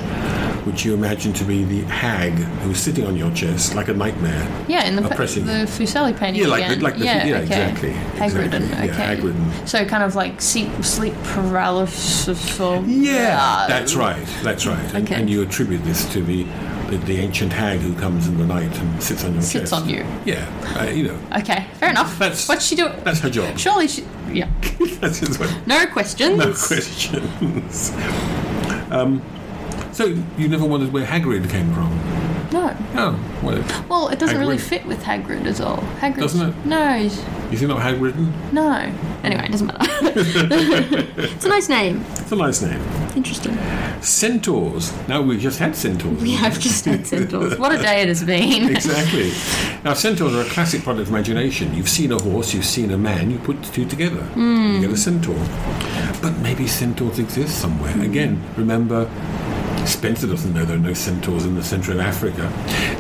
Speaker 2: which you imagine to be the hag who's sitting on your chest like a nightmare.
Speaker 4: Yeah, in the, pa-
Speaker 2: Oppressing.
Speaker 4: the Fuseli painting.
Speaker 2: Yeah, like
Speaker 4: again.
Speaker 2: the- like the-
Speaker 4: yeah,
Speaker 2: yeah,
Speaker 4: okay.
Speaker 2: exactly,
Speaker 4: Hagridden,
Speaker 2: exactly. Yeah,
Speaker 4: okay.
Speaker 2: Hagridden.
Speaker 4: So kind of like sleep, sleep paralysis or. uh,
Speaker 2: Yeah, that's right. That's right. And,
Speaker 4: Okay.
Speaker 2: and you attribute this to the, the the ancient hag who comes in the night and sits on your chest.
Speaker 4: Sits on you.
Speaker 2: Yeah, uh, you know.
Speaker 4: Okay, fair enough.
Speaker 2: That's-
Speaker 4: What's she doing?
Speaker 2: That's her job.
Speaker 4: Surely she. Yeah.
Speaker 2: that's his one.
Speaker 4: No questions.
Speaker 2: No questions. um, so you never wondered where Hagrid came from?
Speaker 4: No.
Speaker 2: Oh, well,
Speaker 4: Well, it doesn't really
Speaker 2: Hagrid.
Speaker 4: fit with Hagrid at all. Hagrid.
Speaker 2: Doesn't it?
Speaker 4: No. he's-
Speaker 2: you think not Hagridden?
Speaker 4: No. Anyway, it doesn't matter. it's a nice name.
Speaker 2: It's a nice name.
Speaker 4: Interesting.
Speaker 2: Centaurs. Now we just had centaurs.
Speaker 4: Yeah, I've just had centaurs. What a day it has been.
Speaker 2: Exactly. Now, centaurs are a classic product of imagination. You've seen a horse, you've seen a man, you put the two together, you get a centaur. But maybe centaurs exist somewhere. Again, remember, Spencer doesn't know there are no centaurs in the centre of Africa.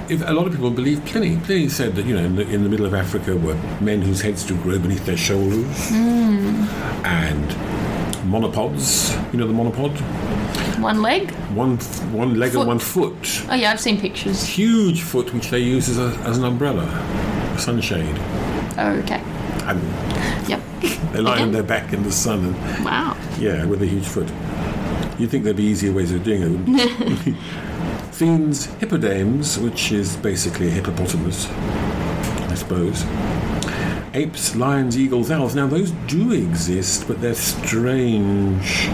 Speaker 2: If a lot of people believe Pliny. Pliny said that you know in the, in the middle of Africa were men whose heads do grow beneath their shoulders, and monopods. You know the monopod,
Speaker 4: One leg?
Speaker 2: one one leg
Speaker 4: Foot.
Speaker 2: and one foot
Speaker 4: Oh, yeah, I've seen pictures.
Speaker 2: huge foot which they use as, a, as an umbrella, a sunshade.
Speaker 4: Oh, okay.
Speaker 2: And
Speaker 4: Yep.
Speaker 2: they lie on
Speaker 4: Again?
Speaker 2: their back in the sun, and
Speaker 4: Wow.
Speaker 2: yeah, with a huge foot. You'd think there'd be easier ways of doing it. wouldn't you? Fiends, hippodames, which is basically a hippopotamus, I suppose. Apes, lions, eagles, owls. Now those do exist, but they're strange.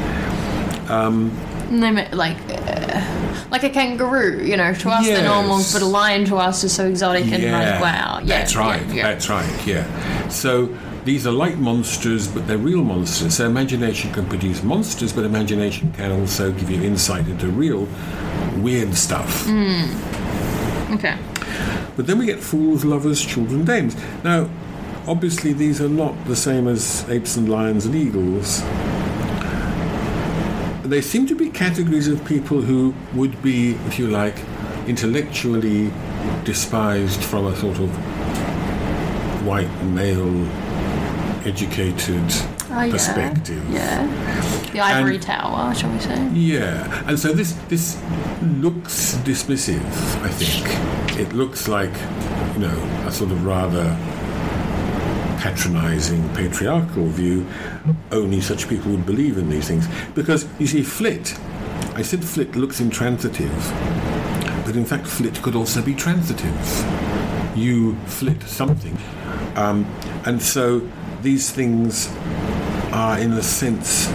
Speaker 4: And they ma- like, uh, like a kangaroo, you know, to us they're normal,
Speaker 2: Yes.
Speaker 4: but a lion to us is so exotic and like, wow. Yeah,
Speaker 2: That's right.
Speaker 4: Yeah, yeah.
Speaker 2: That's right. Yeah. So these are like monsters, but they're real monsters. So imagination can produce monsters, but imagination can also give you insight into real weird stuff.
Speaker 4: Okay.
Speaker 2: But then we get fools, lovers, children, dames. Now, obviously, these are not the same as apes and lions and eagles. They seem to be categories of people who would be, if you like, intellectually despised from a sort of white male educated
Speaker 4: Oh, yeah.
Speaker 2: perspective.
Speaker 4: Yeah. The ivory
Speaker 2: And-
Speaker 4: tower, shall we say?
Speaker 2: Yeah, and so this this looks dismissive. I think it looks like you know a sort of rather patronising patriarchal view. Only such people would believe in these things because you see, Flit. I said Flit looks intransitive, but in fact, Flit could also be transitive you flit something. Um, and so these things are, in a sense,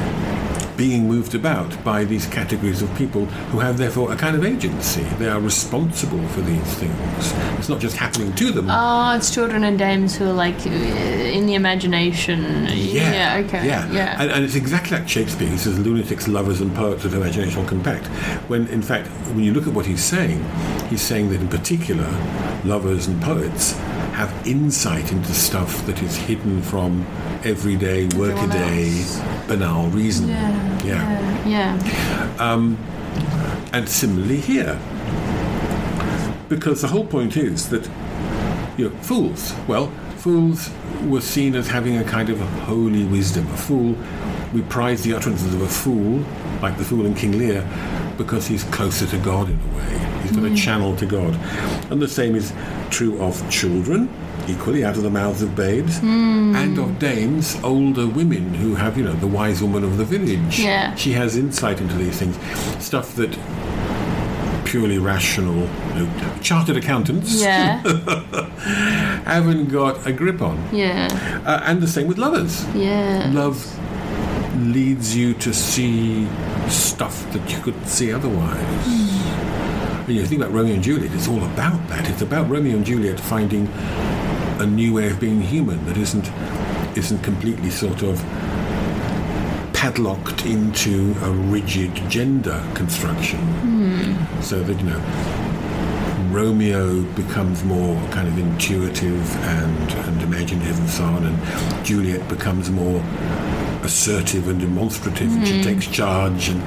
Speaker 2: being moved about by these categories of people who have, therefore, a kind of agency. They are responsible for these things. It's not just happening to them.
Speaker 4: Oh, it's children and dames who are like uh, in the imagination.
Speaker 2: Yeah.
Speaker 4: Yeah, okay.
Speaker 2: Yeah.
Speaker 4: yeah.
Speaker 2: And, uh, and it's exactly like Shakespeare. He says, lunatics, lovers, and poets of imagination compact. When, in fact, when you look at what he's saying, he's saying that in particular, lovers and poets have insight into stuff that is hidden from everyday, workaday,
Speaker 4: else.
Speaker 2: banal reason.
Speaker 4: yeah. Yeah. Yeah.
Speaker 2: And similarly here. Because the whole point is that, you know, fools, well, fools were seen as having a kind of holy wisdom. A fool, we prize the utterances of a fool, like the fool in King Lear, because he's closer to God in a way. He's got a channel to God. And the same is true of children, equally out of the mouths of babes, and of dames, older women who have, you know, the wise woman of the village.
Speaker 4: Yeah.
Speaker 2: She has insight into these things, stuff that purely rational you know, chartered accountants
Speaker 4: Yeah.
Speaker 2: haven't got a grip on.
Speaker 4: Yeah.
Speaker 2: Uh, and the same with lovers.
Speaker 4: Yeah.
Speaker 2: Love leads you to see stuff that you could see otherwise. And you think about Romeo and Juliet, it's all about that. It's about Romeo and Juliet finding a new way of being human that isn't isn't completely sort of padlocked into a rigid gender construction. So that, you know, Romeo becomes more kind of intuitive and, and imaginative and so on, and Juliet becomes more assertive and demonstrative, and
Speaker 4: Hmm.
Speaker 2: she takes charge, and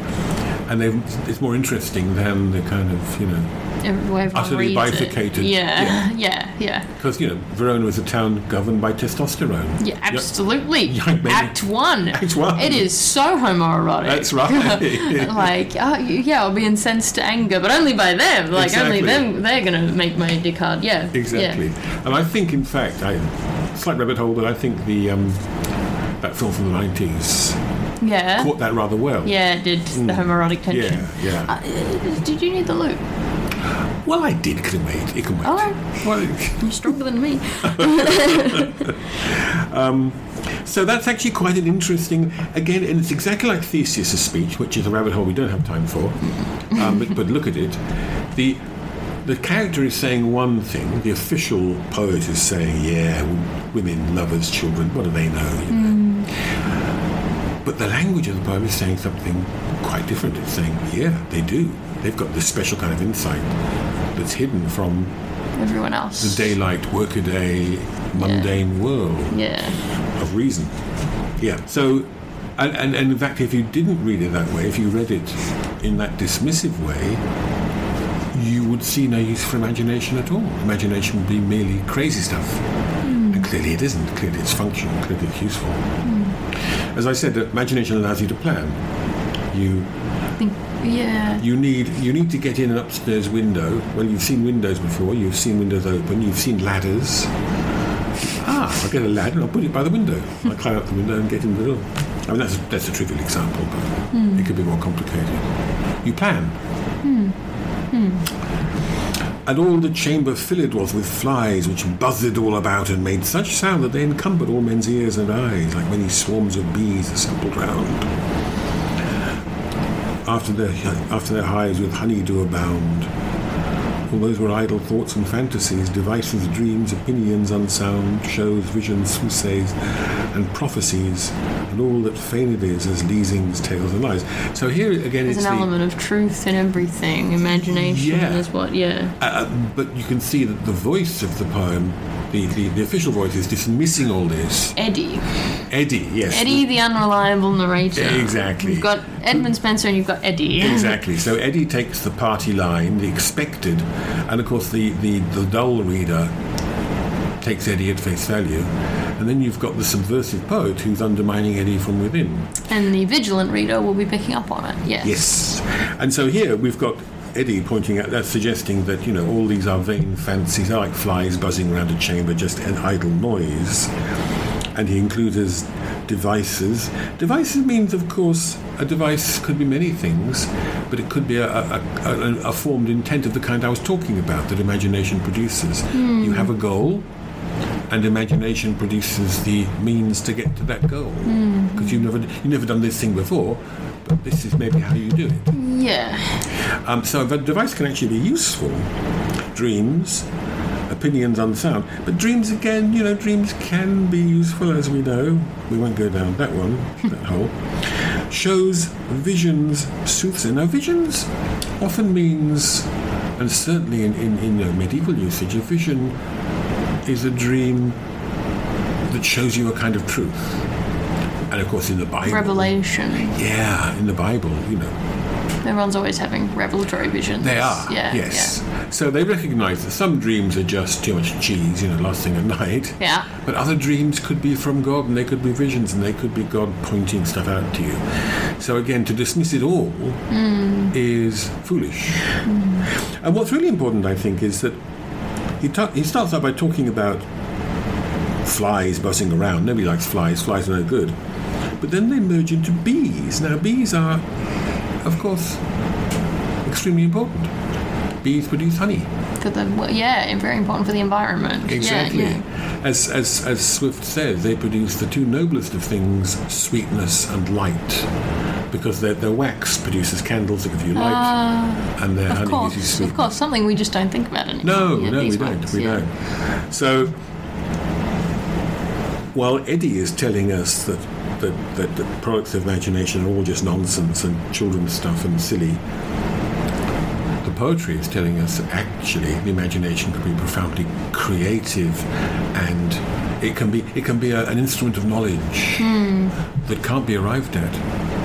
Speaker 2: and they've- it's more interesting than the kind of you know
Speaker 4: Everyone
Speaker 2: Utterly
Speaker 4: reads it.
Speaker 2: bifurcated.
Speaker 4: Yeah, yeah, yeah,
Speaker 2: because you know Verona was a town governed by testosterone.
Speaker 4: yeah. absolutely.
Speaker 2: Young men.
Speaker 4: Act one.
Speaker 2: Act one.
Speaker 4: It is so homoerotic.
Speaker 2: That's right.
Speaker 4: like, oh, yeah, I'll be incensed to anger, but only by them. Like,
Speaker 2: Exactly.
Speaker 4: only them. They're gonna make my dick hard. Yeah.
Speaker 2: Exactly.
Speaker 4: Yeah.
Speaker 2: And I think, in fact, I slight rabbit hole, but I think the um, that film from the nineties
Speaker 4: Yeah.
Speaker 2: caught that rather well.
Speaker 4: Yeah, it did the homoerotic tension.
Speaker 2: Mm. Yeah, yeah.
Speaker 4: Uh, did you need the loot?
Speaker 2: well, I did because it wait. It can wait.
Speaker 4: Oh.
Speaker 2: Well,
Speaker 4: You're stronger than me.
Speaker 2: so that's actually quite an interesting. Again, and it's exactly like Theseus' speech, which is a rabbit hole we don't have time for. Um, but, but look at it. The the character is saying one thing. The official poet is saying, "Yeah, women, lovers, children. What do they know?" You know? But the language of the poem is saying something quite different. It's saying, yeah, they do. They've got this special kind of insight that's hidden from
Speaker 4: Everyone else.
Speaker 2: the daylight, workaday, mundane world
Speaker 4: Yeah.
Speaker 2: of reason. Yeah. So, and, and, and in fact, if you didn't read it that way, if you read it in that dismissive way, you would see no use for imagination at all. Imagination would be merely crazy stuff. And clearly it isn't. Clearly it's functional. Clearly it's useful. As I said, imagination allows you to plan. You
Speaker 4: I think, yeah.
Speaker 2: you need you need to get in an upstairs window. Well, you've seen windows before. You've seen windows open. You've seen ladders. Ah, I'll get a ladder and I'll put it by the window. I climb up the window and get in the door. I mean, that's a, that's a trivial example, but it could be more complicated. You plan. And all the chamber filled was with flies, which buzzed all about and made such sound that they encumbered all men's ears and eyes, like many swarms of bees assembled round after their after their hives with honey do abound. All those were idle thoughts and fantasies, devices, dreams, opinions unsound, shows, visions, soothsays, and prophecies, and all that feigned is as leasings, tales, and lies. So here again,
Speaker 4: There's
Speaker 2: it's
Speaker 4: an
Speaker 2: the,
Speaker 4: element of truth in everything. Imagination
Speaker 2: Yeah.
Speaker 4: is what, yeah.
Speaker 2: uh, but you can see that the voice of the poem, the, the, the official voice, is dismissing all this.
Speaker 4: Eddie.
Speaker 2: Eddie, yes,
Speaker 4: Eddie, the unreliable narrator.
Speaker 2: Exactly.
Speaker 4: You've got Edmund Spencer and you've got Eddie.
Speaker 2: Exactly. So Eddie takes the party line, the expected, and of course the, the, the dull reader takes Eddie at face value. And then you've got the subversive poet who's undermining Eddie from within.
Speaker 4: And the vigilant reader will be picking up on it. Yeah.
Speaker 2: Yes. And so here we've got Eddie pointing out that's suggesting that, you know, all these are vain fancies, they're like flies buzzing around a chamber, just an idle noise. And he includes as devices. Devices means, of course, a device could be many things, but it could be a, a, a, a- a formed intent of the kind I was talking about that imagination produces. You have a goal, and imagination produces the means to get to that goal because you've never you've never done this thing before but this is maybe how you do it
Speaker 4: Yeah.
Speaker 2: um, so the device can actually be useful dreams opinions unsound but dreams again you know dreams can be useful as we know we won't go down that one that hole shows visions soothsaying now visions often means and certainly in, in, in you know, medieval usage a vision is a dream that shows you a kind of truth. And of course, in the Bible.
Speaker 4: Revelation.
Speaker 2: Yeah, in the Bible, you know.
Speaker 4: Everyone's always having revelatory visions.
Speaker 2: They are.
Speaker 4: Yeah.
Speaker 2: yes. So they recognize that some dreams are just too much cheese, you know, last thing at night.
Speaker 4: Yeah.
Speaker 2: But other dreams could be from God and they could be visions and they could be God pointing stuff out to you. So again, to dismiss it all is foolish. And what's really important, I think, is that he, ta- he starts out by talking about flies buzzing around. Nobody likes flies. Flies are no good. But then they merge into bees. Now, bees are, of course, extremely important. Bees produce honey.
Speaker 4: Yeah. For the, well, yeah, and very important for the environment.
Speaker 2: Exactly.
Speaker 4: Yeah, yeah.
Speaker 2: As, as, as Swift says, they produce the two noblest of things, sweetness and light. Because their, their wax produces candles that give you light, and their
Speaker 4: Ah, Of
Speaker 2: honey gives you
Speaker 4: course,
Speaker 2: sweetness.
Speaker 4: of course, something we just don't think about anymore.
Speaker 2: No,
Speaker 4: Yeah,
Speaker 2: no, we
Speaker 4: these
Speaker 2: don't.
Speaker 4: ones,
Speaker 2: we
Speaker 4: yeah.
Speaker 2: don't. So while Eddie is telling us that that, that the products of imagination are all just nonsense and children's stuff and silly, the poetry is telling us that actually the imagination can be profoundly creative and it can be it can be a, an instrument of knowledge
Speaker 4: Hmm.
Speaker 2: that can't be arrived at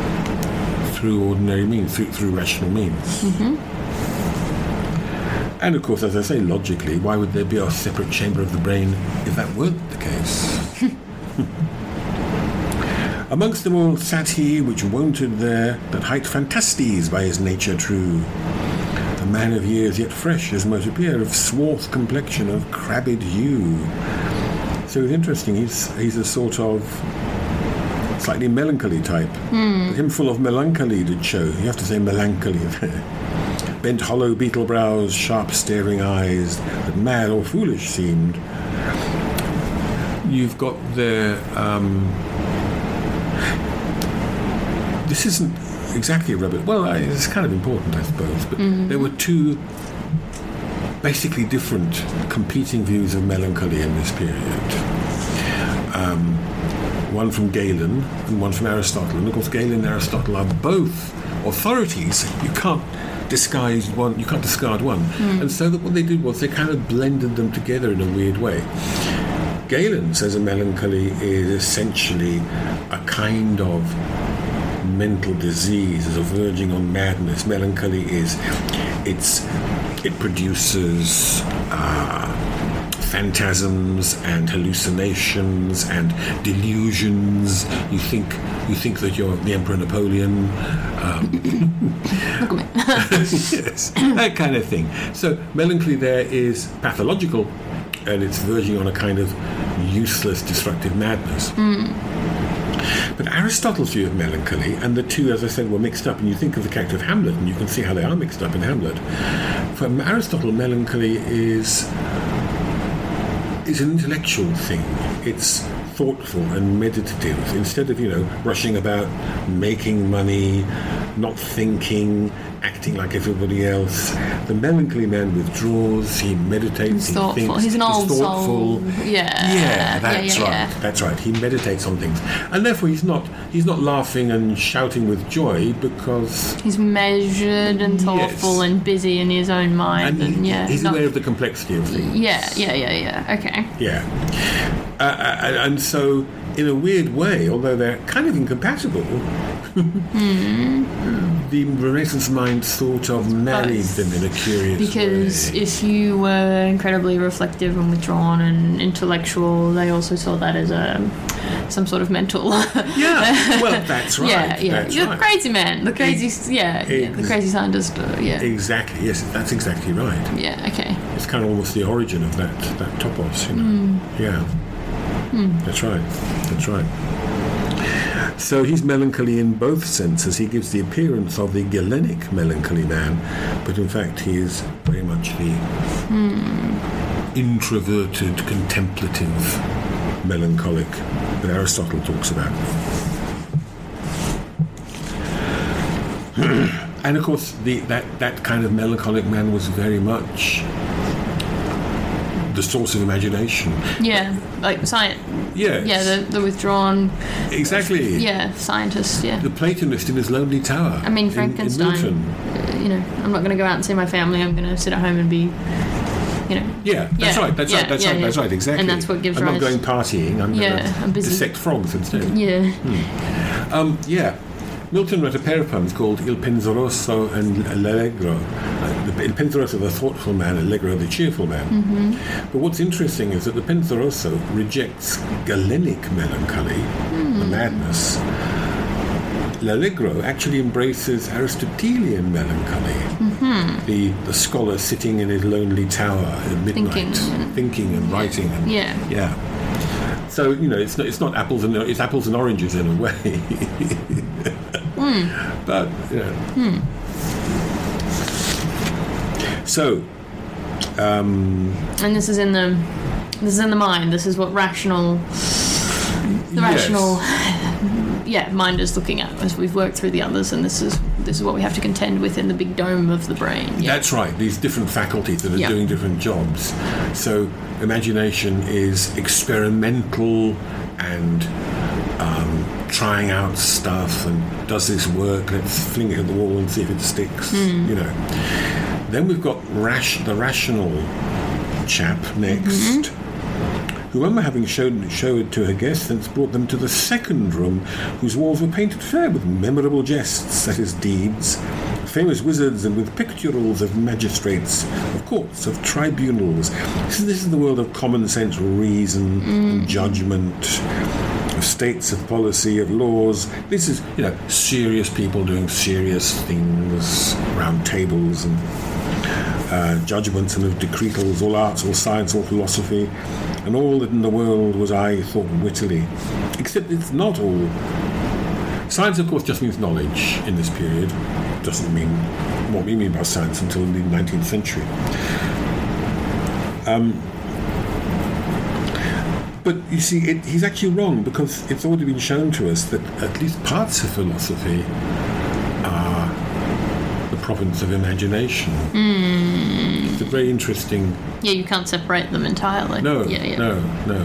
Speaker 2: through ordinary means through, through rational means
Speaker 4: Hmm.
Speaker 2: and of course as i say logically why would there be a separate chamber of the brain if that were the case Amongst them all sat he which wonted there, that hight Fantastes by his nature true. A man of years yet fresh, as might appear, of swarth complexion, of crabbed hue. So it's interesting, he's, he's a sort of slightly melancholy type. But him full of melancholy did show. You have to say melancholy there. Bent hollow beetle brows, sharp staring eyes, that mad or foolish seemed. You've got there um, this isn't exactly a rabbit. Well, I- it's kind of important, I suppose. But there were two basically different, competing views of melancholy in this period. Um, one from Galen and one from Aristotle. And of course, Galen and Aristotle are both authorities. You can't disguise one. You can't discard one. And so that what they did was they kind of blended them together in a weird way. Galen says a melancholy is essentially a kind of mental disease is a verging on madness. Melancholy is, it's, it produces uh, phantasms and hallucinations and delusions. You think you think that you're the Emperor Napoleon. um, yes, that kind of thing. So melancholy there is pathological, and it's verging on a kind of useless, destructive madness. But Aristotle's view of melancholy, and the two, as I said, were mixed up. And you think of the character of Hamlet, and you can see how they are mixed up in Hamlet. For Aristotle, melancholy is is an intellectual thing. It's thoughtful and meditative. Instead of you know rushing about, making money, not thinking, acting like everybody else, the melancholy man withdraws. He meditates.
Speaker 1: He's
Speaker 2: he
Speaker 1: thoughtful.
Speaker 2: Thinks,
Speaker 1: He's an old soul.
Speaker 2: thoughtful.
Speaker 1: Yeah. Yeah,
Speaker 2: Yeah, that's
Speaker 1: yeah,
Speaker 2: right.
Speaker 1: yeah.
Speaker 2: That's right. He meditates on things, and therefore he's not he's not laughing and shouting with joy because
Speaker 1: He's measured and thoughtful
Speaker 2: Yes.
Speaker 1: and busy in his own mind,
Speaker 2: and
Speaker 1: and,
Speaker 2: he-
Speaker 1: Mm, yeah,
Speaker 2: he's
Speaker 1: not-
Speaker 2: aware of the complexity of things.
Speaker 1: yeah, yeah, yeah, yeah. Okay.
Speaker 2: Yeah, uh, uh, and- and so in a weird way, although they're kind of incompatible,
Speaker 1: Mm-hmm.
Speaker 2: the Renaissance mind sort of married
Speaker 1: both.
Speaker 2: them in a curious
Speaker 1: Because
Speaker 2: way.
Speaker 1: if you were incredibly reflective and withdrawn and intellectual, they also saw that as a some sort of mental.
Speaker 2: yeah, well, that's right.
Speaker 1: yeah, yeah.
Speaker 2: That's
Speaker 1: You're
Speaker 2: right.
Speaker 1: a crazy man. The crazy, yeah, yeah, the
Speaker 2: Ex-
Speaker 1: crazy scientist. Uh, yeah,
Speaker 2: Exactly. Yes, that's exactly right.
Speaker 1: yeah. Okay.
Speaker 2: It's kind of almost the origin of that that topos, you know. Yeah, that's right. That's right. So he's melancholy in both senses. He gives the appearance of the Galenic melancholy man, but in fact he is very much the introverted, contemplative melancholic that Aristotle talks about. and of course, the, that, that kind of melancholic man was very much the source of imagination.
Speaker 1: Yeah, like science.
Speaker 2: Yes.
Speaker 1: Yeah, the, the withdrawn.
Speaker 2: exactly.
Speaker 1: Yeah, scientist. Yeah.
Speaker 2: The Platonist in his lonely tower.
Speaker 1: I mean,
Speaker 2: in-
Speaker 1: Frankenstein.
Speaker 2: In, Milton.
Speaker 1: uh, you know, I'm not going to go out and see my family. I'm going to sit at home and be, you know.
Speaker 2: Yeah, that's
Speaker 1: Yeah,
Speaker 2: right. That's
Speaker 1: yeah,
Speaker 2: right. That's
Speaker 1: yeah,
Speaker 2: right.
Speaker 1: yeah.
Speaker 2: That's right. Exactly.
Speaker 1: And that's what gives
Speaker 2: I'm
Speaker 1: rise-
Speaker 2: not going partying. I'm
Speaker 1: Yeah, I'm
Speaker 2: going to
Speaker 1: busy.
Speaker 2: dissect frogs instead.
Speaker 1: Yeah.
Speaker 2: Hmm. Um, yeah. Milton wrote a pair of poems called Il Penseroso and L'Allegro. Uh, the- Il Penseroso, the thoughtful man, Allegro, the cheerful man.
Speaker 1: Mm-hmm.
Speaker 2: But what's interesting is that the Penseroso rejects Galenic melancholy,
Speaker 1: Hmm.
Speaker 2: the madness. L'Allegro actually embraces Aristotelian melancholy,
Speaker 1: Mm-hmm.
Speaker 2: the, the scholar sitting in his lonely tower at midnight,
Speaker 1: Thinking.
Speaker 2: thinking and writing. And,
Speaker 1: Yeah.
Speaker 2: Yeah. So, you know, it's not, it's not apples and it's apples and oranges in a way. But, you know. So,
Speaker 1: And this is in the, this is in the mind. This is what rational, the rational, yeah, mind is looking at as we've worked through the others, and this is this is what we have to contend with in the big dome of the brain. Yeah.
Speaker 2: That's right. These different faculties that are
Speaker 1: Yeah.
Speaker 2: doing different jobs. So imagination is experimental and um, trying out stuff and does this work? Let's fling it at the wall and see if it sticks.
Speaker 1: Hmm.
Speaker 2: You know. Then we've got rash the rational chap next.
Speaker 1: Mm-hmm.
Speaker 2: Who, when we're having shown showed to her guests, since brought them to the second room, whose walls were painted fair with memorable jests, that is, deeds, famous wizards, and with pictorials of magistrates, of courts, of tribunals. This is, this is the world of common sense, reason, and judgment, of states of policy, of laws. This is, you know, serious people doing serious things, round tables and uh, judgments and of decretals, all arts, all science, all philosophy, and all that in the world was I thought wittily. Except it's not all. Science, of course, just means knowledge in this period. Doesn't mean what we mean by science until the 19th century. Um, But you see, it, he's actually wrong because it's already been shown to us that at least parts of philosophy are the province of imagination. It's a very interesting.
Speaker 1: Yeah, you can't separate them entirely.
Speaker 2: No,
Speaker 1: Yeah, yeah.
Speaker 2: no, no.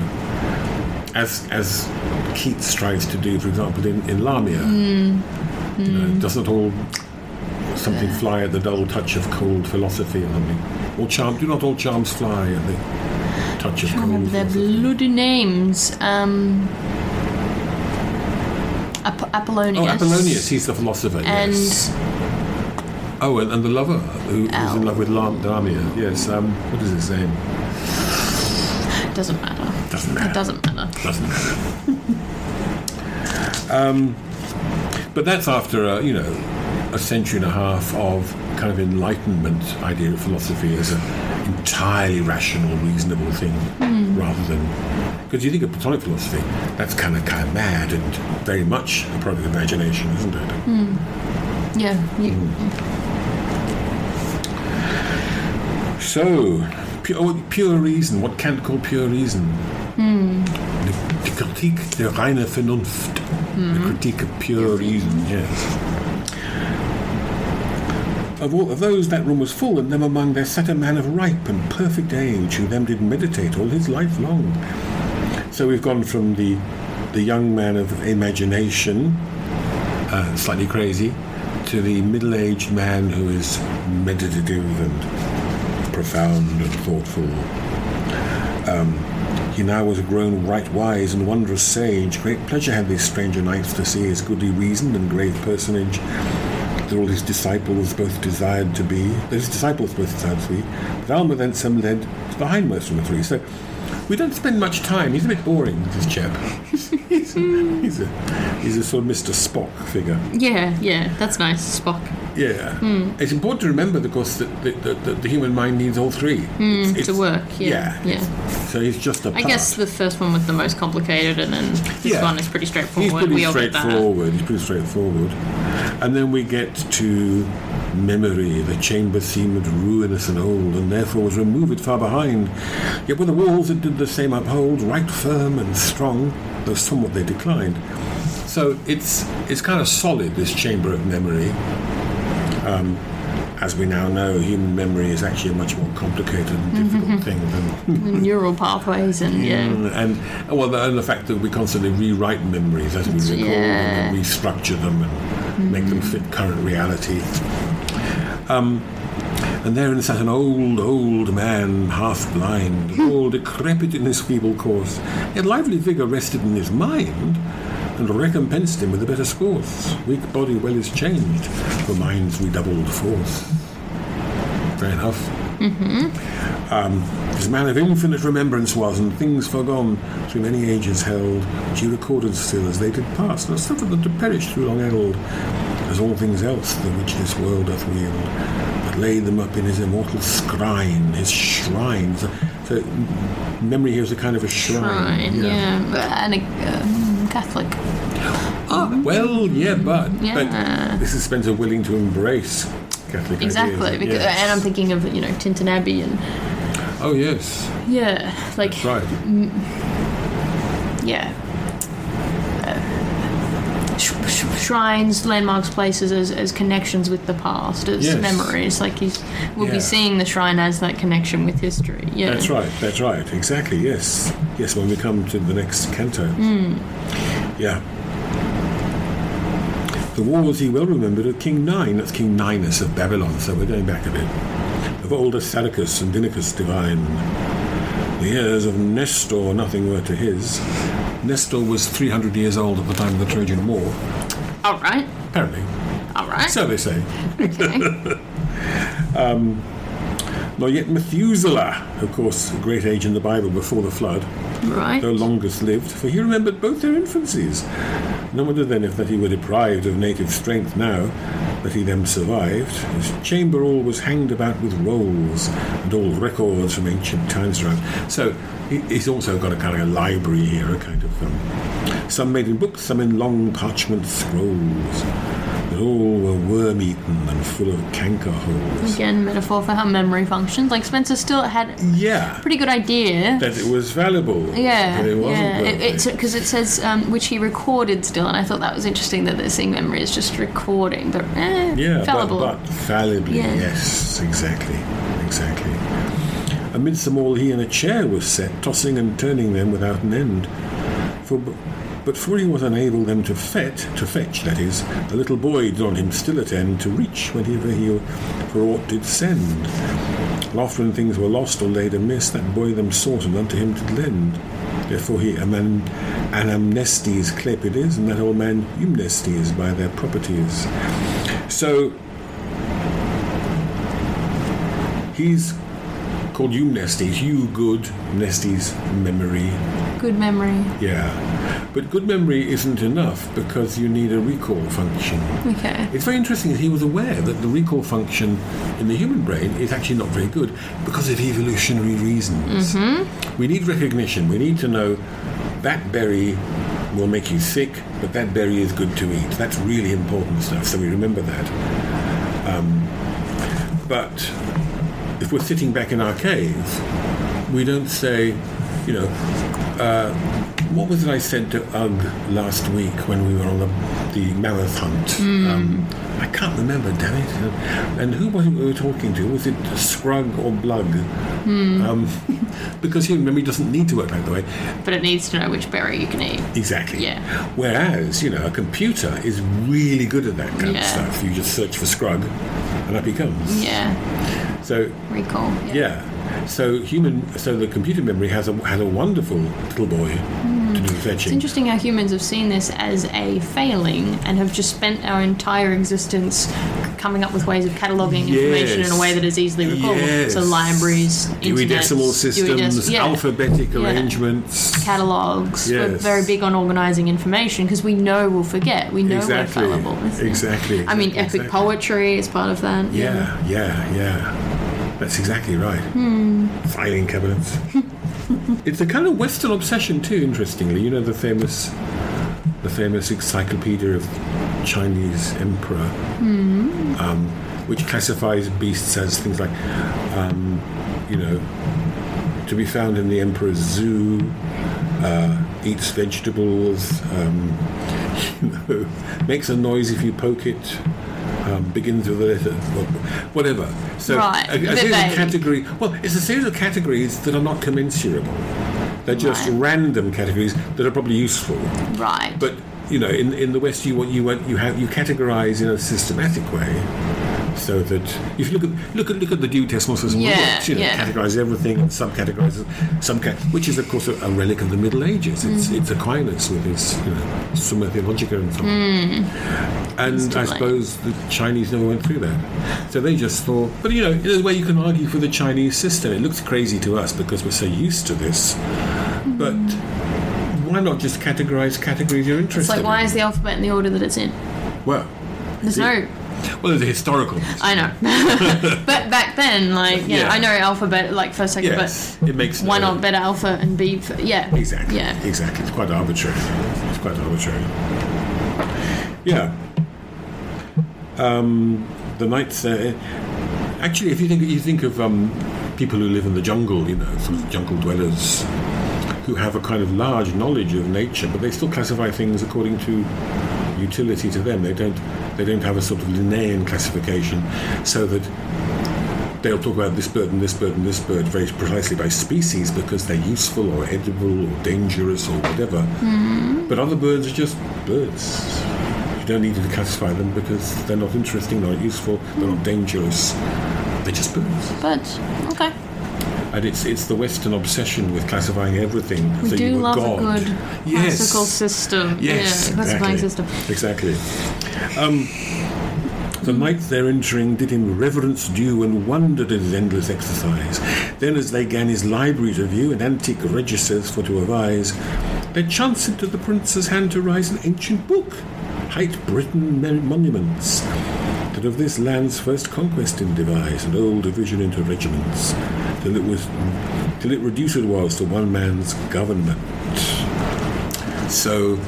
Speaker 2: As as Keats strives to do, for example, in, in Lamia,
Speaker 1: Mm,
Speaker 2: you know, does not all something fly at the dull touch of cold philosophy or something? Or charm? Do not all charms fly at the touch of
Speaker 1: I
Speaker 2: cold?
Speaker 1: remember their
Speaker 2: philosophy?
Speaker 1: bloody names. Um, Ap- Apollonius.
Speaker 2: Oh, Apollonius, he's the philosopher.
Speaker 1: And-
Speaker 2: yes. Oh, and, and the lover who, who's in
Speaker 1: Ow.
Speaker 2: love with Lam- Lamia. Yes. Um, what is his name?
Speaker 1: It doesn't matter.
Speaker 2: Doesn't
Speaker 1: It doesn't matter.
Speaker 2: doesn't matter. um, but that's after a, you know a century and a half of kind of enlightenment idea of philosophy as an entirely rational, reasonable thing, rather than because you think of Platonic philosophy, that's kind of kind of mad and very much a product of imagination, isn't it?
Speaker 1: Yeah. You,
Speaker 2: So, pure, pure reason, what Kant called pure reason. The, the critique der reine Vernunft. The critique of pure reason, yes. Of, all, of those, that room was full, and them among there sat a man of ripe and perfect age, who them did meditate all his life long. So we've gone from the, the young man of imagination, uh, slightly crazy, to the middle-aged man who is meditative and profound and thoughtful. Um, he now was a grown right wise and wondrous sage. Great pleasure had this stranger knights to see his goodly reasoned and grave personage that all his disciples both desired to be, that his disciples both desired to be, but Alma thence him led to the hindmost of the three. So we don't spend much time. He's a bit boring, this chap. he's, he's, a, he's a sort of Mr. Spock figure.
Speaker 1: yeah, yeah. That's nice, Spock.
Speaker 2: Yeah.
Speaker 1: Hmm.
Speaker 2: It's important to remember, of course, that the, that that the human mind needs all three. It's-
Speaker 1: Hmm, To
Speaker 2: it's-
Speaker 1: work. Yeah.
Speaker 2: Yeah.
Speaker 1: Yeah.
Speaker 2: So he's just a
Speaker 1: I
Speaker 2: part.
Speaker 1: guess the first one was the most complicated, and then this
Speaker 2: Yeah.
Speaker 1: one is pretty
Speaker 2: he's
Speaker 1: straightforward.
Speaker 2: pretty
Speaker 1: we all get that.
Speaker 2: straightforward. He's pretty straightforward. And then we get to memory. The chamber seemed ruinous and old, and therefore was removed far behind. Yet were the walls that did the same uphold, right firm and strong, though somewhat they declined. So it's it's kind of solid. This chamber of memory. Um, As we now know, human memory is actually a much more complicated and
Speaker 1: Mm-hmm.
Speaker 2: difficult thing than
Speaker 1: Neural pathways,
Speaker 2: Mm.
Speaker 1: and yeah.
Speaker 2: and and, well, the, and the fact that we constantly rewrite memories as we record them and restructure them and make them fit current reality. Um, and therein sat an old, old man, half blind, all decrepit in his feeble course, yet lively vigour rested in his mind. And recompensed him with a better scourse. Weak body well is changed, for mind's redoubled force. Fair enough. His man of infinite remembrance was, and things forgone through many ages held, which he recorded still as they did pass, and suffered them to perish through long eld, as all things else the which this world doth wield, but laid them up in his immortal scrine, his shrine. So, so m- memory here is a kind of a shrine.
Speaker 1: Right. Yeah. And a um, Catholic.
Speaker 2: Ah, well, yeah, but,
Speaker 1: Yeah.
Speaker 2: but this is Spencer willing to embrace Catholic
Speaker 1: Exactly.
Speaker 2: ideas.
Speaker 1: Because,
Speaker 2: yes.
Speaker 1: And I'm thinking of you know Tintin Abbey and
Speaker 2: Oh yes,
Speaker 1: yeah, like
Speaker 2: right.
Speaker 1: yeah. Uh, sh- sh- shrines, landmarks, places as, as connections with the past, as
Speaker 2: Yes.
Speaker 1: memories. Like he's, we'll
Speaker 2: Yeah.
Speaker 1: be seeing the shrine as that connection with history. Yeah,
Speaker 2: That's right. That's right. Exactly. Yes. Yes. When we come to the next canto. Yeah. The wars he well remembered of King Nine. That's King Ninus of Babylon. So we're going back a bit. Of older Sadocus and Dinicus divine. The years of Nestor nothing were to his. Nestor was 300 years old at the time of the Trojan War,
Speaker 1: All right.
Speaker 2: apparently.
Speaker 1: All right.
Speaker 2: So they say.
Speaker 1: okay.
Speaker 2: Nor yet Methuselah, of course, a great age in the Bible before the flood.
Speaker 1: Right.
Speaker 2: the longest lived, for he remembered both their infancies. No wonder then if that he were deprived of native strength now, that he them survived, his chamber all was hanged about with rolls, and all records from ancient times around. So he- he's also got a kind of a library here, a kind of um, some made in books, some in long parchment scrolls. But all were worm eaten and full of canker holes.
Speaker 1: Again, metaphor for how memory functions. Like Spencer still had a
Speaker 2: Yeah,
Speaker 1: pretty good idea.
Speaker 2: that it was valuable.
Speaker 1: Yeah,
Speaker 2: but it wasn't
Speaker 1: yeah. It,
Speaker 2: worthy.
Speaker 1: it's because it says um, which he recorded still, and I thought that was interesting that they're seeing memory is just recording, but eh,
Speaker 2: Yeah,
Speaker 1: fallible.
Speaker 2: But, but fallibly,
Speaker 1: Yeah.
Speaker 2: yes, exactly, exactly. Amidst them all, he in a chair was set, tossing and turning them without an end. For, b- but for he was unable them to fet, to fetch, that is, the little boy did on him still attend to reach whenever he for aught did send. And oft when things were lost or laid amiss, that boy them sought and unto him did lend. Therefore he aman, anamnestes Clepides, and that old man Eumnestes by their properties. So he's called Eumnestes, you good, Nestes memory.
Speaker 1: Good memory.
Speaker 2: Yeah. But good memory isn't enough because you need a recall function.
Speaker 1: Okay.
Speaker 2: It's very interesting that he was aware that the recall function in the human brain is actually not very good because of evolutionary reasons. We need recognition. We need to know that berry will make you sick, but that berry is good to eat. That's really important stuff, so we remember that. Um, but if we're sitting back in our cave, we don't say, you know, uh, what was it I said to Ugg last week when we were on the, the mammoth hunt?
Speaker 1: Hmm.
Speaker 2: Um, I can't remember, damn it. And who was it we were talking to? Was it Scrug or Blug?
Speaker 1: Hmm.
Speaker 2: Um, because human memory doesn't need to work that way.
Speaker 1: But it needs to know which berry you can eat.
Speaker 2: Exactly.
Speaker 1: Yeah.
Speaker 2: Whereas, you know, a computer is really good at that kind of
Speaker 1: Yeah.
Speaker 2: stuff. You just search for Scrug and up he comes.
Speaker 1: Yeah,
Speaker 2: So
Speaker 1: recall. Yeah.
Speaker 2: yeah. So human, so the computer memory has a has a wonderful little boy to do
Speaker 1: Hmm. It's
Speaker 2: fetching.
Speaker 1: interesting how humans have seen this as a failing and have just spent our entire existence c- coming up with ways of cataloguing information in a
Speaker 2: Yes.
Speaker 1: way that is easily recallable.
Speaker 2: Yes.
Speaker 1: So libraries,
Speaker 2: Dewey
Speaker 1: internets,
Speaker 2: decimal
Speaker 1: Dewey
Speaker 2: systems,
Speaker 1: Dec- yeah.
Speaker 2: alphabetic
Speaker 1: Yeah.
Speaker 2: arrangements.
Speaker 1: catalogs. We're
Speaker 2: Yes.
Speaker 1: very big on organising information because we know we'll forget. We know
Speaker 2: Exactly.
Speaker 1: we're fallible. isn't it?
Speaker 2: Exactly.
Speaker 1: I mean,
Speaker 2: Exactly.
Speaker 1: epic
Speaker 2: Exactly.
Speaker 1: poetry is part of that.
Speaker 2: Yeah, yeah, yeah. That's exactly right.
Speaker 1: Hmm.
Speaker 2: Filing cabinets. it's a kind of Western obsession too. Interestingly, you know the famous, the famous encyclopedia of Chinese emperor,
Speaker 1: Hmm.
Speaker 2: um, which classifies beasts as things like, um, you know, to be found in the emperor's zoo, uh, eats vegetables, um, you know, makes a noise if you poke it, um, begins with a letter, wh- whatever. So
Speaker 1: Right,
Speaker 2: a, a
Speaker 1: but
Speaker 2: series of
Speaker 1: they-
Speaker 2: category. Well, it's a series of categories that are not commensurable. They're just
Speaker 1: Right.
Speaker 2: random categories that are probably useful,
Speaker 1: Right.
Speaker 2: but you know, in, in the West, you want you want you have you categorize in a systematic way, so that if you look at look at look at the due decimal system,
Speaker 1: Yeah,
Speaker 2: it works, you know,
Speaker 1: yeah.
Speaker 2: categorize everything and subcategorize it, some ca- which is of course a, a relic of the Middle Ages. It's
Speaker 1: Mm-hmm.
Speaker 2: it's Aquinas with his you know, Summa Theologica and so on.
Speaker 1: Mm-hmm.
Speaker 2: And I
Speaker 1: Instantly.
Speaker 2: suppose the Chinese never went through that. So they just thought, but you know, in a way you can argue for the Chinese system. It looks crazy to us because we're so used to this. But why not just categorize categories you're interested
Speaker 1: it's like,
Speaker 2: in?
Speaker 1: why is the alphabet in the order that it's in?
Speaker 2: Well,
Speaker 1: There's
Speaker 2: Yeah.
Speaker 1: no.
Speaker 2: well, there's a historical.
Speaker 1: I know. but back then, like, yeah,
Speaker 2: Yeah.
Speaker 1: I know alphabet, like, first, second,
Speaker 2: Yes,
Speaker 1: but
Speaker 2: it makes
Speaker 1: why
Speaker 2: no-
Speaker 1: not better alpha and B for. Yeah.
Speaker 2: Exactly.
Speaker 1: Yeah.
Speaker 2: Exactly. It's quite arbitrary. It's quite arbitrary. Yeah. Um, the knights. Uh, actually, if you think you think of um, people who live in the jungle, you know, sort of jungle dwellers, who have a kind of large knowledge of nature, but they still classify things according to utility to them. They don't they don't have a sort of Linnaean classification, so that they'll talk about this bird and this bird and this bird very precisely by species because they're useful or edible or dangerous or whatever.
Speaker 1: Mm-hmm.
Speaker 2: Mm. But other birds are just birds. You don't need to classify them because they're not interesting, they're not useful, they're not dangerous. They're just birds.
Speaker 1: Birds. Okay.
Speaker 2: And it's it's the Western obsession with classifying everything.
Speaker 1: We
Speaker 2: that
Speaker 1: do
Speaker 2: you were
Speaker 1: love
Speaker 2: God.
Speaker 1: a good
Speaker 2: Yes.
Speaker 1: classical system.
Speaker 2: Yes,
Speaker 1: yeah, classifying system.
Speaker 2: exactly. Exactly. Um, the knight their entering did him reverence due and wondered at his endless exercise. Then, as they gan his library to view and antique registers for to avise, there chanced into the prince's hand to rise an ancient book, hight Britain men- monuments, that of this land's first conquest did devise an old division into regiments, till it was, till it reduced was to one man's government. So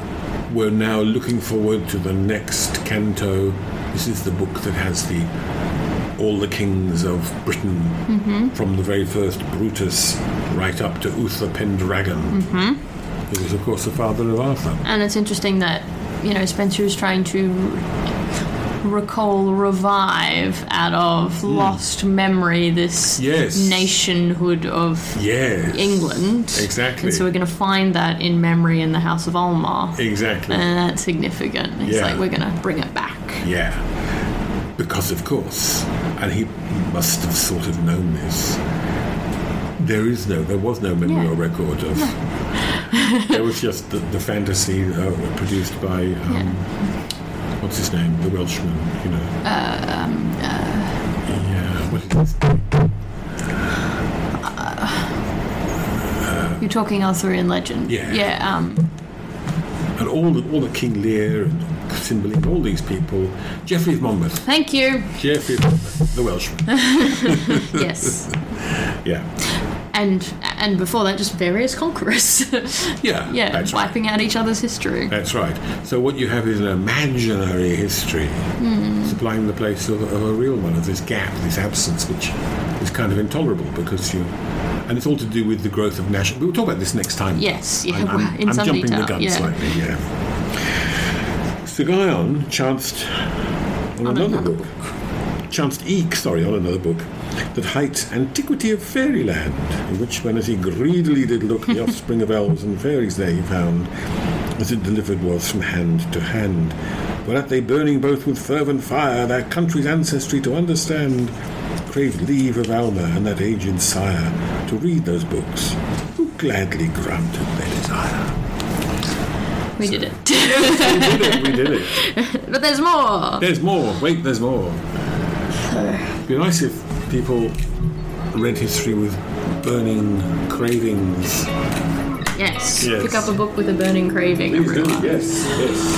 Speaker 2: we're now looking forward to the next canto. This is the book that has the all the kings of Britain
Speaker 1: Mm-hmm.
Speaker 2: from the very first Brutus right up to Uther Pendragon. Mm-hmm. Who was, of course, the father of Arthur.
Speaker 1: And it's interesting that, you know, Spencer is trying to recall, revive out of lost memory this
Speaker 2: Hmm. Yes.
Speaker 1: nationhood of
Speaker 2: Yes.
Speaker 1: England.
Speaker 2: Exactly.
Speaker 1: And so we're going to find that in memory in the House of Ulmar.
Speaker 2: Exactly.
Speaker 1: And Uh, that's significant. It's
Speaker 2: Yeah.
Speaker 1: like we're going to bring it back.
Speaker 2: Yeah. Because, of course, and he must have sort of known this. There is no, there was no memorial record of. there was just the, the fantasy uh, produced by, um, what's his name, the Welshman, you know. yeah, what is his
Speaker 1: You're talking Arthurian legend.
Speaker 2: Yeah.
Speaker 1: Yeah. Um,
Speaker 2: And all the, all the King Lear and Cymbeline, and all these people. Geoffrey of Monmouth.
Speaker 1: thank you.
Speaker 2: Geoffrey of Monmouth, the Welshman.
Speaker 1: Yes.
Speaker 2: yeah.
Speaker 1: and and before that, just various conquerors.
Speaker 2: Yeah,
Speaker 1: Yeah.
Speaker 2: that's right.
Speaker 1: wiping out each other's history.
Speaker 2: That's right. So what you have is an imaginary history
Speaker 1: Hmm.
Speaker 2: supplying the place of, of a real one, of this gap, this absence, which is kind of intolerable because you. And it's all to do with the growth of national. We'll talk about this next time.
Speaker 1: Yes, yeah,
Speaker 2: I'm, I'm-
Speaker 1: well, in
Speaker 2: I'm
Speaker 1: some
Speaker 2: jumping the
Speaker 1: detail,
Speaker 2: gun
Speaker 1: yeah.
Speaker 2: slightly. Yeah. So Guyon chanced on, another,
Speaker 1: another
Speaker 2: book. Chanced eke, sorry, on another book that hight Antiquity of Fairyland, in which, when as he greedily did look, the offspring of elves and fairies there he found, as it delivered was from hand to hand, whereat they burning both with fervent fire their country's ancestry to understand, craved leave of Alma and that aged sire to read those books, who gladly granted their desire.
Speaker 1: We did it.
Speaker 2: We did it, we did it.
Speaker 1: but there's more.
Speaker 2: There's more. Wait, there's more. It'd be nice if people read history with burning cravings.
Speaker 1: Yes.
Speaker 2: Yes.
Speaker 1: Pick up a book with a burning craving. everyone.
Speaker 2: Yes, yes.